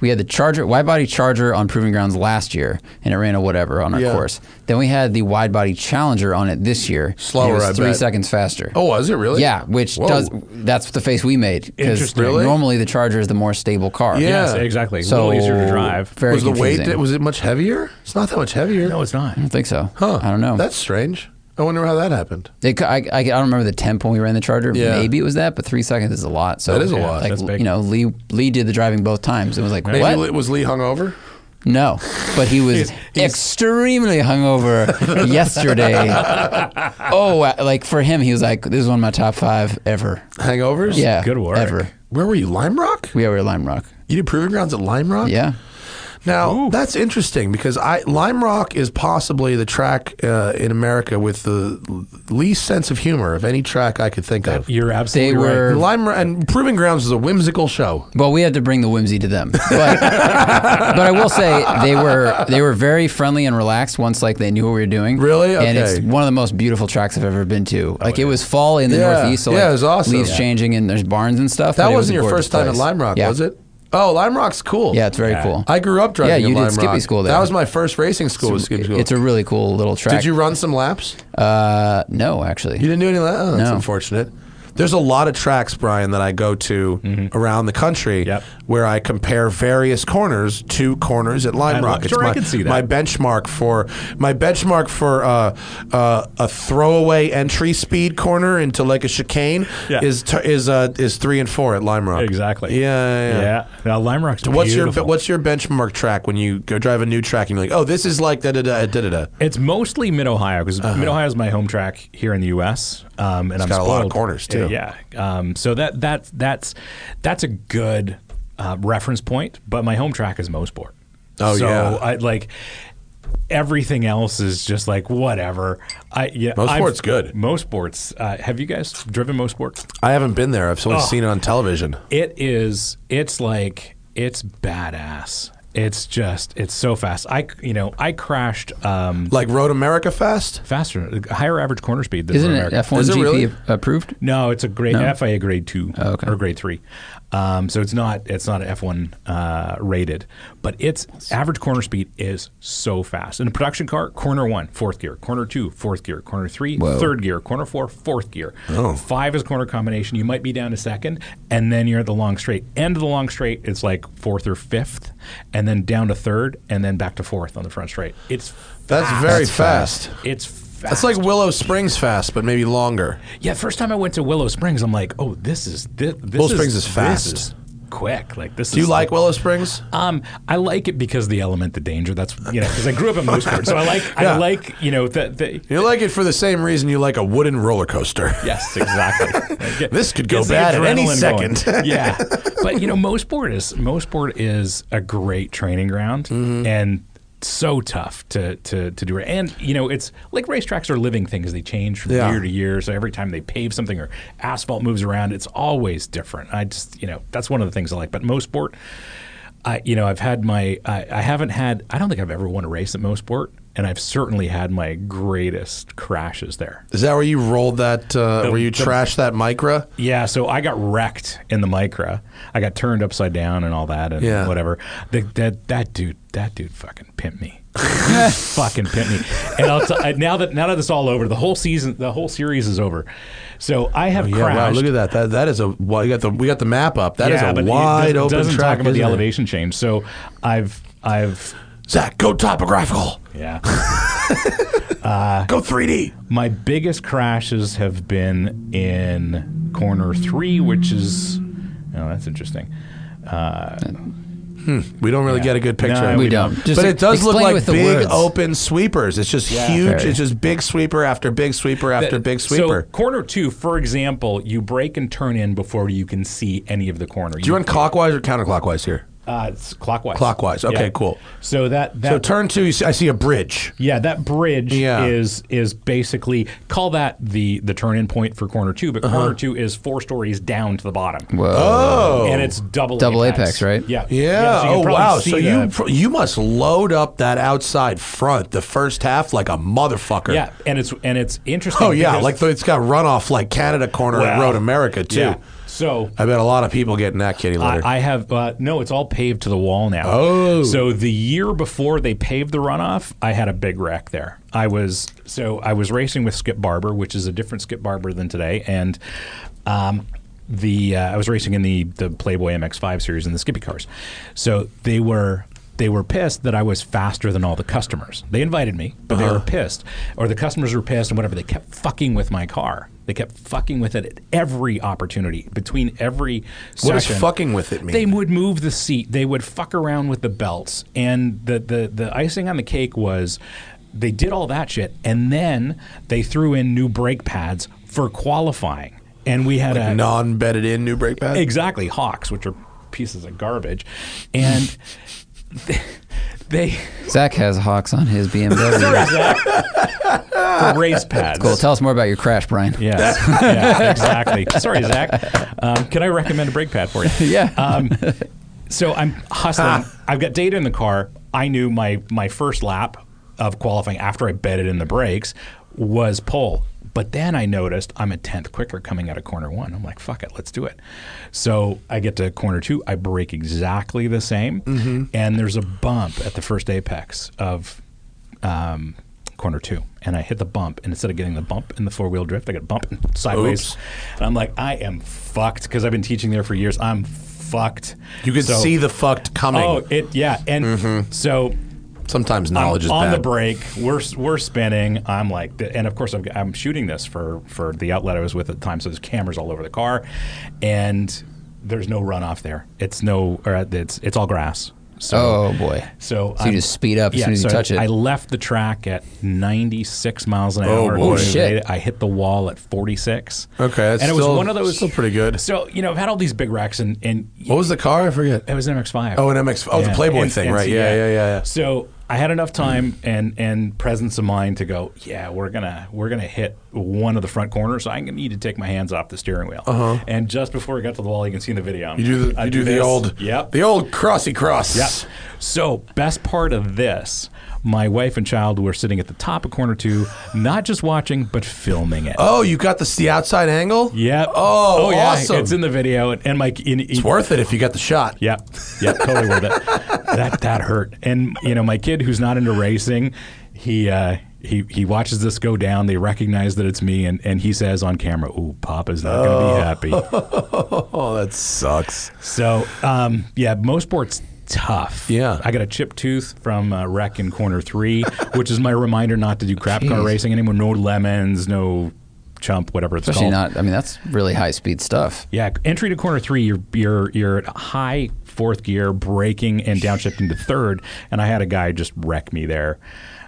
Speaker 4: we had the charger wide body charger on proving grounds last year, and it ran a whatever on our
Speaker 2: Yeah.
Speaker 4: course. Then we had the wide body challenger on it this year. and
Speaker 2: Slower,
Speaker 4: It was
Speaker 2: I
Speaker 4: three
Speaker 2: bet.
Speaker 4: seconds faster.
Speaker 2: oh, was it really?
Speaker 4: Yeah, which
Speaker 2: Whoa.
Speaker 4: does that's the face we made because
Speaker 3: Interesting. Really?
Speaker 4: normally the Charger is the more stable car.
Speaker 2: Yeah.
Speaker 3: yes, exactly. a
Speaker 4: so
Speaker 3: little easier to drive.
Speaker 4: Very
Speaker 2: was the weight?
Speaker 4: confusing.
Speaker 2: That, was it much heavier? It's not that much heavier.
Speaker 3: no, it's not.
Speaker 2: Mm.
Speaker 4: I don't think so.
Speaker 2: Huh.
Speaker 4: I don't know.
Speaker 2: That's strange. I wonder how that happened.
Speaker 4: It, cou- I, I, I don't remember the temp when we ran the Charger.
Speaker 2: Yeah.
Speaker 4: Maybe it was that, but three seconds is a lot. So
Speaker 2: That is a Yeah, lot.
Speaker 4: Like
Speaker 3: that's big.
Speaker 4: you know, Lee Lee did the driving both times. It was like
Speaker 2: Maybe
Speaker 4: what?
Speaker 2: Lee- was Lee hungover?
Speaker 4: No, but he was
Speaker 3: He's- he's-
Speaker 4: extremely hungover yesterday. oh, uh, like for him, he was like, "This is one of my top five ever."
Speaker 2: Hangovers?
Speaker 4: Yeah,
Speaker 3: Good work.
Speaker 4: Ever.
Speaker 2: Where were you? Lime Rock?
Speaker 4: We were at Lime Rock.
Speaker 2: You did proving grounds at Lime Rock?
Speaker 4: Yeah.
Speaker 2: Now that's interesting because I Lime Rock is possibly the track uh, in America with the l- least sense of humor of any track I could think of.
Speaker 3: You're absolutely
Speaker 4: They
Speaker 3: right.
Speaker 4: were-
Speaker 2: Lime Ro- and Proving Grounds is a whimsical show.
Speaker 4: Well, we had to bring the whimsy to them, but, but I will say they were they were very friendly and relaxed once like they knew what we were doing.
Speaker 2: Really?
Speaker 4: and it's
Speaker 2: Okay. Oh,
Speaker 4: one of the most beautiful tracks I've ever been to. Like it was fall in the
Speaker 2: Yeah.
Speaker 4: northeast, so
Speaker 2: Yeah,
Speaker 4: like,
Speaker 2: it was awesome.
Speaker 4: leaves
Speaker 2: Yeah.
Speaker 4: changing and there's barns and stuff.
Speaker 2: That
Speaker 4: but it was
Speaker 2: wasn't
Speaker 4: a
Speaker 2: your
Speaker 4: gorgeous
Speaker 2: first time at
Speaker 4: place.
Speaker 2: Lime Rock,
Speaker 4: Yeah.
Speaker 2: was it? Oh, Lime Rock's cool.
Speaker 4: Yeah, it's very
Speaker 3: Yeah.
Speaker 4: cool.
Speaker 2: I grew up driving.
Speaker 4: Yeah,
Speaker 2: at
Speaker 4: you did
Speaker 2: Lime
Speaker 4: Skippy
Speaker 2: Rock.
Speaker 4: School there.
Speaker 2: That was my first racing school. was Skippy School.
Speaker 4: It's a really cool little track.
Speaker 2: Did you run some laps?
Speaker 4: Uh, no, actually.
Speaker 2: You didn't do any of that? Oh, that's
Speaker 4: No.
Speaker 2: unfortunate. There's a lot of tracks, Brian, that I go to around the country
Speaker 3: Mm-hmm. Yep.
Speaker 2: where I compare various corners to corners at Lime
Speaker 3: I'm
Speaker 2: Rock.
Speaker 3: sure I
Speaker 2: my,
Speaker 3: can see that.
Speaker 2: my benchmark for my benchmark for uh, uh, a throwaway entry speed corner into like a chicane
Speaker 3: Yeah.
Speaker 2: is t- is uh, is three and four at Lime Rock.
Speaker 3: Exactly.
Speaker 2: Yeah. yeah, yeah.
Speaker 3: Yeah. Now Lime Rock's
Speaker 2: What's your
Speaker 3: beautiful.
Speaker 2: what's your benchmark track when you go drive a new track and you're like, oh, this is like da da da da da da.
Speaker 3: It's mostly Mid Ohio because Mid Ohio is my home track here in the U.S. Um, and I'm
Speaker 2: Uh-huh. got a
Speaker 3: spoiled.
Speaker 2: lot of corners, too.
Speaker 3: Yeah, um, so that that's that's that's a good uh, reference point. But my home track is Mosport.
Speaker 2: Oh,
Speaker 3: so
Speaker 2: yeah.
Speaker 3: I like everything else is just like whatever. I yeah.
Speaker 2: Mosport's good.
Speaker 3: Mosport's. Uh, have you guys driven Mosport?
Speaker 2: I haven't been there. I've only
Speaker 3: Oh.
Speaker 2: seen it on television.
Speaker 3: It is. It's like it's badass. It's just. It's so fast. I you know I crashed. Um,
Speaker 2: Like Road America Fest.
Speaker 3: faster, higher average corner speed than
Speaker 4: Isn't
Speaker 3: Road
Speaker 4: it
Speaker 3: America.
Speaker 4: F1
Speaker 2: Is it
Speaker 4: GP
Speaker 2: really?
Speaker 4: approved?
Speaker 3: No, it's a grade FIA grade two
Speaker 4: okay.
Speaker 3: or grade three, um, so it's not it's not F one uh, rated, but its average corner speed is so fast in a production car. Corner one, fourth gear. Corner two, fourth gear. Corner three, third gear. Corner four, fourth gear. Five is corner combination. You might be down a second, and then you're at the long straight. End of the long straight is like fourth or fifth, and then down to third, and then back to fourth on the front straight. It's
Speaker 2: That's
Speaker 3: fast.
Speaker 2: very
Speaker 3: It's
Speaker 2: fast.
Speaker 3: It's fast.
Speaker 2: That's like Willow Springs Fast, but maybe longer.
Speaker 3: Yeah, first time I went to Willow Springs, I'm like, oh, this is this. this
Speaker 2: Willow Springs is
Speaker 3: this
Speaker 2: fast.
Speaker 3: is quick, like this.
Speaker 2: Do you like Willow Springs?
Speaker 3: Um, I like it because of the element, the danger. That's you know, because I grew up in Mooseburg, so I like
Speaker 2: Yeah.
Speaker 3: I like you know that. The,
Speaker 2: You like it for the same reason you like a wooden roller coaster.
Speaker 3: yes, exactly. Like, it
Speaker 2: This could go
Speaker 3: gets the
Speaker 2: bad at any
Speaker 3: adrenaline going.
Speaker 2: second.
Speaker 3: yeah, but you know, Mosport is Mosport is a great training ground
Speaker 2: Mm-hmm.
Speaker 3: and so tough to, to to do it. And you know, it's like racetracks are living things; they change from
Speaker 2: Yeah.
Speaker 3: year to year. So every time they pave something or asphalt moves around, it's always different. I just you know that's one of the things I like. But Mosport, I you know I've had my I, I haven't had I don't think I've ever won a race at Mosport. And I've certainly had my greatest crashes there.
Speaker 2: Is that where you rolled that? Uh, where you
Speaker 3: the-
Speaker 2: trashed that micra?
Speaker 3: Yeah, so I got wrecked in the micra. I got turned upside down and all that and
Speaker 2: Yeah.
Speaker 3: whatever. The, that that dude that dude fucking pimped me. fucking Pitney. And I'll t- I- now that now that it's all over, the whole season, the whole series is over. So I have
Speaker 2: Oh, Yeah,
Speaker 3: crashed.
Speaker 2: wow, look at that. That that is a well, you got the we got the map up. That is
Speaker 3: yeah, but
Speaker 2: a
Speaker 3: it
Speaker 2: wide
Speaker 3: doesn't-
Speaker 2: open
Speaker 3: doesn't
Speaker 2: track.
Speaker 3: talk about the
Speaker 2: isn't it?
Speaker 3: elevation change. So I've I've
Speaker 2: Zach, go topographical.
Speaker 3: yeah.
Speaker 2: go 3D.
Speaker 3: My biggest crashes have been in corner three, which is oh, that's interesting.
Speaker 2: We don't really get a good picture.
Speaker 3: No,
Speaker 2: of
Speaker 3: we
Speaker 2: it.
Speaker 4: don't. Just
Speaker 2: but it does look
Speaker 4: explain it
Speaker 2: like
Speaker 4: with the
Speaker 2: big
Speaker 4: words.
Speaker 2: open sweepers. It's just huge.
Speaker 4: Very.
Speaker 2: It's just big sweeper after big sweeper after big
Speaker 3: So
Speaker 2: sweeper.
Speaker 3: corner two, for example, you break and turn in before you can see any of the corner.
Speaker 2: Do you run clockwise or counterclockwise here?
Speaker 3: uh, it's clockwise?
Speaker 2: Clockwise. Okay, cool.
Speaker 3: So that that
Speaker 2: So turn two, you see, I see a bridge.
Speaker 3: Yeah, that bridge
Speaker 2: Yeah.
Speaker 3: is is basically call that the the turn in point for corner two, but
Speaker 2: Uh-huh.
Speaker 3: corner two is four stories down to the bottom.
Speaker 4: Whoa.
Speaker 2: Oh,
Speaker 3: And it's double
Speaker 4: Double apex, right?
Speaker 3: Yeah.
Speaker 2: yeah.
Speaker 3: so you can
Speaker 2: oh
Speaker 3: probably
Speaker 2: wow.
Speaker 3: see
Speaker 2: So
Speaker 3: the-
Speaker 2: you pr- you must load up that outside front the first half like a motherfucker.
Speaker 3: Yeah, and it's and it's interesting.
Speaker 2: Oh yeah,
Speaker 3: because-
Speaker 2: like the, it's got runoff like Canada Corner and
Speaker 3: Wow.
Speaker 2: Road America too.
Speaker 3: yeah. So
Speaker 2: I bet a lot of people get in that kitty litter.
Speaker 3: I, I have uh, no. It's all paved to the wall now.
Speaker 2: Oh.
Speaker 3: so the year before they paved the runoff, I had a big wreck there. I was so I was racing with Skip Barber, which is a different Skip Barber than today, and um, the uh, I was racing in the the Playboy MX5 series in the Skippy cars. So they were. They were pissed that I was faster than all the customers. They invited me, but they were pissed, or the customers were pissed, and whatever. They kept fucking with my car. They kept fucking with it at every opportunity, between every
Speaker 2: what does
Speaker 3: session.
Speaker 2: fucking with it mean?
Speaker 3: They would move the seat. They would fuck around with the belts. And the, the, the icing on the cake was they did all that shit. And then they threw in new brake pads for qualifying. And we had a.
Speaker 2: non bedded in new brake pad.
Speaker 3: Exactly. Hawks, which are pieces of garbage. And they.
Speaker 4: Zach has hawks on his BMW.
Speaker 3: for race pads.
Speaker 4: cool. Tell us more about your crash, Brian.
Speaker 3: Yes. yeah, exactly. Sorry, Zach. Um, can I recommend a brake pad for you?
Speaker 4: Yeah.
Speaker 3: Um, so I'm hustling. I've got data in the car. I knew my my first lap of qualifying after I bedded in the brakes was pole. But then I noticed I'm a tenth quicker coming out of corner one. I'm like, fuck it, let's do it. So I get to corner two. I break exactly the same, and there's a bump at the first apex of um, corner two, and I hit the bump. And instead of getting the bump in the four wheel drift, I got bump sideways.
Speaker 2: Oops.
Speaker 3: And I'm like, I am fucked because I've been teaching there for years. I'm fucked.
Speaker 2: You could
Speaker 3: So-
Speaker 2: see the fucked coming.
Speaker 3: Oh, it yeah, and so.
Speaker 2: Sometimes
Speaker 3: I'm
Speaker 2: knowledge is
Speaker 3: on
Speaker 2: bad.
Speaker 3: the brake. We're s- we're spinning. I'm like, th- and of course I'm, I'm shooting this for for the outlet I was with at the time. So there's cameras all over the car, and there's no runoff there. It's no, or it's it's all grass. So
Speaker 4: Oh boy.
Speaker 3: so,
Speaker 4: So you
Speaker 3: I'm-
Speaker 4: just speed up as
Speaker 3: yeah,
Speaker 4: soon as you
Speaker 3: so
Speaker 4: touch
Speaker 3: I,
Speaker 4: it.
Speaker 3: I left the track at 96 miles an
Speaker 2: Oh,
Speaker 3: hour.
Speaker 2: boy. Oh,
Speaker 4: shit.
Speaker 3: I hit the wall at 46.
Speaker 2: Okay, that's
Speaker 3: and it
Speaker 2: still-
Speaker 3: was one of those
Speaker 2: still pretty good.
Speaker 3: So you know, I've had all these big wrecks, and and
Speaker 2: what was the car? I forget.
Speaker 3: it was an MX5.
Speaker 2: Oh, an MX. Oh, the
Speaker 3: Yeah,
Speaker 2: Playboy
Speaker 3: and-
Speaker 2: thing,
Speaker 3: and
Speaker 2: right?
Speaker 3: so,
Speaker 2: Yeah, yeah, yeah, yeah.
Speaker 3: So I had enough time and and presence of mind to go. Yeah, we're gonna we're gonna hit one of the front corners. So I'm gonna need to take my hands off the steering wheel. Uh-huh. And just before we got to the wall, you can see in the video.
Speaker 2: You do the
Speaker 3: I
Speaker 2: you do, the
Speaker 3: this.
Speaker 2: old
Speaker 3: Yep.
Speaker 2: the old crossy cross.
Speaker 3: Yeah. So, best part of this, my wife and child were sitting at the top of corner two, not just watching, but filming it.
Speaker 2: Oh, you got the the outside angle.
Speaker 3: Yep.
Speaker 2: Oh,
Speaker 3: yeah.
Speaker 2: awesome.
Speaker 3: It's in the video. And, and my, in,
Speaker 2: It's worth it if you got the shot.
Speaker 3: Yep. Yep. Totally worth it. That that hurt. And you know, my kid who's not into racing, he uh, he he watches this go down. They recognize that it's me, and and he says on camera, "Ooh, Papa's not going to be happy."
Speaker 2: Oh, that sucks.
Speaker 3: So um, yeah, most sports tough.
Speaker 2: Yeah.
Speaker 3: I got a chip tooth from uh, wreck in corner three, which is my reminder not to do crap car
Speaker 4: Jeez.
Speaker 3: racing anymore. No lemons, no chump, whatever it's
Speaker 4: Especially
Speaker 3: called.
Speaker 4: not. I mean, that's really high speed stuff.
Speaker 3: Yeah, entry to corner three, you're you're you're at high fourth gear, braking and downshifting to third, and I had a guy just wreck me there,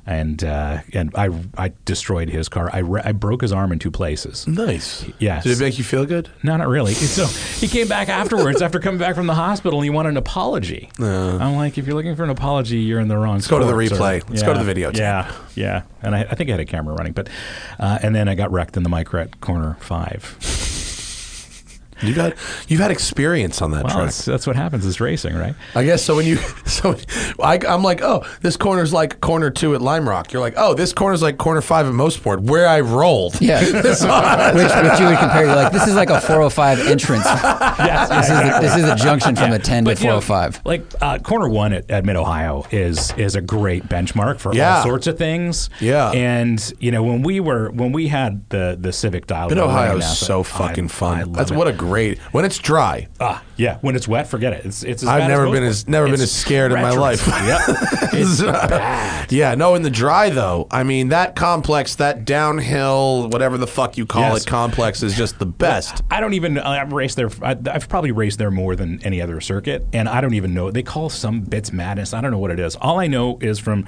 Speaker 3: and uh, and I I destroyed his car. I re- I broke his arm in two places.
Speaker 2: Nice.
Speaker 3: Yes.
Speaker 2: Did it make you feel good?
Speaker 3: No, not really. So he came back afterwards after coming back from the hospital and he wanted an apology. I'm like, if you're looking for an apology, you're in the wrong. Let's
Speaker 2: go to the replay. Let's go to the videotape.
Speaker 3: Yeah, yeah. And I, I think I had a camera running, but uh, and then I got wrecked in the micro at corner five.
Speaker 2: You got you've had experience on that
Speaker 3: Well,
Speaker 2: track.
Speaker 3: that's, that's what happens. It's racing, right?
Speaker 2: I guess so. When you so, I, I'm like, oh, this corner's like corner two at Lime Rock. You're like, oh, this corner's like corner five at Mostport, where I rolled.
Speaker 4: Yeah.
Speaker 2: This-
Speaker 4: which, which you would compare. You're like, this is like a 405 entrance. this, is the, this is the junction from a 10 to
Speaker 3: But, you know,
Speaker 4: 405.
Speaker 3: like uh, corner one at, at Mid Ohio is is a great benchmark for
Speaker 2: Yeah.
Speaker 3: all sorts of things.
Speaker 2: Yeah.
Speaker 3: and you know when we were when we had the the Civic dial.
Speaker 2: But Ohio is
Speaker 3: Ohio's
Speaker 2: so fucking fun.
Speaker 3: I love
Speaker 2: That's
Speaker 3: it.
Speaker 2: what a great when it's dry.
Speaker 3: ah, yeah. When it's wet, forget it. It's it's. As
Speaker 2: I've
Speaker 3: bad
Speaker 2: never
Speaker 3: as
Speaker 2: been
Speaker 3: most-
Speaker 2: as never been
Speaker 3: it's
Speaker 2: as scared in my life.
Speaker 3: treacherous. Yep. It's bad.
Speaker 2: Yeah, no, in the dry though. I mean, that complex, that downhill, whatever the fuck you call
Speaker 3: Yes.
Speaker 2: it, complex is just the best.
Speaker 3: I don't even. I've raced there. I, I've probably raced there more than any other circuit, and I don't even know. They call some bits madness. I don't know what it is. All I know is from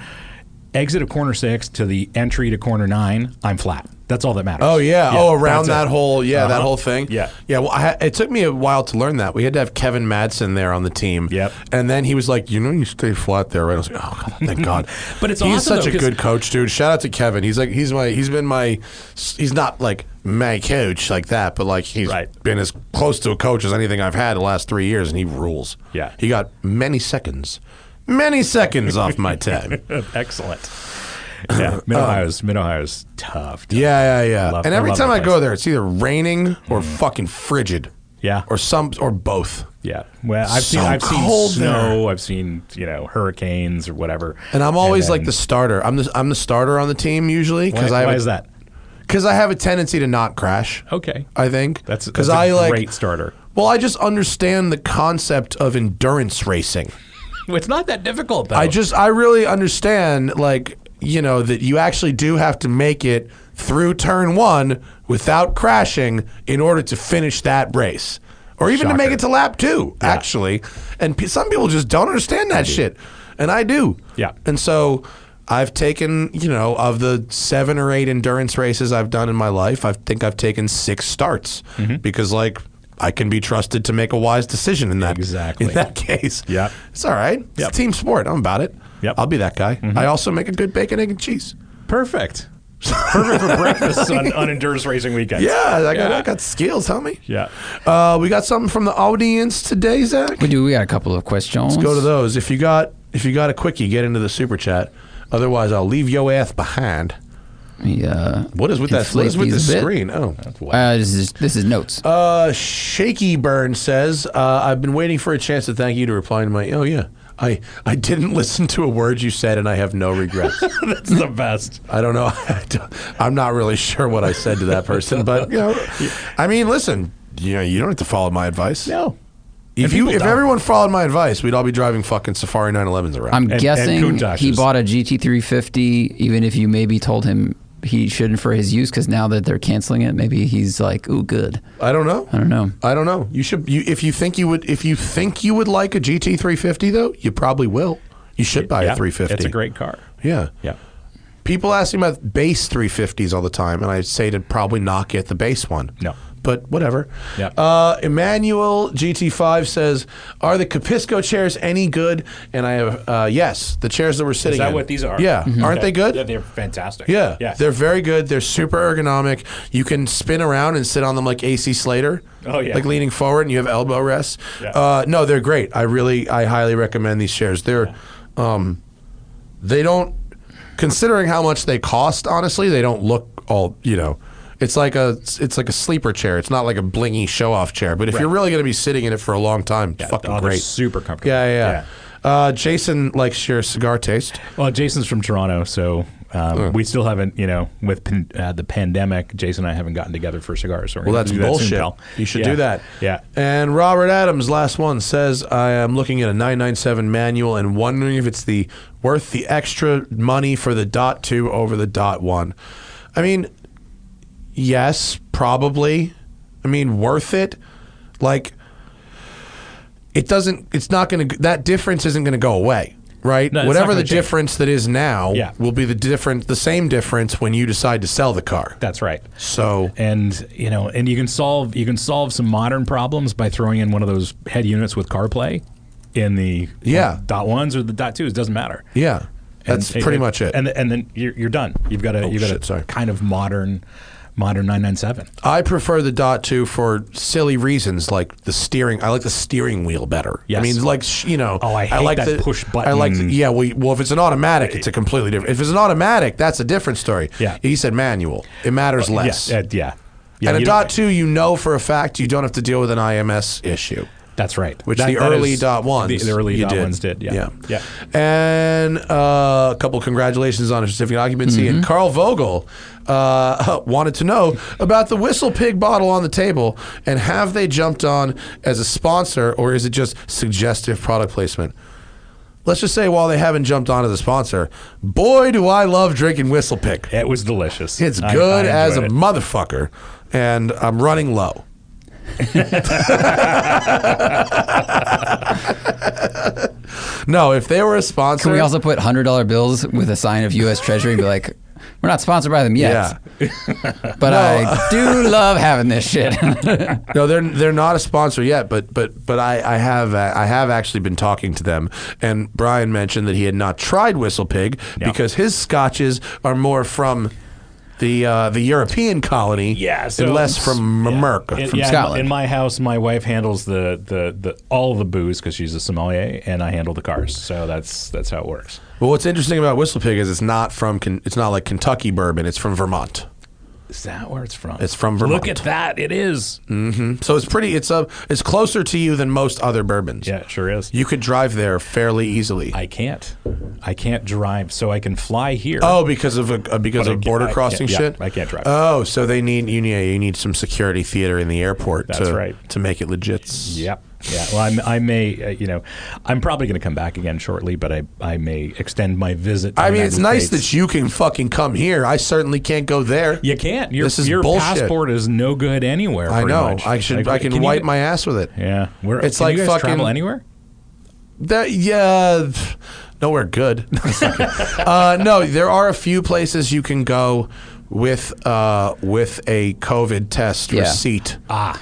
Speaker 3: exit of corner six to the entry to corner nine, I'm flat. That's all that matters.
Speaker 2: Oh yeah. oh, around
Speaker 3: that's
Speaker 2: that
Speaker 3: it.
Speaker 2: whole yeah, that
Speaker 3: Uh-huh.
Speaker 2: whole thing.
Speaker 3: Yeah.
Speaker 2: Yeah. Well, I, ha- it took me a while to learn that. We had to have Kevin Madsen there on the team.
Speaker 3: Yep.
Speaker 2: And then he was like, "You know, you stay flat there, right?" I was like, "Oh God, thank God."
Speaker 3: But it's
Speaker 2: he's
Speaker 3: awesome,
Speaker 2: such
Speaker 3: though,
Speaker 2: a
Speaker 3: 'cause-
Speaker 2: good coach, dude. Shout out to Kevin. He's like he's my he's been my he's not like my coach like that, but like he's
Speaker 3: Right.
Speaker 2: been as close to a coach as anything I've had the last three years, and he rules.
Speaker 3: Yeah.
Speaker 2: He got many seconds, many seconds off my time.
Speaker 3: Uh, Excellent. Yeah, Mid Ohio's Mid Ohio's tough. dude.
Speaker 2: Uh, Yeah, yeah, yeah.
Speaker 3: Love-
Speaker 2: and
Speaker 3: I
Speaker 2: every
Speaker 3: love
Speaker 2: time
Speaker 3: that
Speaker 2: I go
Speaker 3: place.
Speaker 2: there, it's either raining or fucking frigid.
Speaker 3: Yeah.
Speaker 2: Or some or both.
Speaker 3: yeah. Well, I've seen
Speaker 2: So
Speaker 3: I've seen
Speaker 2: cold
Speaker 3: snow. I've seen you know hurricanes or whatever.
Speaker 2: And I'm always like
Speaker 3: then-
Speaker 2: the starter. I'm the I'm the starter on the team usually
Speaker 3: Why,
Speaker 2: because I have
Speaker 3: why
Speaker 2: a-
Speaker 3: is that?
Speaker 2: Because I have a tendency to not crash.
Speaker 3: Okay.
Speaker 2: I think
Speaker 3: That's
Speaker 2: because
Speaker 3: that's a
Speaker 2: I like
Speaker 3: great starter.
Speaker 2: Well, I just understand the concept of endurance racing.
Speaker 3: It's not that difficult though.
Speaker 2: I just I really understand like you know that you actually do have to make it through turn one without crashing in order to finish that race. Or even to make
Speaker 3: Shocker.
Speaker 2: it to lap two, actually, and p- some people just don't understand that shit, and I do.
Speaker 3: Yeah.
Speaker 2: and so I've taken, you know, of the seven or eight endurance races I've done in my life, I think I've taken six starts
Speaker 3: Mm-hmm.
Speaker 2: because, like, I can be trusted to make a wise decision in that
Speaker 3: Exactly.
Speaker 2: in that case.
Speaker 3: Yep.
Speaker 2: It's all right. It's a team sport. I'm about it.
Speaker 3: Yep.
Speaker 2: I'll be that guy. I also make a good bacon, egg, and cheese.
Speaker 3: Perfect. Perfect for breakfast on, on endurance racing weekends.
Speaker 2: Yeah, I got,
Speaker 3: Yeah.
Speaker 2: I got skills, homie.
Speaker 3: Yeah.
Speaker 2: Uh, we got something from the audience today, Zach.
Speaker 4: We do. We got a couple of questions.
Speaker 2: Go to those. If you got if you got a quickie, get into the super chat. Otherwise, I'll leave your ass behind.
Speaker 4: Yeah.
Speaker 2: What is with that? What
Speaker 4: Inflate
Speaker 2: is with
Speaker 4: these a
Speaker 2: the
Speaker 4: bit.
Speaker 2: screen? Oh,
Speaker 4: Uh, this is this is notes.
Speaker 2: Uh, Shaky Burn says, uh, "I've been waiting for a chance to thank you to reply to my. Oh yeah, I I didn't listen to a word you said, and I have no regrets.
Speaker 3: That's the best.
Speaker 2: I don't know. I don't- I'm not really sure what I said to that person, but you know, I mean, listen, you know, you don't have to follow my advice.
Speaker 3: No.
Speaker 2: If
Speaker 3: And
Speaker 2: you
Speaker 3: people
Speaker 2: if
Speaker 3: don't.
Speaker 2: everyone followed my advice, we'd all be driving fucking Safari 911s around.
Speaker 4: I'm
Speaker 3: and
Speaker 4: guessing
Speaker 3: Countach
Speaker 4: he
Speaker 3: is-
Speaker 4: bought a GT350, even if you maybe told him he shouldn't for his use, because now that they're canceling it, maybe he's like, ooh, good.
Speaker 2: I don't know.
Speaker 4: I don't know.
Speaker 2: I don't know. You should. You, if you think you would, if you think you would like a GT350, though, you probably will. You should buy
Speaker 3: Yeah,
Speaker 2: a 350.
Speaker 3: It's a great car.
Speaker 2: Yeah.
Speaker 3: Yeah.
Speaker 2: People ask me about base 350s all the time, and I say to probably not get the base one.
Speaker 3: No.
Speaker 2: But whatever.
Speaker 3: Yeah.
Speaker 2: Uh, Emmanuel GT5 says, "Are the Capisco chairs any good?" And I have uh, yes, the chairs that we're sitting.
Speaker 3: Is that
Speaker 2: in.
Speaker 3: what these are? Mm-hmm.
Speaker 2: Yeah, aren't
Speaker 3: Okay.
Speaker 2: they good?
Speaker 3: Yeah, they're fantastic.
Speaker 2: Yeah.
Speaker 3: Yeah.
Speaker 2: They're very good. They're super ergonomic. You can spin around and sit on them like AC Slater.
Speaker 3: Oh, yeah.
Speaker 2: Like leaning forward and you have elbow rests.
Speaker 3: Yeah.
Speaker 2: Uh, no, they're great. I really, I highly recommend these chairs. They're, um, they don't, considering how much they cost, honestly, they don't look all, you know, it's like a it's like a sleeper chair. It's not like a blingy show off chair. But if you're really going to be sitting in it for a long time, it's fucking
Speaker 3: oh, they're
Speaker 2: great.
Speaker 3: super comfortable.
Speaker 2: Yeah, yeah. yeah. Uh, Jason likes your cigar taste.
Speaker 3: Well, Jason's from Toronto, so um, we still haven't, you know, with pan- uh, the pandemic, Jason and I haven't gotten together for cigars. So we're
Speaker 2: Well,
Speaker 3: gonna
Speaker 2: that's
Speaker 3: do
Speaker 2: bullshit.
Speaker 3: That soon, pal.
Speaker 2: you should
Speaker 3: Yeah.
Speaker 2: do that.
Speaker 3: Yeah.
Speaker 2: And Robert Adams, last one, says, I am looking at a 997 manual and wondering if it's the worth the extra money for the dot two over the dot one. I mean, yes, probably. I mean, worth it. Like, it doesn't. It's not going to. That difference isn't going to go away, right?
Speaker 3: No, it's not
Speaker 2: Whatever
Speaker 3: gonna
Speaker 2: the
Speaker 3: change.
Speaker 2: difference that is now
Speaker 3: Yeah.
Speaker 2: will be the different, the same difference when you decide to sell the car.
Speaker 3: That's right.
Speaker 2: So
Speaker 3: and you know and you can solve you can solve some modern problems by throwing in one of those head units with carplay in the
Speaker 2: Yeah.
Speaker 3: dot ones or the dot twos doesn't matter
Speaker 2: yeah,
Speaker 3: And-
Speaker 2: that's pretty
Speaker 3: and-
Speaker 2: much it. Oh,
Speaker 3: and and then you're, you're done you've got a you've got
Speaker 2: shit,
Speaker 3: a
Speaker 2: sorry.
Speaker 3: kind of modern modern 997.
Speaker 2: I prefer the Dot 2 for silly reasons like the steering. I like the steering wheel better. I
Speaker 3: Yes.
Speaker 2: mean, like, sh- you know.
Speaker 3: Oh, I hate
Speaker 2: like
Speaker 3: that
Speaker 2: the,
Speaker 3: push
Speaker 2: I like, the,
Speaker 3: button.
Speaker 2: yeah, well, well, if it's an automatic, it's a completely different. If it's an automatic, that's a different story.
Speaker 3: Yeah.
Speaker 2: He said manual. It matters less.
Speaker 3: Yeah, uh, yeah. Yeah,
Speaker 2: and a
Speaker 3: you
Speaker 2: Dot
Speaker 3: don't-
Speaker 2: 2, you know for a fact you don't have to deal with an IMS issue.
Speaker 3: That's right.
Speaker 2: which
Speaker 3: That-
Speaker 2: the
Speaker 3: that
Speaker 2: early
Speaker 3: is-
Speaker 2: dot ones,
Speaker 3: The, the early
Speaker 2: you
Speaker 3: dot ones did. Yeah.
Speaker 2: yeah,
Speaker 3: Yeah.
Speaker 2: And uh, a couple congratulations on a certificate of occupancy. And Carl Vogel uh, wanted to know about the whistle pig bottle on the table, and have they jumped on as a sponsor, or is it just suggestive product placement? Let's just say while they haven't jumped on as a sponsor, boy, do I love drinking whistle pig.
Speaker 3: It was delicious.
Speaker 2: It's
Speaker 3: I-
Speaker 2: good
Speaker 3: I
Speaker 2: as
Speaker 3: enjoyed
Speaker 2: a
Speaker 3: it.
Speaker 2: motherfucker, and I'm running low. no, if they were a sponsor,
Speaker 4: Can we also put hundred dollar bills with a sign of U.S. Treasury and be like, "We're not sponsored by them
Speaker 2: yeah,
Speaker 4: yet, but I do love having this shit."
Speaker 2: no, they're they're not a sponsor yet, but but but I I have uh, I have actually been talking to them, and Brian mentioned that he had not tried Whistle Pig because his scotches are more from. The uh, the European colony,
Speaker 3: Yeah, so-
Speaker 2: and less from America,
Speaker 3: In-
Speaker 2: from
Speaker 3: yeah, in-
Speaker 4: Scotland.
Speaker 3: In my house, my wife handles the the, the all the booze because she's a sommelier, and I handle the cars. So that's that's how it works.
Speaker 2: Well, what's interesting about Whistle Pig is it's not from Ken- it's not like Kentucky bourbon. It's from Vermont,
Speaker 3: Is that where it's from? Mm.
Speaker 2: It's from Vermont.
Speaker 3: Look at that! It is.
Speaker 2: Hmm? so it's pretty. It's a it's closer to you than most other bourbons.
Speaker 3: Yeah, it sure is.
Speaker 2: you could drive there fairly easily.
Speaker 3: I can't. I can't drive, so I can fly here.
Speaker 2: oh, because of a, uh, because
Speaker 3: But I
Speaker 2: of
Speaker 3: can't-
Speaker 2: border
Speaker 3: I can't-
Speaker 2: crossing
Speaker 3: yeah,
Speaker 2: shit.
Speaker 3: I can't drive.
Speaker 2: Oh, so they need you need you need some security theater in the airport.
Speaker 3: That's
Speaker 2: to,
Speaker 3: right.
Speaker 2: to make it legit.
Speaker 3: Yep. Yeah. Well, I'm, I may, uh, you know, I'm probably going to come back again shortly, but I, I may extend my visit. To
Speaker 2: I
Speaker 3: the
Speaker 2: mean, it's
Speaker 3: United
Speaker 2: nice
Speaker 3: States.
Speaker 2: that you can fucking come here. I certainly can't go there.
Speaker 3: you can't. Your,
Speaker 2: This is
Speaker 3: your
Speaker 2: bullshit.
Speaker 3: passport is no good anywhere.
Speaker 2: I
Speaker 3: pretty
Speaker 2: know.
Speaker 3: much.
Speaker 2: I should.
Speaker 3: Like,
Speaker 2: I can,
Speaker 3: you
Speaker 2: wipe
Speaker 3: get-
Speaker 2: my ass with it.
Speaker 3: Yeah. Where,
Speaker 2: It's
Speaker 3: can
Speaker 2: like
Speaker 3: you guys
Speaker 2: fucking-
Speaker 3: travel anywhere.
Speaker 2: That yeah, pff, nowhere good. uh, no, there are a few places you can go with uh, with a COVID test
Speaker 4: Yeah.
Speaker 2: receipt.
Speaker 3: Ah.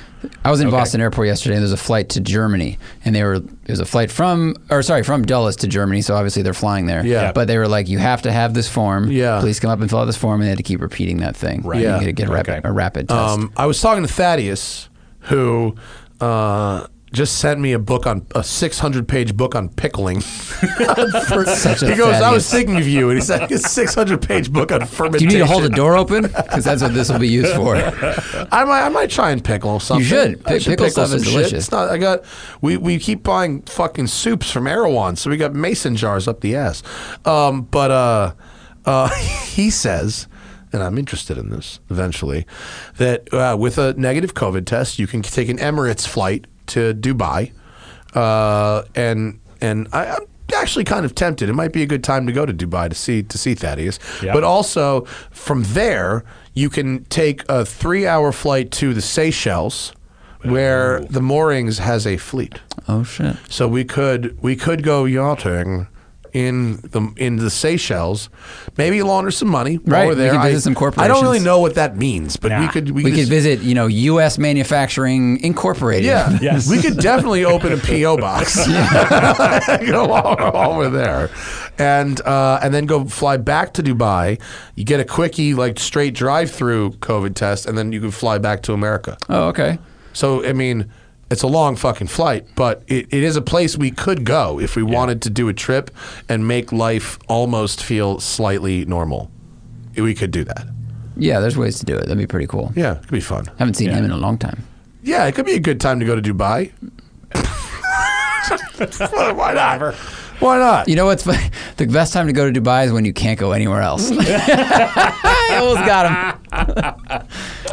Speaker 4: I was in Boston Airport yesterday, and there's a flight to Germany, and they were it was a flight from or sorry from Dulles to Germany, so obviously they're flying there.
Speaker 2: Yeah.
Speaker 4: But they were like, you have to have this form.
Speaker 2: Yeah.
Speaker 4: Please come up and fill out this form, and they had to keep repeating that thing. Right.
Speaker 2: Yeah.
Speaker 4: You get, get a rapid
Speaker 3: Okay.
Speaker 4: a rapid test.
Speaker 2: Um, I was talking to Thaddeus, who uh, just sent me a book on a 600 page book on pickling. For-
Speaker 4: Such a
Speaker 2: he goes, I was
Speaker 4: Thaddeus.
Speaker 2: thinking of you, and he sent me a 600 page book on
Speaker 4: Do
Speaker 2: fermentation.
Speaker 4: you need to hold the door open? Because that's what this will be used for.
Speaker 2: I might, I might try and pickle something.
Speaker 4: should.
Speaker 2: I
Speaker 4: Pick- pickle stuff
Speaker 2: some
Speaker 4: is
Speaker 2: shit.
Speaker 4: delicious.
Speaker 2: It's not. I got. We, we keep buying fucking soups from Erewhon, so we got mason jars up the ass. Um, but uh, uh, he says, and I'm interested in this eventually, that uh, with a negative COVID test, you can take an Emirates flight to Dubai, uh, and and I, I'm actually kind of tempted. It might be a good time to go to Dubai to see to see Thaddeus,
Speaker 3: Yeah.
Speaker 2: but also from there you can take a three-hour flight to the Seychelles, where the moorings has a fleet.
Speaker 4: Oh shit.
Speaker 2: So we could we could go yachting in the in the Seychelles, maybe launder some money while
Speaker 4: Right,
Speaker 2: we're
Speaker 4: we
Speaker 2: there.
Speaker 4: could
Speaker 2: I-
Speaker 4: visit some
Speaker 2: I don't really
Speaker 4: corporations.
Speaker 2: know what that means, but we
Speaker 3: Nah.
Speaker 2: could we,
Speaker 4: We
Speaker 2: could
Speaker 4: could
Speaker 2: just-
Speaker 4: visit, you know, U.S. Manufacturing Incorporated.
Speaker 2: yeah,
Speaker 3: Yes.
Speaker 2: we could definitely open a PO box Go all over there, and uh, and then go fly back to Dubai. You get a quickie, like straight drive-through COVID test, and then you can fly back to America.
Speaker 4: Oh, okay.
Speaker 2: So I mean, it's a long fucking flight, but it, it is a place we could go if we wanted to do a trip and make life almost feel slightly normal. We could do that.
Speaker 4: Yeah, there's ways to do it. That'd be pretty cool.
Speaker 2: Yeah, it could be fun.
Speaker 4: Haven't seen him in a long time.
Speaker 2: Yeah, it could be a good time to go to Dubai. Why not? Why not?
Speaker 4: You know what's funny? The best time to go to Dubai is when you can't go anywhere else. I almost got him.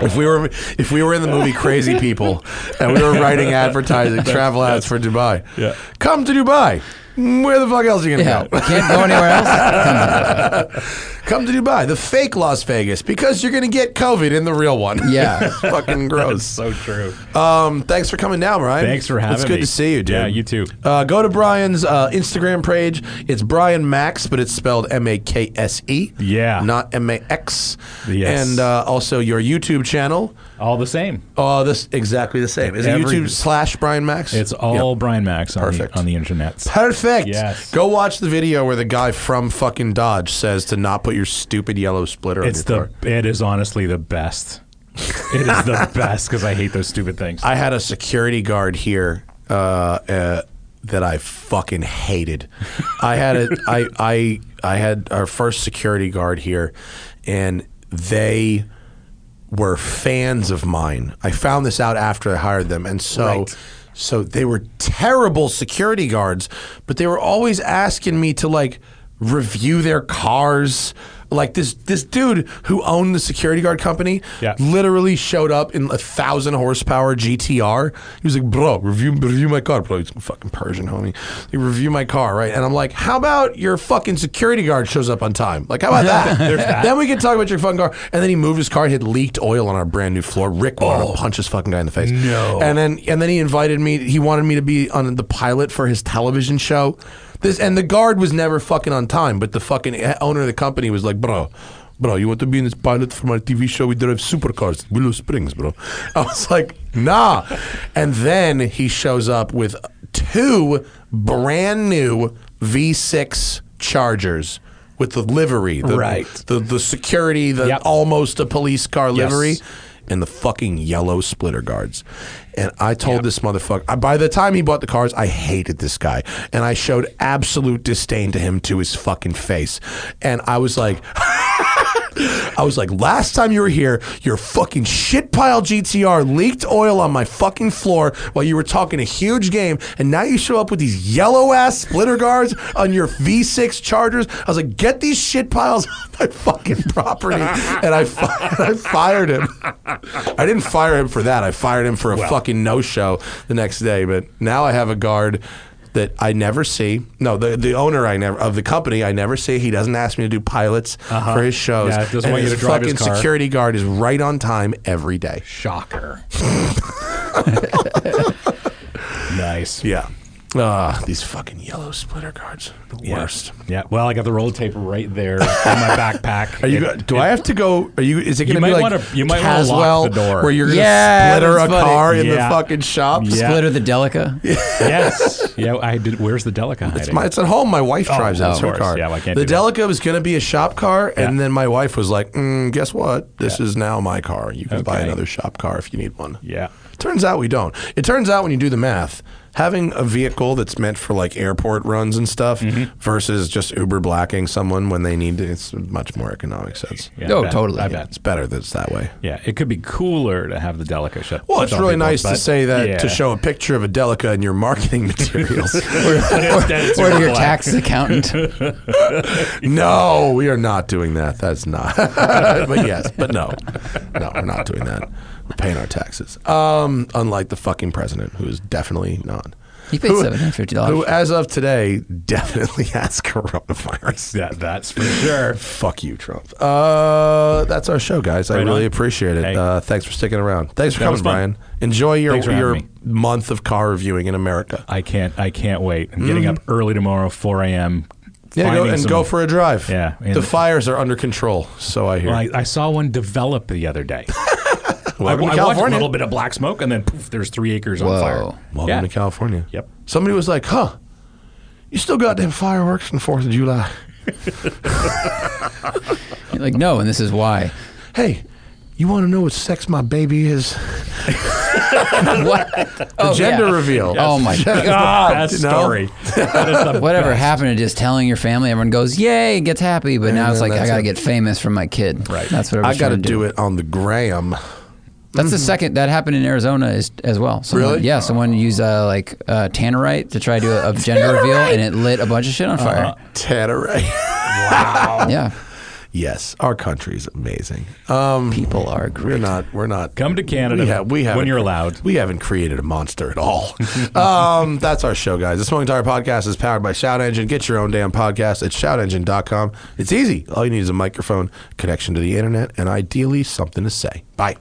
Speaker 2: If we were if we were in the movie Crazy People and we were writing advertising travel ads for Dubai,
Speaker 3: Yeah.
Speaker 2: come to Dubai. Where the fuck else are you gonna
Speaker 4: Yeah,
Speaker 2: go?
Speaker 4: can't go anywhere else.
Speaker 2: Come to Dubai, the fake Las Vegas, because you're going to get COVID in the real one.
Speaker 4: Yeah.
Speaker 2: Fucking gross.
Speaker 3: So true.
Speaker 2: Um, thanks for coming down, Brian.
Speaker 3: Thanks for having
Speaker 2: It's good
Speaker 3: me.
Speaker 2: to see you, dude.
Speaker 3: Yeah, you too.
Speaker 2: Uh, go to Brian's uh, Instagram page. It's Brian Max, but it's spelled M A K S E.
Speaker 3: Yeah.
Speaker 2: Not M A X.
Speaker 3: Yes.
Speaker 2: And uh, also your YouTube channel.
Speaker 3: All the same.
Speaker 2: Oh, this exactly the same. Is
Speaker 3: Every-
Speaker 2: it YouTube slash Brian Max?
Speaker 3: It's all Brian Max on
Speaker 2: Perfect.
Speaker 3: the on the internet.
Speaker 2: Perfect.
Speaker 3: Yes.
Speaker 2: Go watch the video where the guy from fucking Dodge says to not put your stupid yellow splitter on
Speaker 3: It's
Speaker 2: your
Speaker 3: the
Speaker 2: car.
Speaker 3: it is honestly the best. It is the best because I hate those stupid things.
Speaker 2: I had a security guard here uh, uh, that I fucking hated. I had a I I I had our first security guard here, and they were fans of mine. I found this out after I hired them, and so. So they were terrible security guards, but they were always asking me to like review their cars. Like this this dude who owned the security guard company
Speaker 3: Yeah.
Speaker 2: literally showed up in a thousand horsepower GTR. He was like, "Bro, review review my car, bro." He's fucking Persian, homie. He review my car, right? And I'm like, "How about your fucking security guard shows up on time? Like, how about that? Then we can talk about your fucking car." And then he moved his car. He had leaked oil on our brand new floor. Rick wanted to punch his fucking guy in the face. Oh. No. And then and then he invited me. He wanted me to be on the pilot for his television show. This and the guard was never fucking on time, but the fucking owner of the company was like, "Bro, Bro, you want to be in this pilot for my TV show? We drive supercars, Willow Springs, bro. I was like, nah. And then he shows up with two brand new V6 Chargers with the livery, the,
Speaker 3: Right.
Speaker 2: the, the security, the
Speaker 3: Yep.
Speaker 2: almost a police car livery,
Speaker 3: Yes.
Speaker 2: and the fucking yellow splitter guards. And I told this motherfucker, I, by the time he bought the cars, I hated this guy. And I showed absolute disdain to him to his fucking face. And I was like, I was like, last time you were here, your fucking shit pile GTR leaked oil on my fucking floor while you were talking a huge game, and now you show up with these yellow ass splitter guards on your V6 Chargers. I was like, get these shit piles off my fucking property, and I, fi- I fired him. I didn't fire him for that. I fired him for a fucking no show the next day. But now I have a guard. That I never see. No, the the owner I never of the company I never see. He doesn't ask me to do pilots for his shows
Speaker 3: Yeah, it doesn't
Speaker 2: and
Speaker 3: want you
Speaker 2: his
Speaker 3: to drive his
Speaker 2: fucking
Speaker 3: car.
Speaker 2: security guard is right on time every day.
Speaker 3: Shocker. nice.
Speaker 2: Yeah. Ah, these fucking yellow splitter guards, the worst.
Speaker 3: Yeah. Well, I got the roll tape right there in my backpack.
Speaker 2: Are you?
Speaker 3: It-
Speaker 2: go- do I have to go? Are you? Is it going to
Speaker 3: might
Speaker 2: be like
Speaker 3: wanna- you might wanna lock
Speaker 2: Caswell,
Speaker 3: the door.
Speaker 2: where you're going to
Speaker 4: Yeah,
Speaker 2: splitter a
Speaker 4: that's funny.
Speaker 2: car in
Speaker 3: Yeah.
Speaker 2: the fucking shop?
Speaker 3: Yeah.
Speaker 4: Splitter the Delica.
Speaker 3: yes. Yeah. I did. Where's the Delica hiding?
Speaker 2: It's, my, it's at home. My wife drives it.
Speaker 3: Oh, of
Speaker 2: It's her
Speaker 3: course.
Speaker 2: car.
Speaker 3: Yeah, well, I can't
Speaker 2: the
Speaker 3: do
Speaker 2: Delica was going to be a shop car, and
Speaker 3: Yeah.
Speaker 2: then my wife was like, mm, "Guess what? This is now my car. You can buy
Speaker 3: Okay.
Speaker 2: another shop car if you need one."
Speaker 3: yeah.
Speaker 2: Turns out we don't. It turns out when you do the math, having a vehicle that's meant for like airport runs and stuff
Speaker 3: Mm-hmm.
Speaker 2: versus just Uber blacking someone when they need to, it's much more economic sense.
Speaker 3: yeah I
Speaker 4: Oh,
Speaker 3: bet.
Speaker 4: totally.
Speaker 3: I
Speaker 4: Yeah.
Speaker 3: bet.
Speaker 2: It's better that it's that way.
Speaker 3: Yeah. It could be cooler to have the Delica shut.
Speaker 2: Well, it's
Speaker 3: shut
Speaker 2: really
Speaker 3: people,
Speaker 2: nice to
Speaker 3: but-
Speaker 2: say that
Speaker 3: Yeah.
Speaker 2: to show a picture of a Delica in your marketing materials.
Speaker 3: But instead it's
Speaker 4: Or to
Speaker 3: Uber
Speaker 4: your
Speaker 3: Black.
Speaker 4: tax accountant.
Speaker 2: no, we are not doing that. That's not. but yes, but no. No, we're not doing that. We're paying our taxes. Um, unlike the fucking president, who is definitely not.
Speaker 4: He paid seven hundred fifty
Speaker 2: Who,
Speaker 4: dollars.
Speaker 2: as of today, definitely has coronavirus.
Speaker 3: Yeah, that's for sure.
Speaker 2: Fuck you, Trump. Uh, that's our show, guys. I
Speaker 3: Right
Speaker 2: really
Speaker 3: on.
Speaker 2: appreciate it.
Speaker 3: Hey.
Speaker 2: Uh, thanks for sticking around. Thanks for
Speaker 3: That was
Speaker 2: coming, Brian.
Speaker 3: fun.
Speaker 2: Enjoy your
Speaker 3: Thanks for having
Speaker 2: your
Speaker 3: me.
Speaker 2: month of car reviewing in America.
Speaker 3: I can't. I can't wait. I'm getting up early tomorrow, 4 a.m.
Speaker 2: Mm-hmm. Yeah, go,
Speaker 3: finding
Speaker 2: and
Speaker 3: some-
Speaker 2: go for a drive.
Speaker 3: Yeah, and-
Speaker 2: the fires are under control, so I hear.
Speaker 3: Well, I, I saw one develop the other day. I, I
Speaker 2: Welcome to
Speaker 3: watched a
Speaker 2: California.
Speaker 3: little bit of black smoke, and then poof, there's three acres on
Speaker 4: Whoa.
Speaker 3: fire.
Speaker 2: Welcome
Speaker 3: Yeah.
Speaker 2: to California.
Speaker 3: Yep.
Speaker 2: Somebody was like, "Huh, you still got them fireworks from Fourth of July?
Speaker 4: Like no, and this is why.
Speaker 2: Hey, you want to know what sex my baby is?
Speaker 4: what?
Speaker 2: The
Speaker 4: Oh,
Speaker 2: gender
Speaker 4: yeah.
Speaker 2: reveal.
Speaker 4: Oh my
Speaker 2: That's the
Speaker 3: God,
Speaker 2: best,
Speaker 3: best
Speaker 2: no?
Speaker 3: story. That is the
Speaker 4: Whatever happened to just telling your family? Everyone goes, "Yay!" and gets happy, but now it's
Speaker 2: then
Speaker 4: like I
Speaker 2: that's
Speaker 4: gotta
Speaker 2: it.
Speaker 4: get famous for my kid. Right. That's what
Speaker 2: I
Speaker 4: was
Speaker 2: got to
Speaker 4: trying to
Speaker 2: do it on the gram.
Speaker 4: That's the second that happened in Arizona as, as well. Someone,
Speaker 2: Really?
Speaker 4: Yeah, someone used uh, like uh, tannerite to try to do a, a gender reveal, and it lit a bunch of shit on fire.
Speaker 2: Tanneray. Uh-huh.
Speaker 4: Yeah,
Speaker 2: yes, our country's amazing. Um,
Speaker 4: people are
Speaker 2: we're
Speaker 4: great.
Speaker 2: not. We're not.
Speaker 3: Come to Canada
Speaker 2: we have, we haven't-
Speaker 3: when you're allowed.
Speaker 2: We haven't created a monster at all. um, that's our show, guys. The Smoking Tire Podcast is powered by Shout Engine. Get your own damn podcast at shoutengine.com. It's easy. All you need is a microphone, connection to the internet, and ideally something to say. Bye.